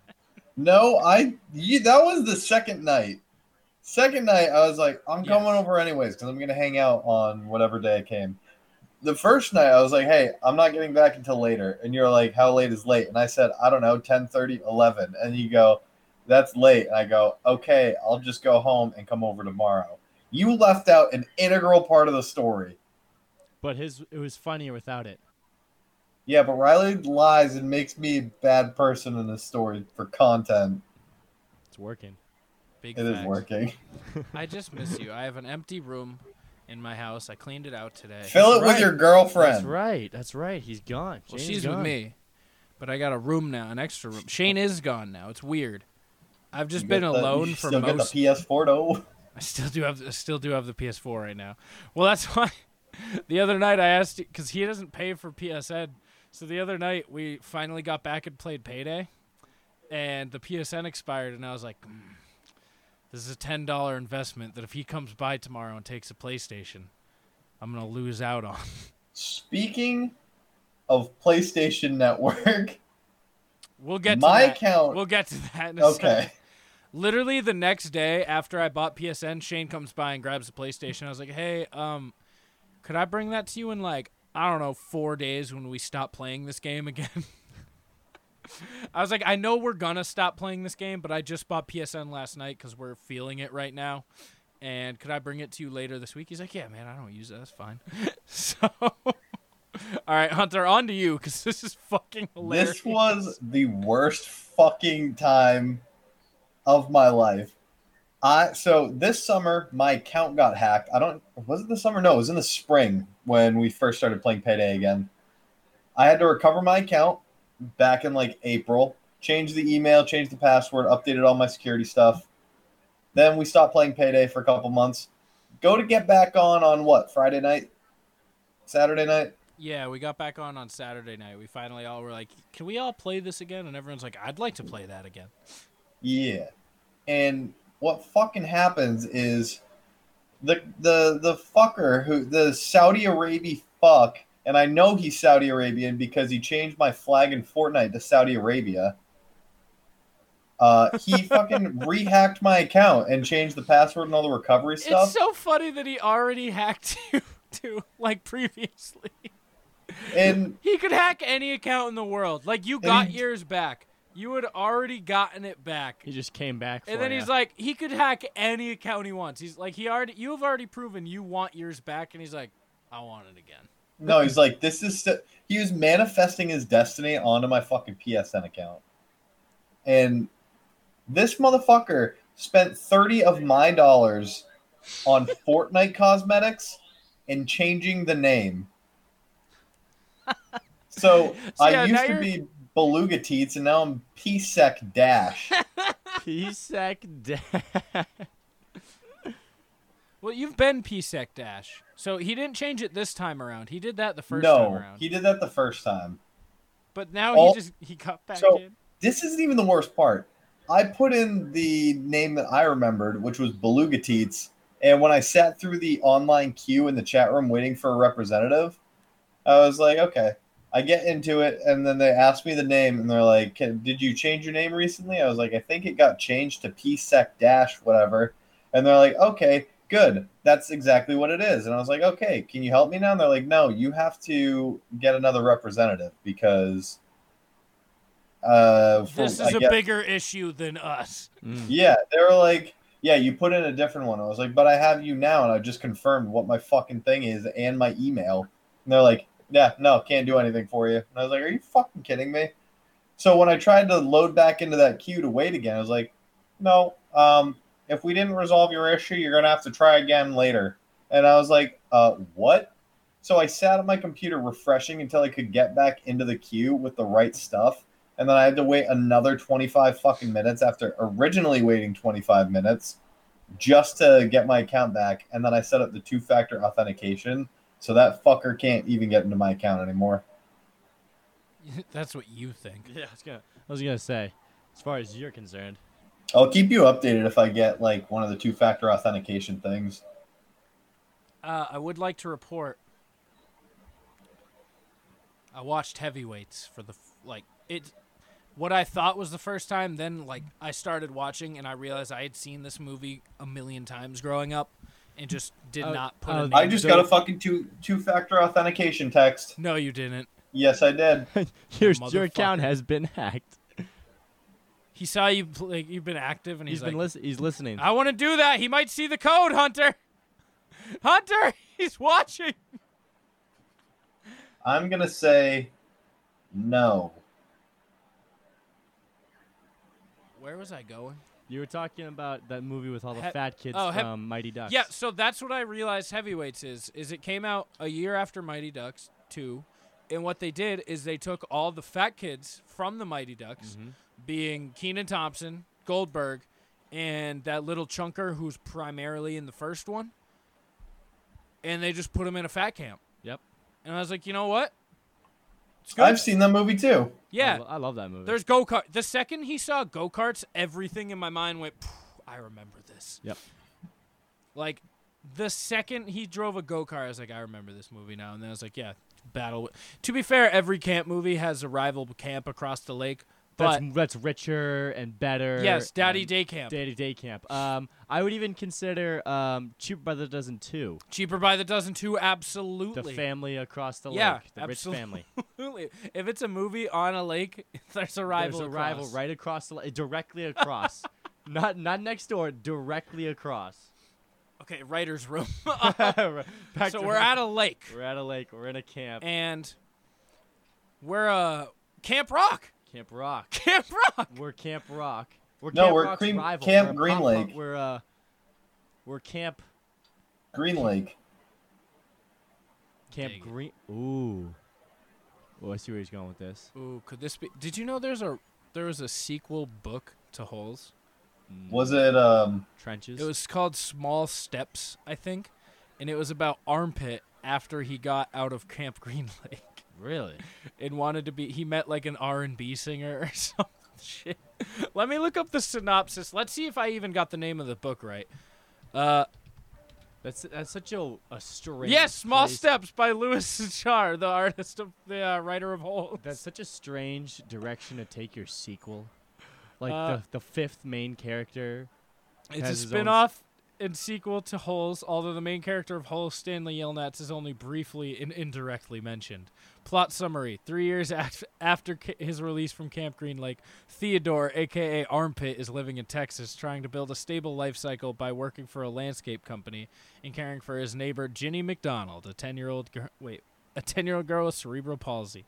Speaker 4: No, I you, that was the second night. Second night, I was like, I'm
Speaker 5: Yes.
Speaker 4: coming over anyways because I'm gonna hang out on whatever day I came. The first night, I was like, hey, I'm not getting back until later, and you're like, how late is late? And I said, I don't know, 10, 11, and you go, that's late. And I go, okay, I'll just go home and come over tomorrow. You left out an integral part of the story.
Speaker 1: But his it was funnier without it.
Speaker 4: Yeah, but Riley lies and makes me a bad person in this story for content.
Speaker 1: It's working.
Speaker 5: Big
Speaker 4: It is
Speaker 5: facts.
Speaker 4: working.
Speaker 5: I just miss you. I have an empty room in my house. I cleaned it out today.
Speaker 4: Fill it with
Speaker 1: right.
Speaker 4: your girlfriend.
Speaker 1: That's right. That's right. He's gone.
Speaker 5: Well,
Speaker 1: Shane's
Speaker 5: she's
Speaker 1: gone.
Speaker 5: with me, but I got a room now, an extra room. Shane is gone now. It's weird. I've just
Speaker 4: You
Speaker 5: been
Speaker 4: get the-
Speaker 5: alone
Speaker 4: you
Speaker 5: for
Speaker 4: still
Speaker 5: most.
Speaker 4: Get the PS4 though. [laughs]
Speaker 5: I still do have. I still do have the PS4 right now. Well, that's [laughs] why. The other night I asked because he doesn't pay for PSN, so the other night we finally got back and played Payday, and the PSN expired, and I was like, "Mm, "This is a ten dollar investment that if he comes by tomorrow and takes a PlayStation, I'm gonna lose out on." [laughs]
Speaker 4: Speaking of PlayStation Network,
Speaker 5: [laughs] We'll get to
Speaker 4: My
Speaker 5: that.
Speaker 4: account-
Speaker 5: We'll get to that. In a second.
Speaker 4: okay,
Speaker 5: literally the next day after I bought PSN, Shane comes by and grabs the PlayStation. I was like, "Hey, um, could I bring that to you in like I don't know four days when we stop playing this game again?" [laughs] I was like, "I know we're gonna stop playing this game, but I just bought PSN last night because we're feeling it right now." And could I bring it to you later this week? He's like, "Yeah, man, I don't use that. That's fine." [laughs] so, all right, Hunter, on to you because this is fucking hilarious.
Speaker 4: this was the worst fucking time of my life. I so this summer my account got hacked. I don't was it the summer? No, it was in the spring when we first started playing Payday again. I had to recover my account back in like April, change the email, change the password, updated all my security stuff. Then we stopped playing Payday for a couple months. Go to get back on on what Friday night, Saturday night.
Speaker 5: Yeah, we got back on on Saturday night. We finally all were like, "Can we all play this again?" And everyone's like, "I'd like to play that again."
Speaker 4: Yeah. And what fucking happens is the the the fucker who the Saudi Arabian fuck, and I know he's Saudi Arabian because he changed my flag in Fortnite to Saudi Arabia. Uh, he fucking [laughs] rehacked my account and changed the password and all the recovery
Speaker 5: It's
Speaker 4: stuff.
Speaker 5: so funny that he already hacked [laughs] you too, like previously.
Speaker 4: and
Speaker 5: He could hack any account in the world. Like you got yours back. You had already gotten it back.
Speaker 1: He just came back.
Speaker 5: And
Speaker 1: for
Speaker 5: then
Speaker 1: ya. [laughs]
Speaker 5: he's like, he could hack any account he wants. He's like, he already, you have already proven you want yours back, and he's like, I want it again.
Speaker 4: no, he's like, this is. St-. He was manifesting his destiny onto my fucking PSN account, and this motherfucker spent thirty of my dollars on Fortnite cosmetics and changing
Speaker 5: [laughs]
Speaker 4: the name.
Speaker 5: So,
Speaker 4: So, I
Speaker 5: yeah,
Speaker 4: used
Speaker 5: now
Speaker 4: to
Speaker 5: you're-
Speaker 4: be Beluga Teats, and now I'm PSEC Dash.
Speaker 1: PSEC
Speaker 5: Well, you've been PSEC Dash, so he didn't change it this time around. He did that the [laughs] first time
Speaker 4: no,
Speaker 5: around.
Speaker 4: he did that the first time.
Speaker 5: But now
Speaker 4: All-
Speaker 5: he just he got back
Speaker 4: So-
Speaker 5: in.
Speaker 4: This isn't even the worst part. I put in the name that I remembered, which was Beluga Teats, and when I sat through the online queue in the chat room waiting for a representative, I was like, okay. I get into it, and then they ask me the name, and they're like, "Can- "Did you change your name recently?" I was like, "I think it got changed to PSEC Dash whatever," and they're like, "Okay, good. That's exactly what it is." And I was like, "Okay, can you help me now?" And they're like, "No, you have to get another representative because." Uh, for-
Speaker 5: This
Speaker 4: I
Speaker 5: is a
Speaker 4: guess-
Speaker 5: bigger issue than us.
Speaker 1: [laughs] Mm.
Speaker 4: yeah, they were like, yeah, you put in a different one. I was like, but I have you now, and I just confirmed what my fucking thing is and my email. And they're like, yeah, no, can't do anything for you. And I was like, are you fucking kidding me? So when I tried to load back into that queue to wait again, I was like, no, um, if we didn't resolve your issue, you're gonna have to try again later. And I was like, uh, what? So I sat at my computer refreshing until I could get back into the queue with the right stuff and then I had to wait another 25 fucking minutes after originally waiting 25 minutes just to get my account back. And then I set up the two factor authentication so that fucker can't even get into my account anymore.
Speaker 5: [laughs] That's what you think.
Speaker 1: Yeah, I was gonna. I was gonna say, as far as you're [laughs] concerned,
Speaker 4: I'll keep you updated if I get like one of the two factor authentication things.
Speaker 5: Uh, I would like to report. I watched heavyweights for the f- like it. What I thought was the first time, then like I started watching and I realized I had seen this movie a million times growing up, and just did
Speaker 1: Oh,
Speaker 5: not put.
Speaker 1: oh, I
Speaker 5: a
Speaker 4: I
Speaker 5: name
Speaker 4: just
Speaker 5: to
Speaker 4: got a
Speaker 5: it.
Speaker 4: fucking two two factor authentication text.
Speaker 5: No, you didn't.
Speaker 4: Yes, I did.
Speaker 1: your, your
Speaker 5: motherfucker.
Speaker 1: account has been hacked.
Speaker 5: He saw you. pl- Like, you've been active, and he's,
Speaker 1: he's been
Speaker 5: like,
Speaker 1: lis- he's listening.
Speaker 5: "I want to do that." He might see the code, Hunter. Hunter, he's watching.
Speaker 4: I'm gonna say no.
Speaker 5: Where was I going?
Speaker 1: You were talking about that movie with all the
Speaker 5: Hep-
Speaker 1: fat kids
Speaker 5: oh, hep-
Speaker 1: from Mighty Ducks.
Speaker 5: Yeah, so that's what I realized Heavyweights is. Is it came out a year after Mighty Ducks 2, and what they did is they took all the fat kids from the Mighty Ducks, being Keenan Thompson, Goldberg, and that little chunker who's primarily in the first one, and they just put him in a fat camp.
Speaker 1: Yep.
Speaker 5: And I was like, you know what? It's good.
Speaker 4: I've seen that movie too.
Speaker 5: yeah,
Speaker 1: I, lo- I love that movie.
Speaker 5: there's go kart. The second he saw go karts, everything in my mind went. "Phew, I remember this.
Speaker 1: Yep.
Speaker 5: Like the second he drove a go kart, I was like, I remember this movie now. And then I was like, yeah, battle. wi- To be fair, every camp movie has a rival camp across the lake.
Speaker 1: that's,
Speaker 5: But
Speaker 1: that's richer and better.
Speaker 5: yes, Daddy
Speaker 1: and
Speaker 5: Day Camp,
Speaker 1: Daddy Day Camp. Um, I would even consider um, Cheaper by the Dozen too.
Speaker 5: cheaper by the dozen too.
Speaker 1: The
Speaker 5: Absolutely.
Speaker 1: family across the
Speaker 5: Yeah,
Speaker 1: lake, the
Speaker 5: absolute-
Speaker 1: rich family.
Speaker 5: Absolutely. If it's a movie on a lake, [laughs] there's a rival.
Speaker 1: There's a rival
Speaker 5: across.
Speaker 1: right across the lake, directly
Speaker 5: [laughs]
Speaker 1: across, not not next door, directly across.
Speaker 5: Okay, writer's
Speaker 1: [laughs]
Speaker 5: room. [laughs]
Speaker 1: Back
Speaker 5: so
Speaker 1: to
Speaker 5: we're
Speaker 1: my-
Speaker 5: at a lake.
Speaker 1: we're at a lake. We're in a camp.
Speaker 5: and we're uh Camp Rock.
Speaker 1: Camp Rock.
Speaker 5: Camp Rock.
Speaker 1: We're Camp Rock. We're
Speaker 4: No,
Speaker 1: Camp
Speaker 4: we're
Speaker 1: Rock's
Speaker 4: Cream-
Speaker 1: rival.
Speaker 4: Camp
Speaker 1: we're a
Speaker 4: Green
Speaker 1: pop-
Speaker 4: Lake.
Speaker 1: We're uh, we're Camp
Speaker 4: Green Lake.
Speaker 1: Camp
Speaker 5: Dig it.
Speaker 1: Green. Ooh. Oh, I see where he's going with this.
Speaker 5: Ooh, could this be? Did you know there's a there was a sequel book to Holes?
Speaker 4: Was it um
Speaker 1: Trenches.
Speaker 5: It was called Small Steps, I think, and it was about Armpit after he got out of Camp Green [laughs] Lake
Speaker 1: really.
Speaker 5: and wanted to be. He met like an R and B singer or [laughs] some shit. Let me look up the synopsis. Let's see if I even got the name of the book right. Uh,
Speaker 1: That's that's such a a strange.
Speaker 5: yes, Small
Speaker 1: place-
Speaker 5: Steps by Louis [laughs] Char, the artist of the uh, writer of Holes.
Speaker 1: That's such a strange direction to take your sequel. Like
Speaker 5: Uh,
Speaker 1: the the fifth main character. has
Speaker 5: It's a
Speaker 1: his own-
Speaker 5: spin-off and sequel to Holes, although the main character of Holes, Stanley Yelnats, is only briefly and indirectly mentioned. Plot summary: Three years af- after ca- his release from Camp Green Lake, Theodore, aka Armpit, is living in Texas, trying to build a stable life cycle by working for a landscape company and caring for his neighbor Ginny McDonald, a ten-year-old girl. Wait, a ten-year-old girl with cerebral palsy.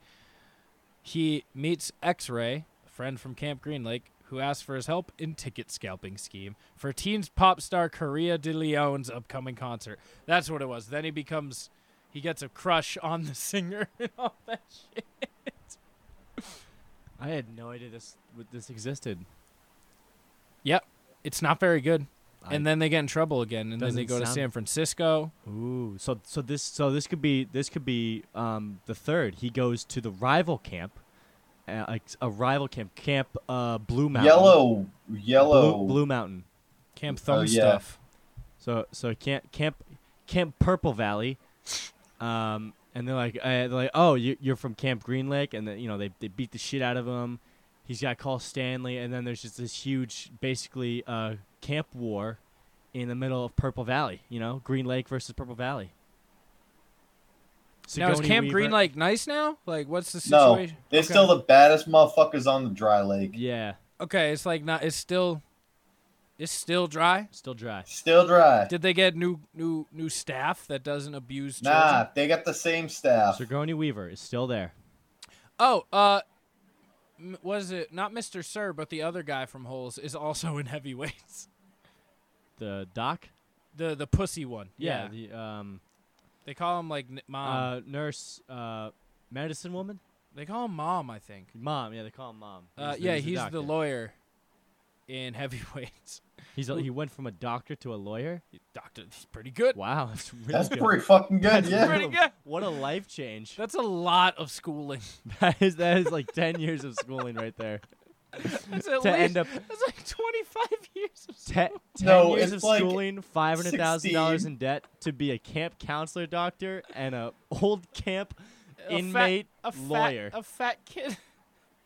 Speaker 5: He meets X-Ray, a friend from Camp Green Lake, who asks for his help in ticket scalping scheme for teens pop star Correa de Leon's upcoming concert. That's what it was. Then he becomes, he gets a crush on the [laughs] singer and all that shit.
Speaker 1: I had no idea this w- this existed.
Speaker 5: Yep, it's not very good. and
Speaker 1: I-
Speaker 5: then they get in trouble again, and then they
Speaker 1: Doesn't
Speaker 5: go to
Speaker 1: sound-
Speaker 5: San Francisco.
Speaker 1: Ooh, so so this so this could be this could be um the third. He goes to the rival camp, uh, like a rival camp, Camp uh Blue Mountain.
Speaker 4: yellow yellow
Speaker 1: Blue, Blue Mountain.
Speaker 5: Camp Thumb
Speaker 4: Oh, yeah.
Speaker 5: stuff.
Speaker 1: So so camp camp Camp Purple Valley, um, and they're like uh, they're like oh you, you're from Camp Green Lake, and then you know they they beat the shit out of him. He's got to call Stanley, and then there's just this huge basically uh camp war, in the middle of Purple Valley. You know Green Lake versus Purple Valley.
Speaker 5: now is
Speaker 1: Sigourney
Speaker 5: Camp
Speaker 1: Weaver-
Speaker 5: Green Lake nice now? Like, what's the
Speaker 4: No.
Speaker 5: situation?
Speaker 4: They're
Speaker 5: okay.
Speaker 4: still the baddest motherfuckers on the dry lake.
Speaker 1: Yeah,
Speaker 5: okay. It's like not. It's still, it's still dry.
Speaker 1: still dry.
Speaker 4: Still dry.
Speaker 5: Did they get new new new staff that doesn't abuse children?
Speaker 4: Nah, they got the same staff.
Speaker 1: Sigourney Weaver is still there.
Speaker 5: Oh, uh, m- was it not Mr. Sir, but the other guy from Holes is also in heavyweights.
Speaker 1: The doc.
Speaker 5: The the pussy one. Yeah. Um.
Speaker 1: The um
Speaker 5: they call him like n- mom.
Speaker 1: uh nurse uh medicine woman.
Speaker 5: they call him mom, I think.
Speaker 1: Mom, yeah, they call him mom.
Speaker 5: Uh, yeah, he's the,
Speaker 1: doctor.
Speaker 5: lawyer in [laughs] heavyweights.
Speaker 1: He's a, he went from a doctor to a lawyer.
Speaker 5: Doctor, he's pretty good.
Speaker 1: Wow, [laughs] that's really
Speaker 4: That's
Speaker 1: good.
Speaker 4: pretty fucking good,
Speaker 1: That's
Speaker 4: yeah.
Speaker 5: pretty
Speaker 1: really-
Speaker 5: good.
Speaker 1: What a life change. [laughs]
Speaker 5: That's a lot of schooling.
Speaker 1: That is that is like ten years of schooling right there.
Speaker 5: That's
Speaker 1: To
Speaker 5: at least,
Speaker 1: end up
Speaker 5: [laughs] that's like 25 years of
Speaker 1: Te- ten
Speaker 4: No,
Speaker 1: years of
Speaker 4: it's like
Speaker 1: schooling, five hundred thousand dollars in debt to be a camp counselor doctor and a old camp inmate
Speaker 5: a fat,
Speaker 1: lawyer,
Speaker 5: a fat kid.
Speaker 4: [laughs]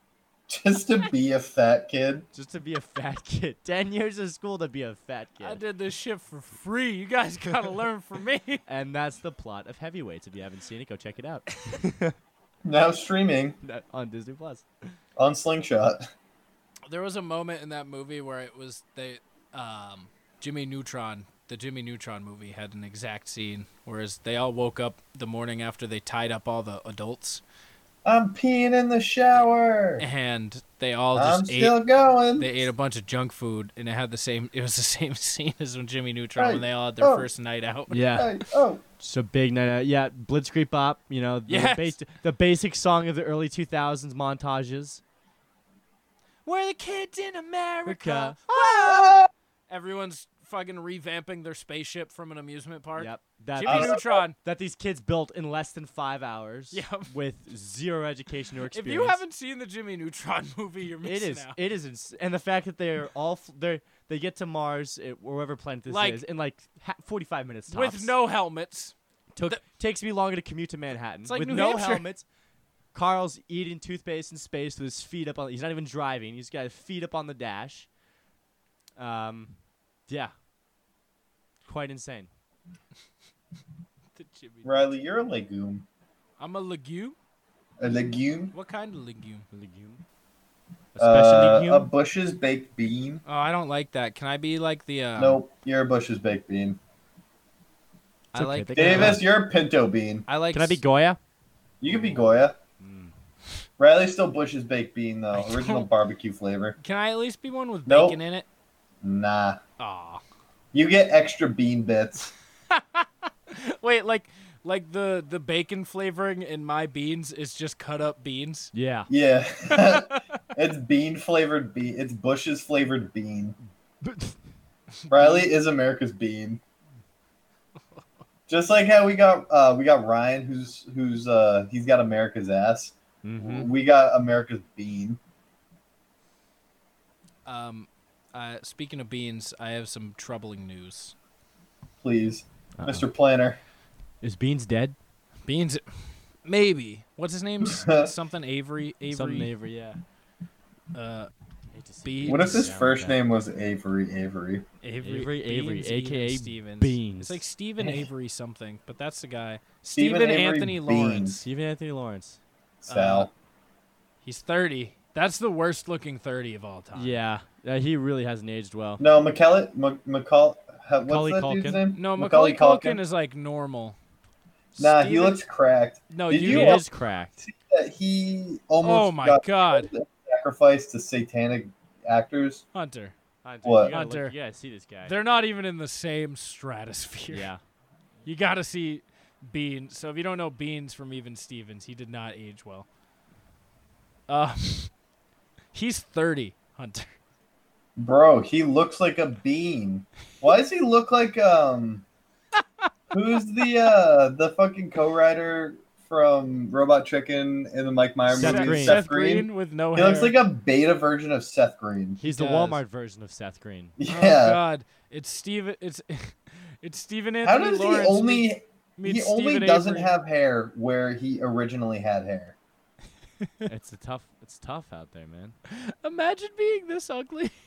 Speaker 4: Just to be a fat kid.
Speaker 1: just to be a fat [laughs] kid. Ten years of school to be a fat kid,
Speaker 5: I did this shit for free. You guys
Speaker 1: [laughs]
Speaker 5: gotta learn from me.
Speaker 1: and that's the plot of Heavyweights. If you haven't seen it, go check it out [laughs]
Speaker 4: Now streaming
Speaker 1: on Disney Plus.
Speaker 4: on Slingshot.
Speaker 5: There was a moment in that movie where it was they, um, Jimmy Neutron, the Jimmy Neutron movie had an exact scene, whereas they all woke up the morning after they tied up all the adults,
Speaker 4: I'm peeing in the shower.
Speaker 5: and they all just
Speaker 4: I'm
Speaker 5: ate.
Speaker 4: still going.
Speaker 5: they ate a bunch of junk food, and it had the same. It was the [laughs] same scene as when Jimmy Neutron when
Speaker 4: Hey,
Speaker 5: they all had their
Speaker 4: oh.
Speaker 5: first night out.
Speaker 1: Yeah,
Speaker 4: Hey, oh,
Speaker 1: it's a big night. out. Yeah, Blitzkrieg Bop. You know, the,
Speaker 5: Yes.
Speaker 1: bas- the basic song of the early two thousands montages.
Speaker 5: We're the kids in America. Everyone's fucking revamping their spaceship from an amusement park.
Speaker 1: Yep, that
Speaker 5: Jimmy
Speaker 4: Uh,
Speaker 1: these,
Speaker 5: Neutron.
Speaker 1: that these kids built in less than five hours.
Speaker 5: [laughs] Yep.
Speaker 1: with zero education or
Speaker 5: If
Speaker 1: experience.
Speaker 5: you haven't seen the Jimmy Neutron [laughs] movie, you're
Speaker 1: It
Speaker 5: missing
Speaker 1: is.
Speaker 5: out.
Speaker 1: It is, ins- and the fact that they're all f- they they get to Mars, it, wherever planet this
Speaker 5: Like-
Speaker 1: is, in like ha- forty five minutes. Tops.
Speaker 5: With no helmets.
Speaker 1: Took- takes me longer to commute to Manhattan.
Speaker 5: like
Speaker 1: with
Speaker 5: New
Speaker 1: no
Speaker 5: Hampshire.
Speaker 1: helmets. Carl's eating toothpaste in space with his feet up on. He's not even driving. He's got his feet up on the dash. Um, yeah, quite insane.
Speaker 5: The Jimmy.
Speaker 4: Riley, you're a legume.
Speaker 5: I'm a legume.
Speaker 4: A legume?
Speaker 5: What kind of legume?
Speaker 1: Legume.
Speaker 4: Uh,
Speaker 1: Especially
Speaker 4: A
Speaker 1: legume.
Speaker 4: Bush's baked bean?
Speaker 5: Oh, I don't like that. Can I be like the? Uh,
Speaker 4: Nope, you're a Bush's baked bean.
Speaker 5: I
Speaker 1: okay,
Speaker 5: like.
Speaker 1: they can-
Speaker 4: Davis, you're a pinto bean.
Speaker 5: I like.
Speaker 1: Can I be
Speaker 5: s-
Speaker 1: Goya?
Speaker 4: You could be Goya. Riley's still Bush's baked bean, though. Original barbecue flavor.
Speaker 5: Can I at least be one with
Speaker 4: Nope.
Speaker 5: bacon in it? [laughs]
Speaker 4: Nah.
Speaker 5: Aw.
Speaker 4: You get extra bean bits.
Speaker 5: Wait, like, like the the bacon flavoring in my beans is just cut
Speaker 1: [laughs]
Speaker 5: up beans.
Speaker 1: Yeah.
Speaker 4: Yeah. it's bean flavored bean. It's Bush's flavored bean. Riley is America's bean. Just like how we got uh, we got Ryan, who's who's uh, he's got America's ass.
Speaker 1: Mhm.
Speaker 4: We got America's bean.
Speaker 5: Um, uh, speaking of beans, I have some troubling news.
Speaker 4: Please, Mr. Planner.
Speaker 1: Is Beans dead?
Speaker 5: Beans, maybe. What's his name? S- Something Avery. Avery.
Speaker 1: Some neighbor, yeah.
Speaker 5: uh,
Speaker 1: Hate to see
Speaker 5: Beans.
Speaker 4: What if his
Speaker 1: Sound
Speaker 4: first
Speaker 1: bad.
Speaker 4: name was Avery? Avery.
Speaker 5: Avery,
Speaker 1: Avery Avery,
Speaker 5: Beans, Even
Speaker 1: aka
Speaker 5: Stevens.
Speaker 1: Beans.
Speaker 5: It's
Speaker 1: [laughs]
Speaker 5: like Stephen Avery something, but that's the guy.
Speaker 4: Stephen
Speaker 5: Stephen
Speaker 4: Avery
Speaker 5: Anthony
Speaker 4: Beans.
Speaker 5: Lawrence.
Speaker 1: Stephen Anthony Lawrence.
Speaker 4: Sal.
Speaker 5: He's 30. That's the worst looking 30 of all time.
Speaker 1: Yeah, uh, he really hasn't aged well.
Speaker 4: no, McCall. McCall. What's
Speaker 1: Macaulay
Speaker 4: that dude's
Speaker 1: Culkin.
Speaker 4: name?
Speaker 5: No, Macaulay, Culkin, is like normal.
Speaker 4: Nah, he
Speaker 5: Stephen-
Speaker 4: looks cracked.
Speaker 5: No,
Speaker 4: Did
Speaker 5: you
Speaker 1: He
Speaker 4: you
Speaker 5: did.
Speaker 1: is cracked.
Speaker 4: that he almost
Speaker 5: Oh my
Speaker 4: got
Speaker 5: God,
Speaker 4: sacrificed to satanic actors.
Speaker 5: Hunter.
Speaker 1: Hunter,
Speaker 4: What?
Speaker 1: You gotta,
Speaker 5: Hunter.
Speaker 1: Look, you gotta see this guy.
Speaker 5: They're not even in the same stratosphere.
Speaker 1: [laughs] yeah,
Speaker 5: [laughs] You got to see Beans. So if you don't know Beans from Even Stevens, he did not age well. Uh, [laughs] he's 30, Hunter.
Speaker 4: Bro, he looks like a bean. Why does he look
Speaker 5: [laughs]
Speaker 4: like um who's the uh the fucking co-writer from Robot Chicken in the Mike Myers
Speaker 1: Seth
Speaker 4: movie?
Speaker 1: Green.
Speaker 4: Seth Green.
Speaker 5: with no
Speaker 4: He
Speaker 5: hair.
Speaker 4: looks like a beta version of Seth Green.
Speaker 1: he's the
Speaker 5: does.
Speaker 1: Walmart version of Seth [laughs] Green.
Speaker 5: Oh
Speaker 4: Yeah.
Speaker 5: God, it's Steven. It's [laughs] it's Steven
Speaker 4: How
Speaker 5: Anthony
Speaker 4: does he
Speaker 5: Lawrence.
Speaker 4: only
Speaker 5: meets
Speaker 4: he only
Speaker 5: Stephen
Speaker 4: doesn't
Speaker 5: Avery.
Speaker 4: have hair where he originally had hair?
Speaker 1: it's a tough. It's tough out there, [laughs] man.
Speaker 5: Imagine being this ugly.
Speaker 1: [laughs]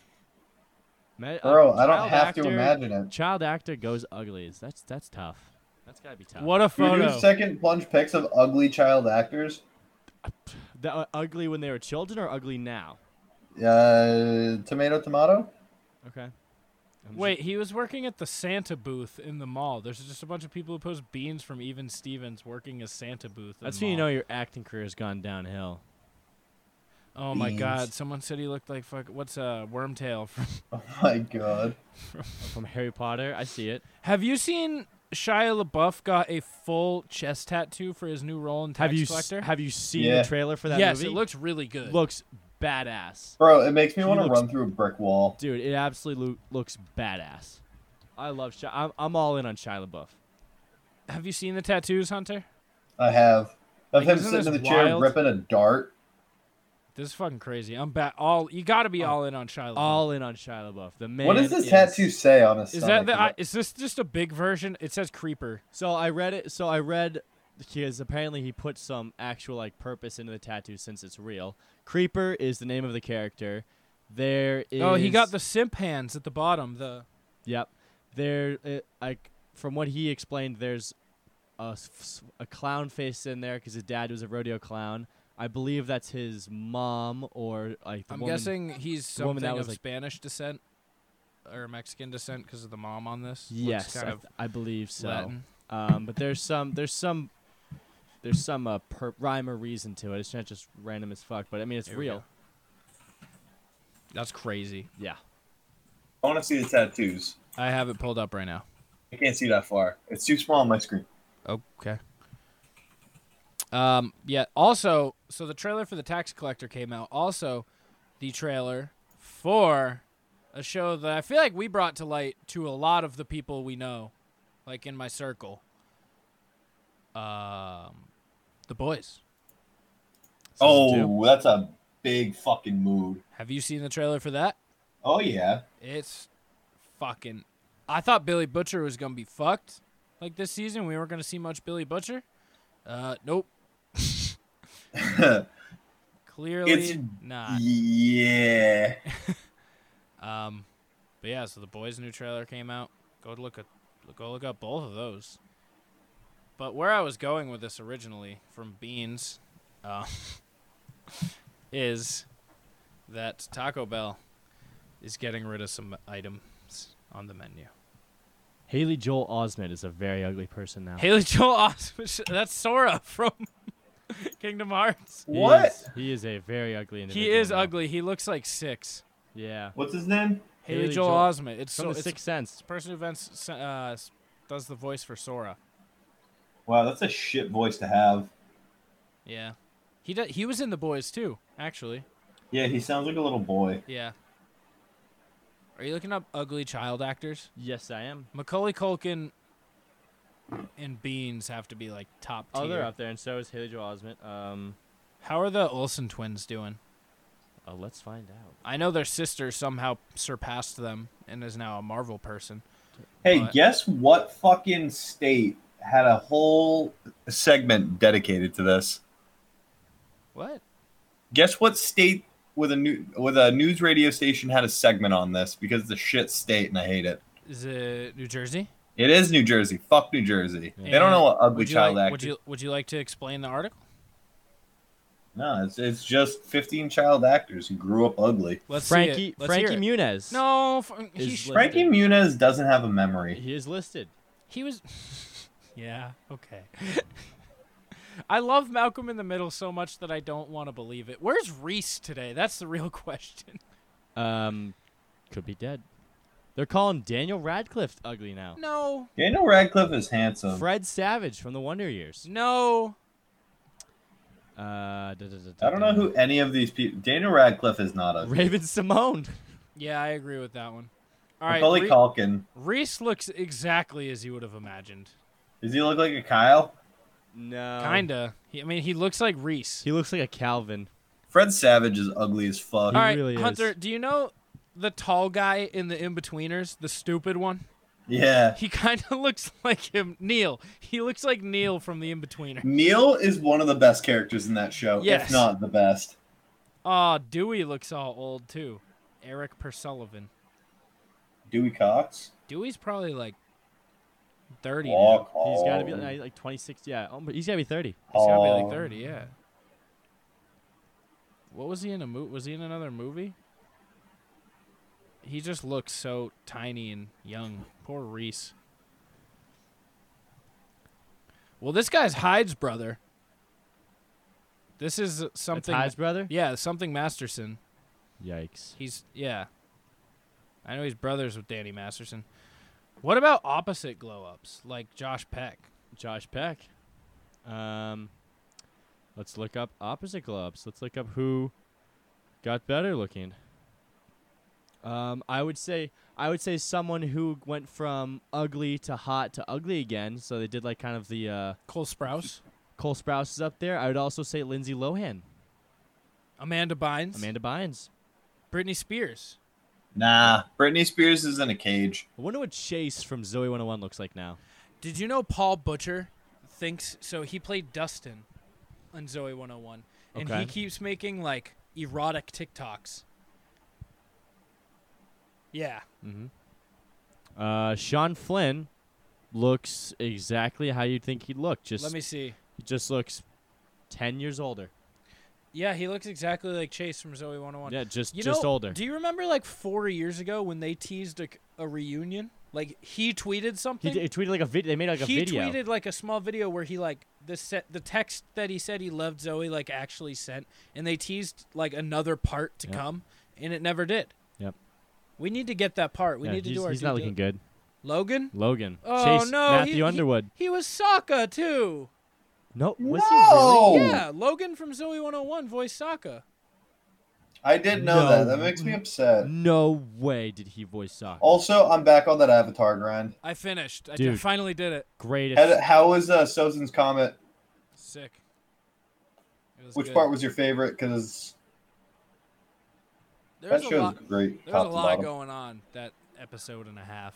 Speaker 1: Ma- a
Speaker 4: Bro, I don't
Speaker 1: child
Speaker 4: have
Speaker 1: actor,
Speaker 4: to imagine it.
Speaker 1: Child actor goes ugly. That's that's tough. That's gotta be tough.
Speaker 5: What a
Speaker 4: Your
Speaker 5: photo.
Speaker 4: second plunge picks of ugly child actors.
Speaker 1: The, uh, ugly when they were children or ugly now?
Speaker 4: Uh, tomato, tomato. [laughs]
Speaker 1: Okay. I'm just-
Speaker 5: Wait, he was working at the Santa booth in the mall. There's just a bunch of people who post beans from Even Stevens working as Santa booth. in
Speaker 1: that's
Speaker 5: the
Speaker 1: when you know
Speaker 5: mall.
Speaker 1: your acting career has gone downhill.
Speaker 5: Oh my
Speaker 4: Beans.
Speaker 5: God! Someone said he looked like fuck. What's uh, Wormtail from? [laughs]
Speaker 4: Oh my god.
Speaker 1: From Harry Potter, I see it.
Speaker 5: Have you seen Shia LaBeouf got a full chest tattoo for his new role in Tax
Speaker 1: Have you s-
Speaker 5: Collector?
Speaker 1: have you seen
Speaker 4: Yeah.
Speaker 1: the trailer for that
Speaker 5: yes,
Speaker 1: movie?
Speaker 5: it looks really good.
Speaker 1: looks badass.
Speaker 4: Bro, it makes me
Speaker 1: He
Speaker 4: want to
Speaker 1: looks-
Speaker 4: run through a brick wall.
Speaker 1: Dude, it absolutely looks badass. I love Shia. I'm, I'm all in on Shia LaBeouf.
Speaker 5: have you seen the tattoos, Hunter?
Speaker 4: I have. Of
Speaker 5: Like,
Speaker 4: him
Speaker 5: isn't
Speaker 4: sitting in the
Speaker 5: this
Speaker 4: chair
Speaker 5: wild?
Speaker 4: ripping a dart.
Speaker 5: This is fucking crazy. I'm back. All you got to be all in on Shia. LaBeouf.
Speaker 1: Oh. All in on Shia LaBeouf. The man.
Speaker 4: What does this
Speaker 1: is-
Speaker 4: tattoo say on his
Speaker 5: is
Speaker 4: stomach?
Speaker 5: that the, I, is this just a big version? It says creeper.
Speaker 1: So I read it. So I read because apparently he put some actual like purpose into the tattoo since it's real. Creeper is the name of the character. There is.
Speaker 5: Oh, he got the simp hands at the bottom. The
Speaker 1: Yep. There, it, like from what he explained, there's a, s- s- a clown face in there because his dad was a rodeo clown. I believe that's his mom or like the
Speaker 5: I'm
Speaker 1: woman-
Speaker 5: guessing he's
Speaker 1: the woman
Speaker 5: something
Speaker 1: that
Speaker 5: of
Speaker 1: was, like-
Speaker 5: Spanish descent or Mexican descent because of the mom on this. Looks
Speaker 1: Yes,
Speaker 5: kind
Speaker 1: I,
Speaker 5: of
Speaker 1: I believe so.
Speaker 5: Latin.
Speaker 1: Um, but there's some there's some there's some uh, per- rhyme or reason to it. It's not just random as fuck, but I mean it's
Speaker 5: Here we
Speaker 1: real.
Speaker 5: That's crazy.
Speaker 1: Yeah.
Speaker 4: I want to see the tattoos.
Speaker 5: I have it pulled up right now.
Speaker 4: I can't see that far. It's too small on my screen.
Speaker 5: Okay. Um. Yeah. Also, so the trailer for the Tax Collector came out. Also, the trailer for a show that I feel like we brought to light to a lot of the people we know, like in my circle. Um, the boys.
Speaker 1: two.
Speaker 4: Oh, that's a big fucking mood.
Speaker 5: Have you seen the trailer for that?
Speaker 4: Oh yeah.
Speaker 5: It's fucking. I thought Billy Butcher was gonna be fucked. Like this season, we weren't gonna see much Billy Butcher. Uh, nope. Clearly
Speaker 4: It's-
Speaker 5: not.
Speaker 4: Yeah.
Speaker 5: Um, but yeah, so the boys' new trailer came out. Go to look at, go look up both of those. But where I was going with this originally from Beans, uh, [laughs] is that Taco Bell is getting rid of some items on the menu.
Speaker 1: Haley Joel Osment is a very ugly person now.
Speaker 5: [laughs] Haley Joel Osment, that's Sora from [laughs] Kingdom Hearts.
Speaker 1: He
Speaker 4: What?
Speaker 1: is- he is a very ugly individual.
Speaker 5: He is
Speaker 1: now.
Speaker 5: ugly. He looks like six.
Speaker 1: Yeah.
Speaker 4: What's his name?
Speaker 5: Haley,
Speaker 1: Haley
Speaker 5: Joel,
Speaker 1: Joel-
Speaker 5: Osment. It's
Speaker 1: From
Speaker 5: so
Speaker 1: the
Speaker 5: it's
Speaker 1: Sixth Sense.
Speaker 5: the person who vents, uh, does the voice for Sora.
Speaker 4: Wow, that's a shit voice to have.
Speaker 5: Yeah. He did, he was in the boys too, actually.
Speaker 4: Yeah, he sounds like a little boy.
Speaker 5: Yeah. Are you looking up ugly child actors?
Speaker 1: Yes, I am.
Speaker 5: Macaulay Culkin and Beans have to be like top tier.
Speaker 1: Oh, they're up there, and so is Haley Joel Osment. Um,
Speaker 5: How are the Olsen twins doing?
Speaker 1: uh, let's find out.
Speaker 5: I know their sister somehow surpassed them and is now a Marvel person.
Speaker 4: Hey,
Speaker 5: What?
Speaker 4: guess what fucking state had a whole segment dedicated to this?
Speaker 5: What?
Speaker 4: Guess what state with a new with a news radio station had a segment on this because it's a shit state and I hate it.
Speaker 5: Is it New Jersey?
Speaker 4: It is New Jersey. Fuck New Jersey. They don't
Speaker 5: And
Speaker 4: know what ugly
Speaker 5: would you
Speaker 4: child
Speaker 5: like,
Speaker 4: actors.
Speaker 5: Would you would you like to explain the article?
Speaker 4: No, it's, it's just 15 child actors who grew up ugly.
Speaker 5: Let's see it.
Speaker 1: Frankie
Speaker 5: Let's hear
Speaker 1: Frankie
Speaker 5: it.
Speaker 1: Muniz.
Speaker 5: No, fr- he,
Speaker 1: Is
Speaker 5: sh-
Speaker 1: Listed.
Speaker 4: Frankie Muniz doesn't have a memory.
Speaker 1: He is listed.
Speaker 5: He was. [laughs] yeah. Okay. [laughs] I love Malcolm in the Middle so much that I don't want to believe it. Where's Reese today? That's the [laughs] real question.
Speaker 1: Um, could be dead. They're calling Daniel Radcliffe ugly now.
Speaker 5: No.
Speaker 4: Daniel Radcliffe is handsome.
Speaker 1: Fred Savage from the Wonder Years.
Speaker 5: No.
Speaker 1: Uh, da, da, da, da,
Speaker 4: I don't know
Speaker 1: da.
Speaker 4: who any of these people. Daniel Radcliffe is not ugly.
Speaker 1: Raven Simone.
Speaker 5: Yeah, I agree with that one. All right.
Speaker 4: Macaulay
Speaker 5: Re-
Speaker 4: Culkin.
Speaker 5: Reese looks exactly as you would have imagined.
Speaker 4: Does he look like a Kyle?
Speaker 1: No.
Speaker 5: Kinda. He, I mean, he looks like Reese.
Speaker 1: He looks like a Calvin.
Speaker 4: Fred Savage is ugly as
Speaker 5: All
Speaker 4: fuck.
Speaker 5: right,
Speaker 1: really is.
Speaker 5: Hunter. Do you know the tall guy in the In Betweeners, the stupid one? [laughs]
Speaker 4: Yeah.
Speaker 5: He kind of [laughs] looks like him, Neil. He looks like Neil from the In Betweeners.
Speaker 4: Neil is one of the best characters in that show,
Speaker 5: Yes.
Speaker 4: if not the best.
Speaker 5: Aw, Dewey looks all old too. Eric Persullivan.
Speaker 4: Dewey Cox.
Speaker 5: Dewey's probably like thirty. now.
Speaker 4: Walk
Speaker 1: He's got to be uh,
Speaker 4: home.
Speaker 1: like, like 26. Yeah, oh, but he's got to be 30.
Speaker 5: He's gotta be
Speaker 1: Um,
Speaker 4: Oh.
Speaker 5: like thirty, yeah. What was he in a movie? Was he in another movie? He just looks so tiny and young. Poor Reese. Well, this guy's Hyde's brother. This is
Speaker 1: That's
Speaker 5: something.
Speaker 1: Hyde's brother.
Speaker 5: Yeah, something Masterson.
Speaker 1: Yikes.
Speaker 5: He's yeah. I know he's brothers with Danny Masterson. What about opposite glow ups like Josh Peck?
Speaker 1: Josh Peck. Um, let's look up opposite gloves. Let's look up who got better looking. Um, I would say I would say someone who went from ugly to hot to ugly again. So they did like kind of the uh,
Speaker 5: Cole Sprouse.
Speaker 1: Cole Sprouse is up there. I would also say Lindsay Lohan.
Speaker 5: Amanda Bynes.
Speaker 1: Amanda Bynes.
Speaker 5: Britney Spears.
Speaker 4: Nah, Britney Spears is in a cage.
Speaker 1: I wonder what Chase from Zoe 101 looks like now.
Speaker 5: Did you know Paul Butcher thinks so? He played Dustin on Zoe 101, and
Speaker 1: Okay.
Speaker 5: he keeps making like erotic TikToks. Yeah,
Speaker 1: Uh, Sean Flynn looks exactly how you'd think he'd look. Just
Speaker 5: let me see.
Speaker 1: he just looks ten years older.
Speaker 5: Yeah, he looks exactly like Chase from Zoe 101.
Speaker 1: Yeah, just
Speaker 5: You
Speaker 1: just
Speaker 5: know,
Speaker 1: older.
Speaker 5: Do you remember like four years ago when they teased a, a reunion? Like he tweeted
Speaker 1: he,
Speaker 5: something.
Speaker 1: d- he tweeted like a video. They made like a
Speaker 5: he
Speaker 1: video.
Speaker 5: tweeted like a small video where he like the set the text that he said he loved Zoe like actually sent, and they teased like another part to
Speaker 1: Yep.
Speaker 5: come, and it never did.
Speaker 1: Yep.
Speaker 5: We need to get that part. We
Speaker 1: Yeah,
Speaker 5: need to
Speaker 1: he's,
Speaker 5: do our.
Speaker 1: He's
Speaker 5: due
Speaker 1: not
Speaker 5: dil-
Speaker 1: looking good.
Speaker 5: Logan.
Speaker 1: Logan.
Speaker 5: Oh
Speaker 1: Chase
Speaker 5: no,
Speaker 1: Matthew
Speaker 5: he, he-
Speaker 1: Underwood.
Speaker 5: He, was Sokka too.
Speaker 1: No, was
Speaker 4: no,
Speaker 5: Yeah, Logan from Zoe 101 voiced Sokka.
Speaker 4: I did know
Speaker 1: No.
Speaker 4: that. That makes me
Speaker 1: he
Speaker 4: upset.
Speaker 1: really? No way did he voice soccer.
Speaker 4: Also, I'm back on that Avatar grind.
Speaker 5: I finished. I
Speaker 1: d- Dude.
Speaker 5: finally did it.
Speaker 1: Greatest.
Speaker 4: How, how was uh, Sozin's comment?
Speaker 5: Sick. It was
Speaker 4: Which
Speaker 5: good.
Speaker 4: part was your favorite? Because
Speaker 5: There
Speaker 4: that
Speaker 5: was a
Speaker 4: show's
Speaker 5: lot-
Speaker 4: great.
Speaker 5: There was
Speaker 4: top
Speaker 5: a
Speaker 4: to
Speaker 5: lot
Speaker 4: bottom.
Speaker 5: going on that episode and a half.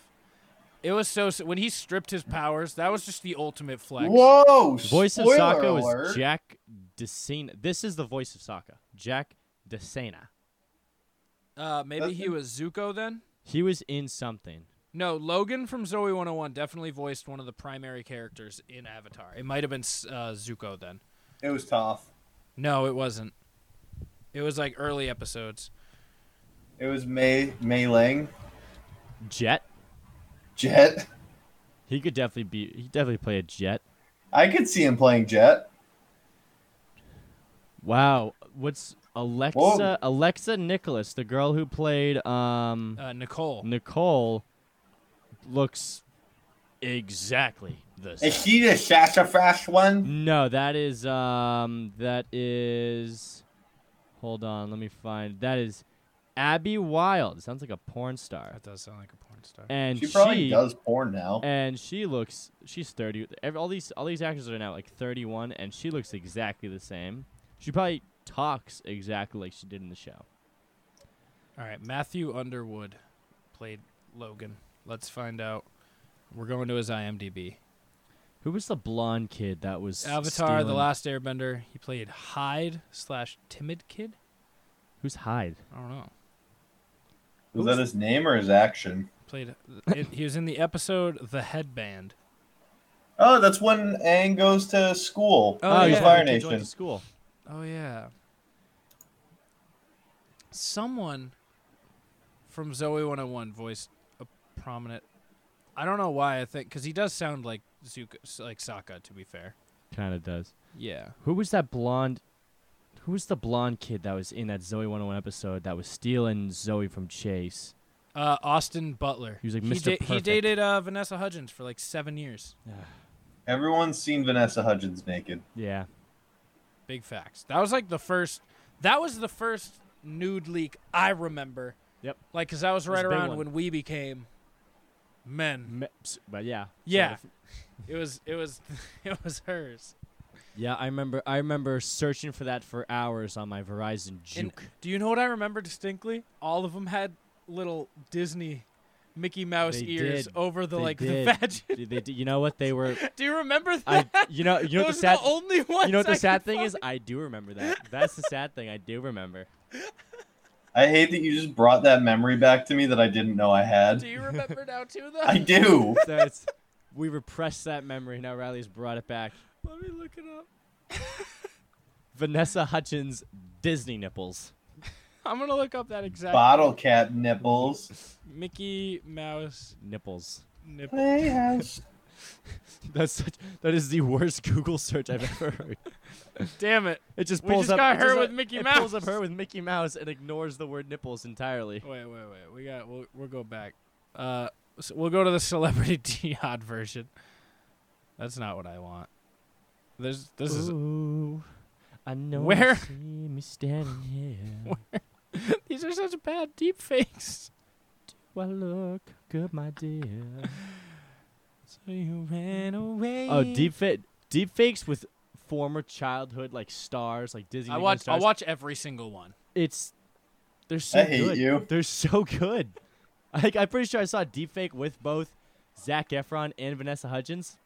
Speaker 5: It was so when he stripped his powers, that was just the ultimate flex.
Speaker 4: Whoa!
Speaker 1: The voice of
Speaker 4: spoiler
Speaker 1: Sokka
Speaker 4: alert.
Speaker 1: was Jack DeSena. This is the voice of Sokka. Jack DeSena.
Speaker 5: Uh, maybe
Speaker 4: That's
Speaker 5: he
Speaker 4: it.
Speaker 5: was Zuko then.
Speaker 1: He was in something.
Speaker 5: No, Logan from Zoe 101 definitely voiced one of the primary characters in Avatar. It might have been S- uh, Zuko then.
Speaker 4: It was tough.
Speaker 5: No, it wasn't. It was like early episodes.
Speaker 4: It was May May Lang
Speaker 1: Jet.
Speaker 4: Jet.
Speaker 1: He could definitely be. He definitely play a jet.
Speaker 4: I could see him playing Jet.
Speaker 1: Wow. What's Alexa? Alexa Nicholas, the girl who played um
Speaker 5: Uh, Nicole.
Speaker 1: Nicole, looks exactly the same.
Speaker 4: Is she the sassafras one?
Speaker 1: No, that is um that is hold on, let me find that is Abby Wild. Sounds like a porn star.
Speaker 5: That does sound like a porn star.
Speaker 1: And
Speaker 4: She probably does porn now.
Speaker 1: and she looks she's 30. Every, all these all these actors are now like 31 and she looks exactly the same. She probably talks exactly like she did in the show.
Speaker 5: All right, Matthew Underwood played Logan. Let's find out. We're going to his IMDb.
Speaker 1: Who was the blonde kid that was
Speaker 5: Avatar: The
Speaker 1: stealing-
Speaker 5: Last Airbender. He played Hyde slash timid kid.
Speaker 1: Who's Hyde?
Speaker 5: I don't know.
Speaker 4: Was that his name or his action?
Speaker 5: Played. it, he was in the episode The Headband.
Speaker 4: Oh, that's when Aang goes to school.
Speaker 5: Oh,
Speaker 4: he's
Speaker 5: yeah.
Speaker 4: Fire
Speaker 1: He joined
Speaker 4: Nation.
Speaker 1: the school.
Speaker 5: Oh yeah. Someone from Zoe 101 voiced a prominent. I don't know why I think because he does sound like Zuko, like Sokka. To be fair.
Speaker 1: Kind of does.
Speaker 5: Yeah.
Speaker 1: Who was that blonde? Who was the blonde kid that was in that Zoe 101 episode that was stealing Zoe from [sighs] Chase?
Speaker 5: Uh, Austin Butler.
Speaker 1: He was like
Speaker 5: he,
Speaker 1: Mr.
Speaker 5: he
Speaker 1: Perfect.
Speaker 5: dated uh, Vanessa Hudgens for like seven years.
Speaker 4: Everyone's seen Vanessa Hudgens naked.
Speaker 1: Yeah.
Speaker 5: Big facts. That was like the first. That was the first nude leak I remember.
Speaker 1: Yep.
Speaker 5: Like, cause that was
Speaker 1: was
Speaker 5: right
Speaker 1: a big
Speaker 5: around
Speaker 1: one.
Speaker 5: when we became men.
Speaker 1: Me- s- But yeah. So
Speaker 5: Yeah.
Speaker 1: if-
Speaker 5: It was. It was. [laughs] It was hers.
Speaker 1: yeah, I remember I remember searching for that for hours on my Verizon
Speaker 5: And
Speaker 1: juke.
Speaker 5: do you know what I remember distinctly? All of them had little Disney, Mickey Mouse
Speaker 1: They
Speaker 5: ears
Speaker 1: did.
Speaker 5: over the
Speaker 1: They
Speaker 5: like
Speaker 1: did.
Speaker 5: the vagina. [laughs]
Speaker 1: They- they did- you know what they [laughs] were
Speaker 5: Do you remember that?
Speaker 1: I you know you know what
Speaker 5: Those
Speaker 1: the
Speaker 5: are
Speaker 1: sad
Speaker 5: the only ones.
Speaker 1: you know what
Speaker 5: I
Speaker 1: the
Speaker 5: could
Speaker 1: sad thing is?
Speaker 5: find.
Speaker 1: I do remember that. That's the sad thing. I do remember.
Speaker 4: I hate that you just brought that memory back to me that I didn't know I
Speaker 5: Do
Speaker 4: had.
Speaker 5: you remember now too, though? [laughs]
Speaker 4: I do.
Speaker 1: So it's, we repressed that memory. Now Riley's brought it back.
Speaker 5: Let me look it up.
Speaker 1: Vanessa Hutchins Disney nipples.
Speaker 5: I'm gonna look up that exact
Speaker 4: Bottle cap nipples.
Speaker 5: Mickey Mouse
Speaker 1: Nipples. [laughs]
Speaker 5: nipple.
Speaker 4: Playhouse.
Speaker 1: That's such, that is the worst Google search I've ever heard.
Speaker 5: Damn it!
Speaker 1: It just
Speaker 5: We
Speaker 1: pulls
Speaker 5: just
Speaker 1: up
Speaker 5: got
Speaker 1: it
Speaker 5: her
Speaker 1: just, uh,
Speaker 5: with Mickey
Speaker 1: it Pulls up
Speaker 5: Mouse.
Speaker 1: her with Mickey Mouse and ignores the word nipples entirely.
Speaker 5: Wait, wait, wait. We got. We'll, we'll go back. Uh, so we'll go to the [laughs] celebrity jihad version. That's not what I want. There's. This is.
Speaker 1: Ooh, I know. you
Speaker 5: Where-
Speaker 1: see me standing [laughs] here.
Speaker 5: These are such bad deep fakes.
Speaker 1: Well, look good, my dear.
Speaker 5: [laughs] So you ran away.
Speaker 1: Oh, deep fit, deep fakes Oh, with former childhood like stars, like Disney.
Speaker 5: I
Speaker 1: Nickelodeon
Speaker 5: watch I
Speaker 1: stars.
Speaker 5: watch every single one.
Speaker 1: It's they're so
Speaker 4: I hate
Speaker 1: good.
Speaker 4: you.
Speaker 1: They're so good. [laughs] Like I'm pretty sure I saw a deepfake with both Zach Efron and Vanessa Hudgens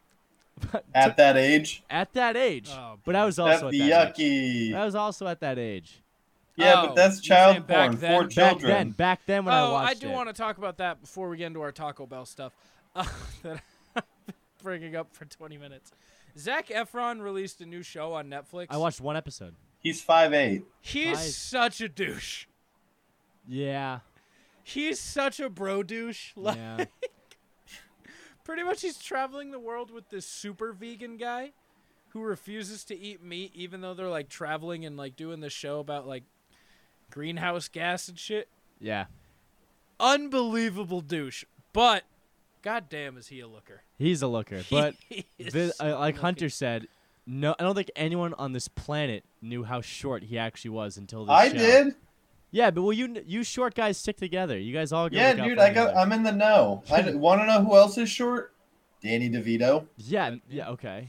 Speaker 4: At that age,
Speaker 1: at that age.
Speaker 5: Oh,
Speaker 1: but I was
Speaker 4: that's
Speaker 1: also
Speaker 4: the
Speaker 1: at that age.
Speaker 4: yucky.
Speaker 1: I was also at that age.
Speaker 4: yeah,
Speaker 5: Oh,
Speaker 4: but that's
Speaker 5: you're saying
Speaker 4: child
Speaker 5: back
Speaker 4: porn
Speaker 5: then?
Speaker 4: for
Speaker 5: Back
Speaker 1: Back
Speaker 4: children.
Speaker 1: then, back then when I
Speaker 5: oh,
Speaker 1: watched
Speaker 5: do
Speaker 1: it.
Speaker 5: want to talk about that before we get into our Taco Bell stuff [laughs] uh, that [laughs] I'm bringing up for 20 minutes. Zach Efron released a new show on Netflix.
Speaker 1: I watched one episode.
Speaker 4: He's five eight.
Speaker 5: He's
Speaker 1: Lies.
Speaker 5: such a douche.
Speaker 1: Yeah,
Speaker 5: He's such a bro douche. [laughs] Like,
Speaker 1: yeah.
Speaker 5: Pretty much, he's traveling the world with this super vegan guy who refuses to eat meat, even though they're like traveling and like doing this show about like greenhouse gas and shit.
Speaker 1: yeah.
Speaker 5: Unbelievable douche. But, goddamn, is he a looker. [laughs]
Speaker 1: He's a looker, but
Speaker 5: He [laughs] is
Speaker 1: the,
Speaker 5: so
Speaker 1: uh, like
Speaker 5: looking.
Speaker 1: Hunter said, no, I don't think anyone on this planet knew how short he actually was until this
Speaker 4: I
Speaker 1: show.
Speaker 4: did.
Speaker 1: Yeah, but well, you kn- you short guys stick together. You guys all go
Speaker 4: Yeah,
Speaker 1: look out
Speaker 4: dude,
Speaker 1: for
Speaker 4: I
Speaker 1: one
Speaker 4: got.
Speaker 1: another.
Speaker 4: I'm in the know. I [laughs] want to know who else is short. Danny DeVito.
Speaker 1: yeah, n- yeah, okay.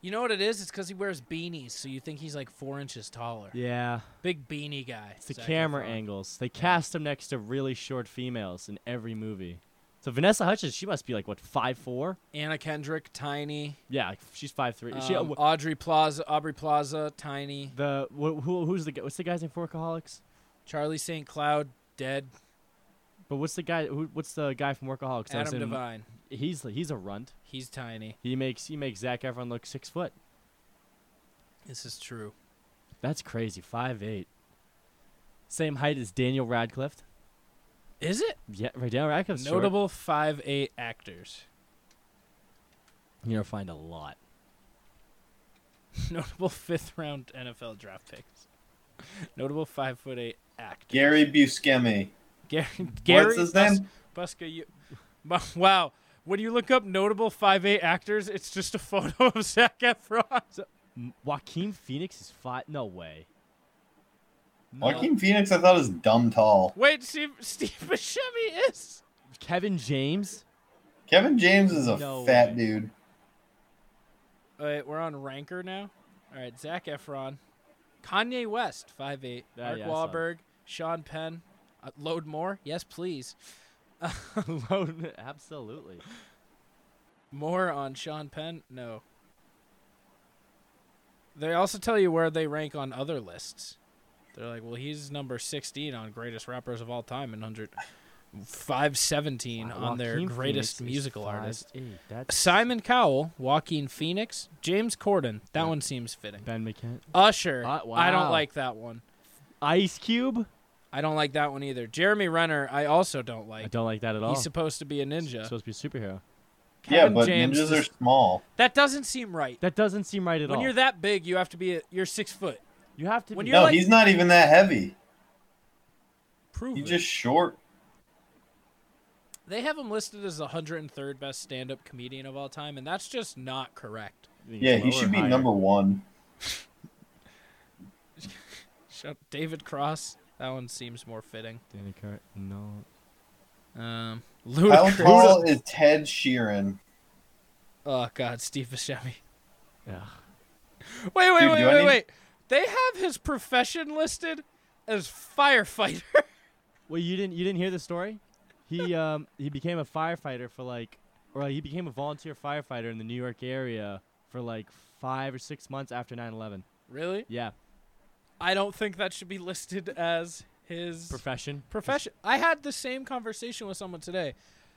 Speaker 5: You know what it is? It's because he wears beanies, so you think he's like four inches taller.
Speaker 1: Yeah,
Speaker 5: Big beanie guy.
Speaker 1: it's the
Speaker 5: Zac
Speaker 1: camera
Speaker 5: Efron.
Speaker 1: angles. They cast him next to really short females in every movie. So Vanessa Hutchins, she must be like what five four?
Speaker 5: Anna Kendrick, tiny.
Speaker 1: Yeah, like, she's five three. she, uh,
Speaker 5: Um,
Speaker 1: w-
Speaker 5: Audrey Plaza, Aubrey Plaza, tiny.
Speaker 1: the wh- who who's the gu- what's the guy's name for Workaholics?
Speaker 5: Charlie St. Cloud, dead.
Speaker 1: But what's the guy? Who, what's the guy from Workaholics? that was
Speaker 5: Adam
Speaker 1: in-
Speaker 5: Devine,
Speaker 1: He's he's a runt.
Speaker 5: he's tiny.
Speaker 1: He makes he makes Zach Efron look six foot.
Speaker 5: This is true.
Speaker 1: That's crazy. Five eight. Same height as Daniel Radcliffe.
Speaker 5: Is it
Speaker 1: Yeah, right. Daniel Radcliffe's short.
Speaker 5: notable five eight actors? [laughs]
Speaker 1: You're gonna find a lot.
Speaker 5: Notable fifth round NFL draft picks. Notable five foot eight actors.
Speaker 4: Gary Buscemi.
Speaker 5: Gary. Gary
Speaker 4: his
Speaker 5: Bus-
Speaker 4: name?
Speaker 5: Buska. You. [laughs] Bu- Wow. When you look up notable five eight actors, it's just a photo of [laughs] Zac Efron.
Speaker 1: M- Joaquin Phoenix is five. No way. No.
Speaker 4: Joaquin Phoenix, I thought was dumb tall.
Speaker 5: Wait, Steve, Steve Buscemi is.
Speaker 1: Kevin James.
Speaker 4: Kevin James is a
Speaker 1: No
Speaker 4: fat
Speaker 1: way.
Speaker 4: dude.
Speaker 5: Wait, we're on Ranker now. All right, Zach Efron, Kanye West, five eight,
Speaker 1: Ah,
Speaker 5: Mark
Speaker 1: yeah, I saw that.
Speaker 5: Wahlberg, Sean Penn, uh, load more. Yes, please.
Speaker 1: [laughs] Alone- Absolutely.
Speaker 5: More on Sean Penn? No. They also tell you where they rank on other lists. They're like, well, he's number 16 on greatest rappers of all time and 100 517 on their
Speaker 1: Joaquin
Speaker 5: greatest
Speaker 1: Phoenix is
Speaker 5: musical artist.
Speaker 1: 5'8". That's
Speaker 5: Simon Cowell, Joaquin Phoenix, James Corden. That one seems fitting.
Speaker 1: Ben McKen.
Speaker 5: Usher.
Speaker 1: Uh,
Speaker 5: I don't
Speaker 1: wow.
Speaker 5: like that one.
Speaker 1: Ice Cube.
Speaker 5: I don't like that one either. Jeremy Renner, I also don't
Speaker 1: I
Speaker 5: like.
Speaker 1: don't like that at all.
Speaker 5: He's supposed to be a ninja.
Speaker 1: supposed to be a superhero.
Speaker 4: Yeah,
Speaker 5: Kevin
Speaker 4: but
Speaker 5: James
Speaker 4: ninjas are
Speaker 5: does-
Speaker 4: small.
Speaker 5: That doesn't seem right.
Speaker 1: That doesn't seem right at
Speaker 5: when
Speaker 1: all.
Speaker 5: you're that big, you have to be a, you're six foot.
Speaker 1: you have to.
Speaker 5: when
Speaker 1: be-
Speaker 5: you're
Speaker 4: no,
Speaker 5: like-
Speaker 4: he's not even that heavy.
Speaker 5: Prove
Speaker 4: He's
Speaker 5: it.
Speaker 4: just short.
Speaker 5: They have him listed as the 103rd best stand-up comedian of all time, and that's just not correct.
Speaker 1: I think it's
Speaker 4: Yeah, he
Speaker 1: lower,
Speaker 4: should be
Speaker 1: higher. [laughs]
Speaker 4: number one.
Speaker 5: Shut David Cross. That one seems more fitting.
Speaker 1: Danny Cart. No.
Speaker 5: Um,
Speaker 4: How
Speaker 5: Ludacris.
Speaker 4: tall is Ted Sheeran?
Speaker 5: Oh God, Steve Buscemi. [laughs]
Speaker 1: Yeah.
Speaker 5: Wait, wait,
Speaker 4: Dude,
Speaker 5: wait,
Speaker 4: do I
Speaker 5: wait,
Speaker 4: need-
Speaker 5: wait. They have his profession listed as firefighter. [laughs]
Speaker 1: Well, you didn't you didn't hear the story? He [laughs] um he became a firefighter for like or like, he became a volunteer firefighter in the New York area for like 5 or 6 months after 9/11.
Speaker 5: really?
Speaker 1: Yeah,
Speaker 5: I don't think that should be listed as his
Speaker 1: profession.
Speaker 5: profession. I had the same conversation with someone today.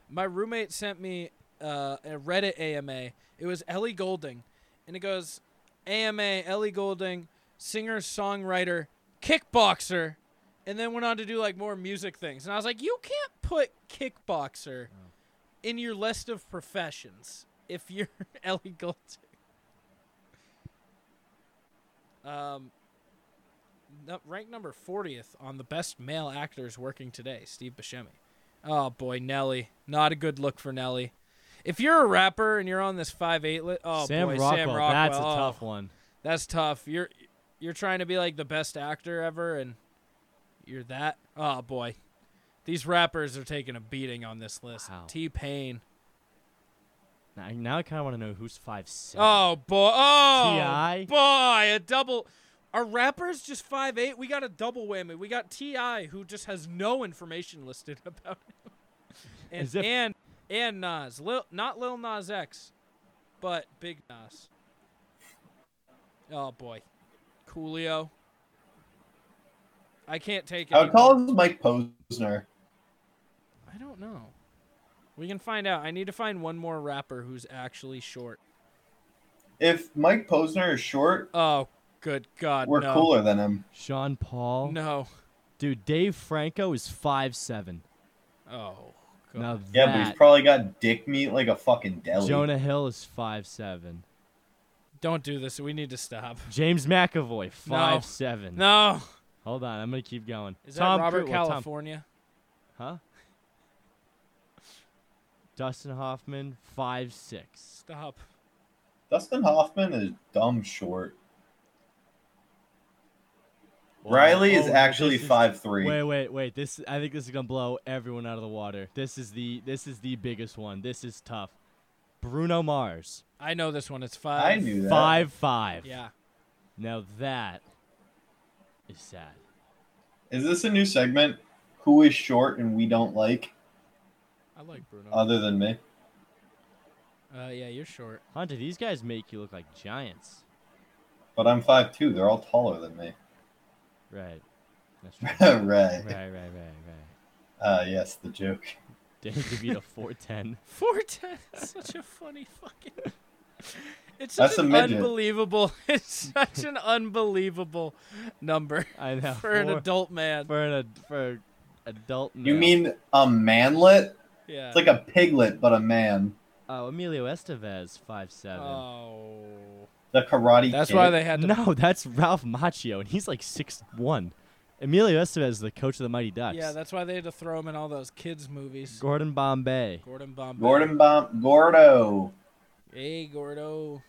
Speaker 5: My roommate sent me uh, a Reddit AMA. It was Ellie Golding, and it goes AMA Ellie Golding, singer songwriter, kickboxer, and then went on to do like more music things. And I was like, you can't put kickboxer in your list of professions if you're [laughs] Ellie Golding. Um, nu- ranked number 40th on the best male actors working today, Steve Buscemi. Oh boy, Nelly. Not a good look for Nelly. If you're a rapper and you're on this 5'8 li- oh
Speaker 1: Sam,
Speaker 5: boy,
Speaker 1: Rockwell,
Speaker 5: Sam Rockwell.
Speaker 1: that's a
Speaker 5: oh,
Speaker 1: tough one.
Speaker 5: That's tough. You're you're trying to be like the best actor ever and you're that. Oh boy. These rappers are taking a beating on this list.
Speaker 1: Wow.
Speaker 5: T-Pain.
Speaker 1: Now, now I kind of want to know who's five seven.
Speaker 5: Oh boy! Oh
Speaker 1: T.I.?
Speaker 5: boy! A double. Are rappers just five eight? We got a double whammy. We got Ti, who just has no information listed [laughs] about him, and
Speaker 1: As if-
Speaker 5: and, and Nas, Lil, not Lil Nas X, but Big Nas. Oh boy, Coolio. I can't take it.
Speaker 4: How
Speaker 5: anymore.
Speaker 4: tall is Mike Posner?
Speaker 5: I don't know. We can find out. I need to find one more rapper who's actually short.
Speaker 4: If Mike Posner is short,
Speaker 5: Oh, good
Speaker 1: Uh,
Speaker 5: God,
Speaker 4: we're
Speaker 5: no.
Speaker 4: cooler than him.
Speaker 1: Sean Paul.
Speaker 5: No.
Speaker 1: Dude, Dave Franco is five seven.
Speaker 5: Oh, God.
Speaker 1: Now
Speaker 4: Yeah, but
Speaker 1: that
Speaker 4: he's probably got dick meat like a fucking deli.
Speaker 1: Jonah Hill is five seven.
Speaker 5: Don't do this. We need to stop.
Speaker 1: James McAvoy five seven.
Speaker 5: No.
Speaker 1: Hold on, I'm gonna keep going.
Speaker 5: Is that
Speaker 1: Tom
Speaker 5: Robert
Speaker 1: Cruise- well, Tom-
Speaker 5: California?
Speaker 1: huh? Dustin Hoffman five six.
Speaker 5: Stop.
Speaker 4: Dustin Hoffman is dumb short. Riley is
Speaker 1: Oh,
Speaker 4: actually
Speaker 1: this is-
Speaker 4: five three.
Speaker 1: Wait, wait, wait. This I think this is gonna blow everyone out of the water. This is the this is the biggest one. This is tough. Bruno Mars
Speaker 5: I know this one. It's five.
Speaker 4: I knew that.
Speaker 1: five five.
Speaker 5: Yeah.
Speaker 1: Now that is sad.
Speaker 4: Is this a new segment? Who is short and we don't like,
Speaker 5: I like Bruno. Uh,
Speaker 4: other than me?
Speaker 5: yeah, you're short. [laughs]
Speaker 1: Hunter, these guys make you look like giants.
Speaker 4: But I'm five two. They're all taller than me. [laughs]
Speaker 1: Right. That's right.
Speaker 4: right.
Speaker 1: right, right, right, right.
Speaker 4: Uh, yes, the joke.
Speaker 1: Danny DeVito four ten.
Speaker 5: Four ten. such a funny fucking. [laughs] It's such
Speaker 4: That's a
Speaker 5: an
Speaker 4: midget.
Speaker 5: unbelievable. [laughs] It's such an unbelievable
Speaker 1: [laughs]
Speaker 5: number
Speaker 1: I know.
Speaker 5: for an
Speaker 1: four-
Speaker 5: adult man.
Speaker 1: For an ad- for an adult.
Speaker 4: You
Speaker 1: male.
Speaker 4: mean a manlet?
Speaker 5: Yeah.
Speaker 4: It's like a piglet, but a man.
Speaker 1: Oh, Emilio Estevez five seven.
Speaker 5: Oh.
Speaker 4: The karate.
Speaker 5: That's
Speaker 4: Kid.
Speaker 5: why they had
Speaker 1: [laughs]
Speaker 5: to.
Speaker 1: No, that's Ralph Macchio, and he's like six one. Emilio Estevez is the coach of the Mighty Ducks.
Speaker 5: Yeah, that's why they had to throw him in all those kids movies.
Speaker 1: Gordon Bombay.
Speaker 5: Gordon Bombay.
Speaker 4: Gordon Bomb Gordo.
Speaker 5: Hey, Gordo.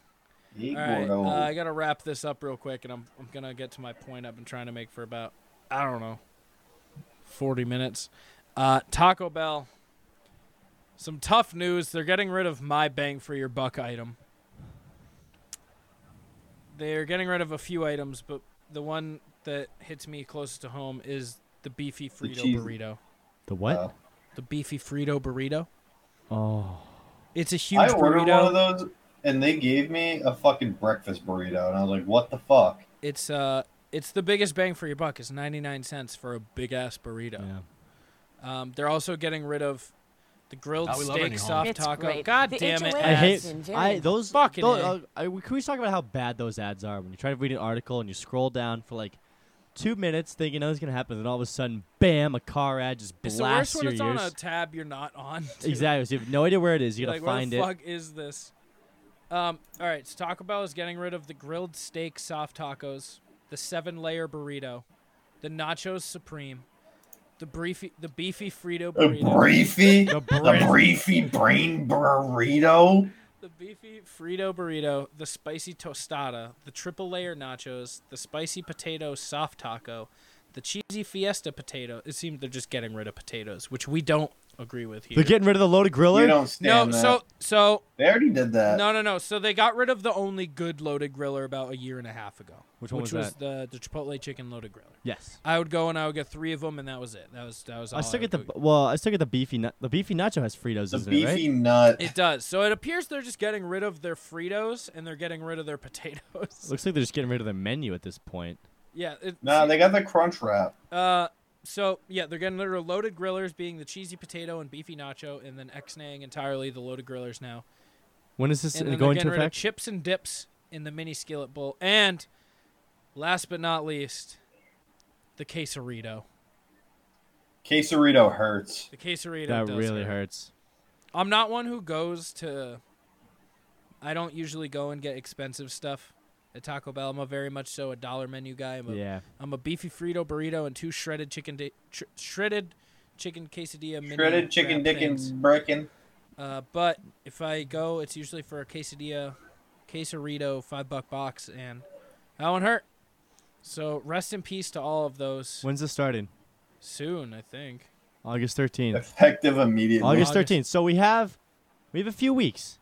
Speaker 4: Hey,
Speaker 5: All right,
Speaker 4: Gordo.
Speaker 5: uh, I gotta wrap this up real quick, and I'm I'm gonna get to my point I've been trying to make for about I don't know, forty minutes. Uh, Taco Bell. Some tough news. They're getting rid of my bang for your buck item. They're getting rid of a few items, but the one that hits me closest to home is the beefy Frito
Speaker 4: cheese-
Speaker 5: burrito.
Speaker 1: The what?
Speaker 4: Uh,
Speaker 5: The beefy Frito burrito.
Speaker 1: Oh,
Speaker 5: It's a huge
Speaker 4: I ordered
Speaker 5: burrito.
Speaker 4: one of those, and they gave me a fucking breakfast burrito, and I was like, "What the fuck?"
Speaker 5: It's uh, it's the biggest bang for your buck. It's ninety nine cents for a big ass burrito.
Speaker 1: yeah.
Speaker 5: Um, they're also getting rid of the grilled
Speaker 9: Oh, we love our
Speaker 5: steak
Speaker 9: new home.
Speaker 5: soft
Speaker 10: It's
Speaker 5: taco.
Speaker 10: great.
Speaker 5: God
Speaker 10: The
Speaker 5: damn it!
Speaker 10: HOA
Speaker 1: I
Speaker 5: ads.
Speaker 10: Yes.
Speaker 1: hate. I those
Speaker 5: Fucking
Speaker 1: those-
Speaker 5: A.
Speaker 1: uh, I- can we talk about how bad those ads are? When you try to read an article and you scroll down for like two minutes, thinking nothing's gonna happen, then all of a sudden, bam! A car ad just
Speaker 5: It's
Speaker 1: blasts
Speaker 5: the worst when
Speaker 1: your ears.
Speaker 5: it's on a tab you're not on. too.
Speaker 1: exactly. So you have no idea where it is. You
Speaker 5: You're
Speaker 1: gotta
Speaker 5: like,
Speaker 1: find
Speaker 5: where
Speaker 1: it.
Speaker 5: the fuck is this? Um, all right, so Taco Bell is getting rid of the grilled steak soft tacos, the seven layer burrito, the nachos supreme, the beefy, the beefy Frito
Speaker 4: A
Speaker 5: burrito,
Speaker 4: briefy,
Speaker 1: The
Speaker 4: the
Speaker 1: brief-
Speaker 4: briefy brain burrito.
Speaker 5: the beefy Frito burrito, the spicy tostada, the triple layer nachos, the spicy potato soft taco, the cheesy fiesta potato. It seems they're just getting rid of potatoes, which we don't agree with here.
Speaker 1: They're getting rid of the loaded griller.
Speaker 4: You don't
Speaker 5: no,
Speaker 4: stand that.
Speaker 5: so so
Speaker 4: they already did
Speaker 1: Uh,
Speaker 4: that.
Speaker 5: no no no. So they got rid of the only good loaded griller about a year and a half ago,
Speaker 1: Which one was
Speaker 5: the the chipotle chicken loaded griller.
Speaker 1: yes.
Speaker 5: I would go and I would get three of them, and that was it. That was that was. All
Speaker 1: I still get
Speaker 5: would
Speaker 1: the
Speaker 5: go
Speaker 1: well. I still get the beefy. Na- the beefy nacho has Fritos,
Speaker 4: the
Speaker 1: isn't
Speaker 4: beefy
Speaker 1: it? Right?
Speaker 4: nut.
Speaker 5: It does. So it appears they're just getting rid of their Fritos and they're getting rid of their [laughs] potatoes.
Speaker 1: Looks like they're just getting rid of their menu at this point.
Speaker 5: yeah. It,
Speaker 4: No, they got the crunch wrap.
Speaker 5: Uh, so yeah, they're getting rid of loaded grillers, being the cheesy potato and beefy nacho, and then ex-naying entirely the loaded grillers now.
Speaker 1: When is this
Speaker 5: And then they're
Speaker 1: going
Speaker 5: getting
Speaker 1: to
Speaker 5: rid of
Speaker 1: affect?
Speaker 5: chips and dips in the mini skillet bowl, and last but not least, the quesarito.
Speaker 4: Quesarito hurts.
Speaker 5: The quesarito
Speaker 1: That
Speaker 5: does
Speaker 1: really
Speaker 5: hurt.
Speaker 1: hurts.
Speaker 5: I'm not one who goes to. I don't usually go and get expensive stuff at Taco Bell. I'm a very much so a dollar menu guy. I'm a
Speaker 1: Yeah.
Speaker 5: am a beefy Frito burrito and two shredded chicken di- tr- shredded chicken quesadilla mini
Speaker 4: Shredded chicken,
Speaker 5: wrap
Speaker 4: dick,
Speaker 5: things.
Speaker 4: and brickin'.
Speaker 5: Uh, but if I go, it's usually for a quesadilla, quesarito, five buck box, and that one hurt. So rest in peace to all of those.
Speaker 1: When's this starting?
Speaker 5: Soon, I think.
Speaker 1: August 13th.
Speaker 4: Effective immediately.
Speaker 1: August
Speaker 5: August.
Speaker 1: 13th. So we have we have a few weeks.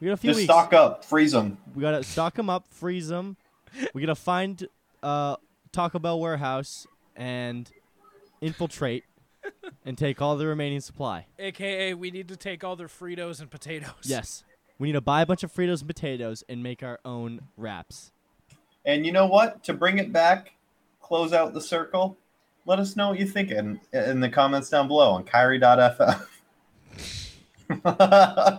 Speaker 1: We got a few
Speaker 4: Just
Speaker 1: weeks.
Speaker 4: stock up, freeze them.
Speaker 1: We gotta stock them up, freeze them. We gotta find uh, Taco Bell warehouse and
Speaker 5: [laughs]
Speaker 1: infiltrate and take all the remaining supply.
Speaker 5: AKA, we need to take all their Fritos and potatoes.
Speaker 1: Yes, we need to buy a bunch of Fritos and potatoes and make our own wraps.
Speaker 4: And you know what? To bring it back, close out the circle. Let us know what you think in, in the comments down below on Kyrie.fm. [laughs] I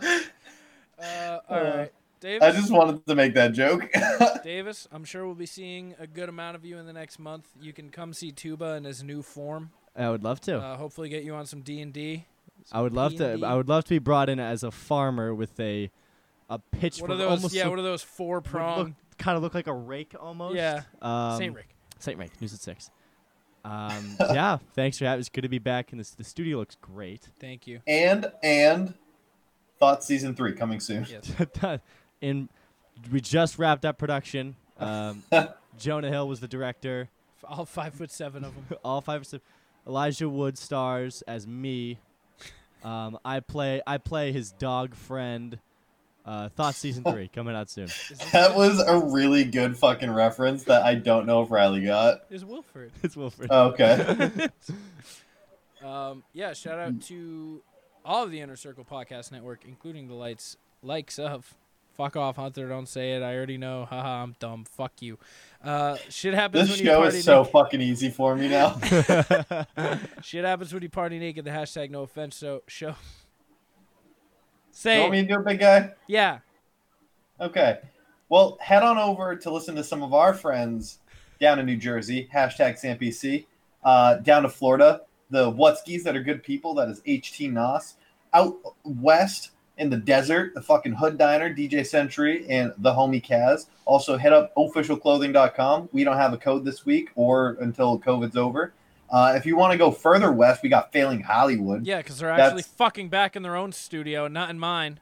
Speaker 5: Uh, all right. Davis,
Speaker 4: just wanted to make that joke. [laughs]
Speaker 5: Davis, I'm sure we'll be seeing a good amount of you in the next month. You can come see Tuba in his new form.
Speaker 1: I would love to.
Speaker 5: Uh, hopefully, get you on some D and D.
Speaker 1: I would love to.
Speaker 5: P&D.
Speaker 1: I would love to be brought in as a farmer with a a pitch.
Speaker 5: What are
Speaker 1: would
Speaker 5: those?
Speaker 1: Almost
Speaker 5: Yeah, what are those four prong?
Speaker 1: kind of look like a rake almost.
Speaker 5: Yeah.
Speaker 1: Um,
Speaker 5: Saint Rick.
Speaker 1: Saint Rank, news at six. Um, [laughs] yeah, thanks for having. It's good to be back, and this the studio looks great. [laughs]
Speaker 5: Thank you.
Speaker 4: and, and, Thought Season 3 coming soon.
Speaker 5: Yes.
Speaker 1: and we just wrapped up production. Um, Jonah Hill was the director.
Speaker 5: All five foot seven of them.
Speaker 1: [laughs] All five of Elijah Wood stars as
Speaker 5: [laughs]
Speaker 1: me. Um, I play I play his dog friend. Uh, Thought season
Speaker 5: [laughs]
Speaker 1: three coming out soon.
Speaker 4: [laughs] That was a really good fucking reference that I don't know if Riley got.
Speaker 5: Is Wilfred.
Speaker 1: It's Wilfred.
Speaker 4: Okay.
Speaker 5: Um, yeah, shout
Speaker 4: Mm.
Speaker 5: out to all of the Inner Circle Podcast Network, including the lights likes of Fuck off, Hunter. Don't say it. I already know. Haha, I'm dumb. Fuck you. Uh, shit happens
Speaker 4: this
Speaker 5: when you
Speaker 4: show
Speaker 5: party
Speaker 4: is so
Speaker 5: naked.
Speaker 4: fucking easy for me now.
Speaker 5: [laughs]
Speaker 4: Uh,
Speaker 5: Shit happens when you party naked. The hashtag no offense so show.
Speaker 4: you
Speaker 5: Say
Speaker 4: want
Speaker 5: it.
Speaker 4: me to do it, big guy?
Speaker 5: yeah.
Speaker 4: Okay. Well, head on over to listen to some of our friends down in New Jersey, hashtag SamPC, uh, down to Florida, the Whatskis that are good people, that is HT Nos, out west in the desert, the fucking Hood Diner, DJ Century, and the homie Kaz. Also, head up officialclothing.com. We don't have a code this week or until COVID's over. Uh, if you want to go further west, we got Failing Hollywood.
Speaker 5: Yeah, because they're
Speaker 4: That's-
Speaker 5: actually fucking back in their own studio and not in mine.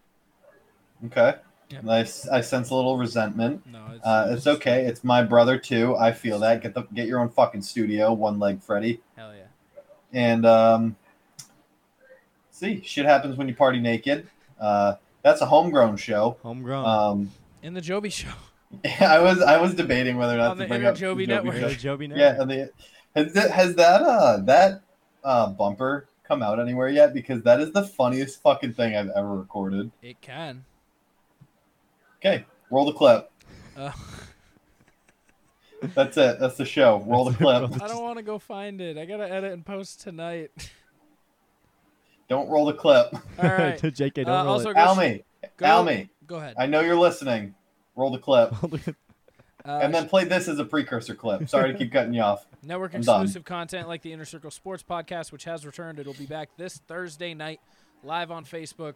Speaker 4: Okay.
Speaker 5: Yeah.
Speaker 4: I, s- I sense a little resentment.
Speaker 5: No, it's,
Speaker 4: Uh, it's okay. It's my brother too. I feel that. Get the get your own fucking studio, one leg Freddy.
Speaker 5: Hell yeah.
Speaker 4: And um, see, shit happens when you party naked. Uh, that's a homegrown
Speaker 1: [laughs]
Speaker 4: show.
Speaker 5: Oh.
Speaker 1: Homegrown.
Speaker 4: Um, [laughs]
Speaker 5: In the Joby Show. [laughs]
Speaker 4: I was I was debating whether or not
Speaker 5: On
Speaker 4: to
Speaker 5: the
Speaker 4: bring
Speaker 5: Inner
Speaker 4: up
Speaker 5: Joby
Speaker 4: the
Speaker 5: Network.
Speaker 1: Really, Joby now?
Speaker 4: Yeah, and the, has that has that uh that uh bumper come out anywhere yet? Because that is the funniest fucking thing I've ever recorded.
Speaker 5: It can.
Speaker 4: Okay, roll the clip.
Speaker 5: Uh, [laughs]
Speaker 4: That's it. That's the show. Roll the
Speaker 5: [laughs]
Speaker 4: clip.
Speaker 5: I don't want to go find it. I gotta edit and post tonight. [laughs]
Speaker 4: Don't roll the clip. [laughs]
Speaker 5: All right.
Speaker 1: [laughs] JK, don't
Speaker 5: Uh,
Speaker 1: roll
Speaker 5: also, [laughs]
Speaker 1: it.
Speaker 5: go,
Speaker 4: Almy,
Speaker 5: go-
Speaker 4: Almy.
Speaker 5: go ahead.
Speaker 4: I know you're listening. Roll the clip.
Speaker 1: Oh [laughs]
Speaker 5: Uh,
Speaker 4: And then play this as a precursor clip. Sorry to keep cutting you off.
Speaker 5: network
Speaker 4: I'm done.
Speaker 5: exclusive content like the Inner Circle Sports Podcast, which has returned. It'll be back this Thursday night, live on Facebook,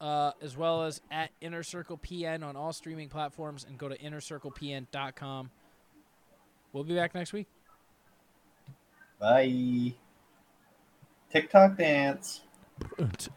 Speaker 5: uh, as well as at Inner Circle PN on all streaming platforms, and go to innercirclepn.com. We'll be back next week.
Speaker 4: Bye. TikTok dance.
Speaker 1: Put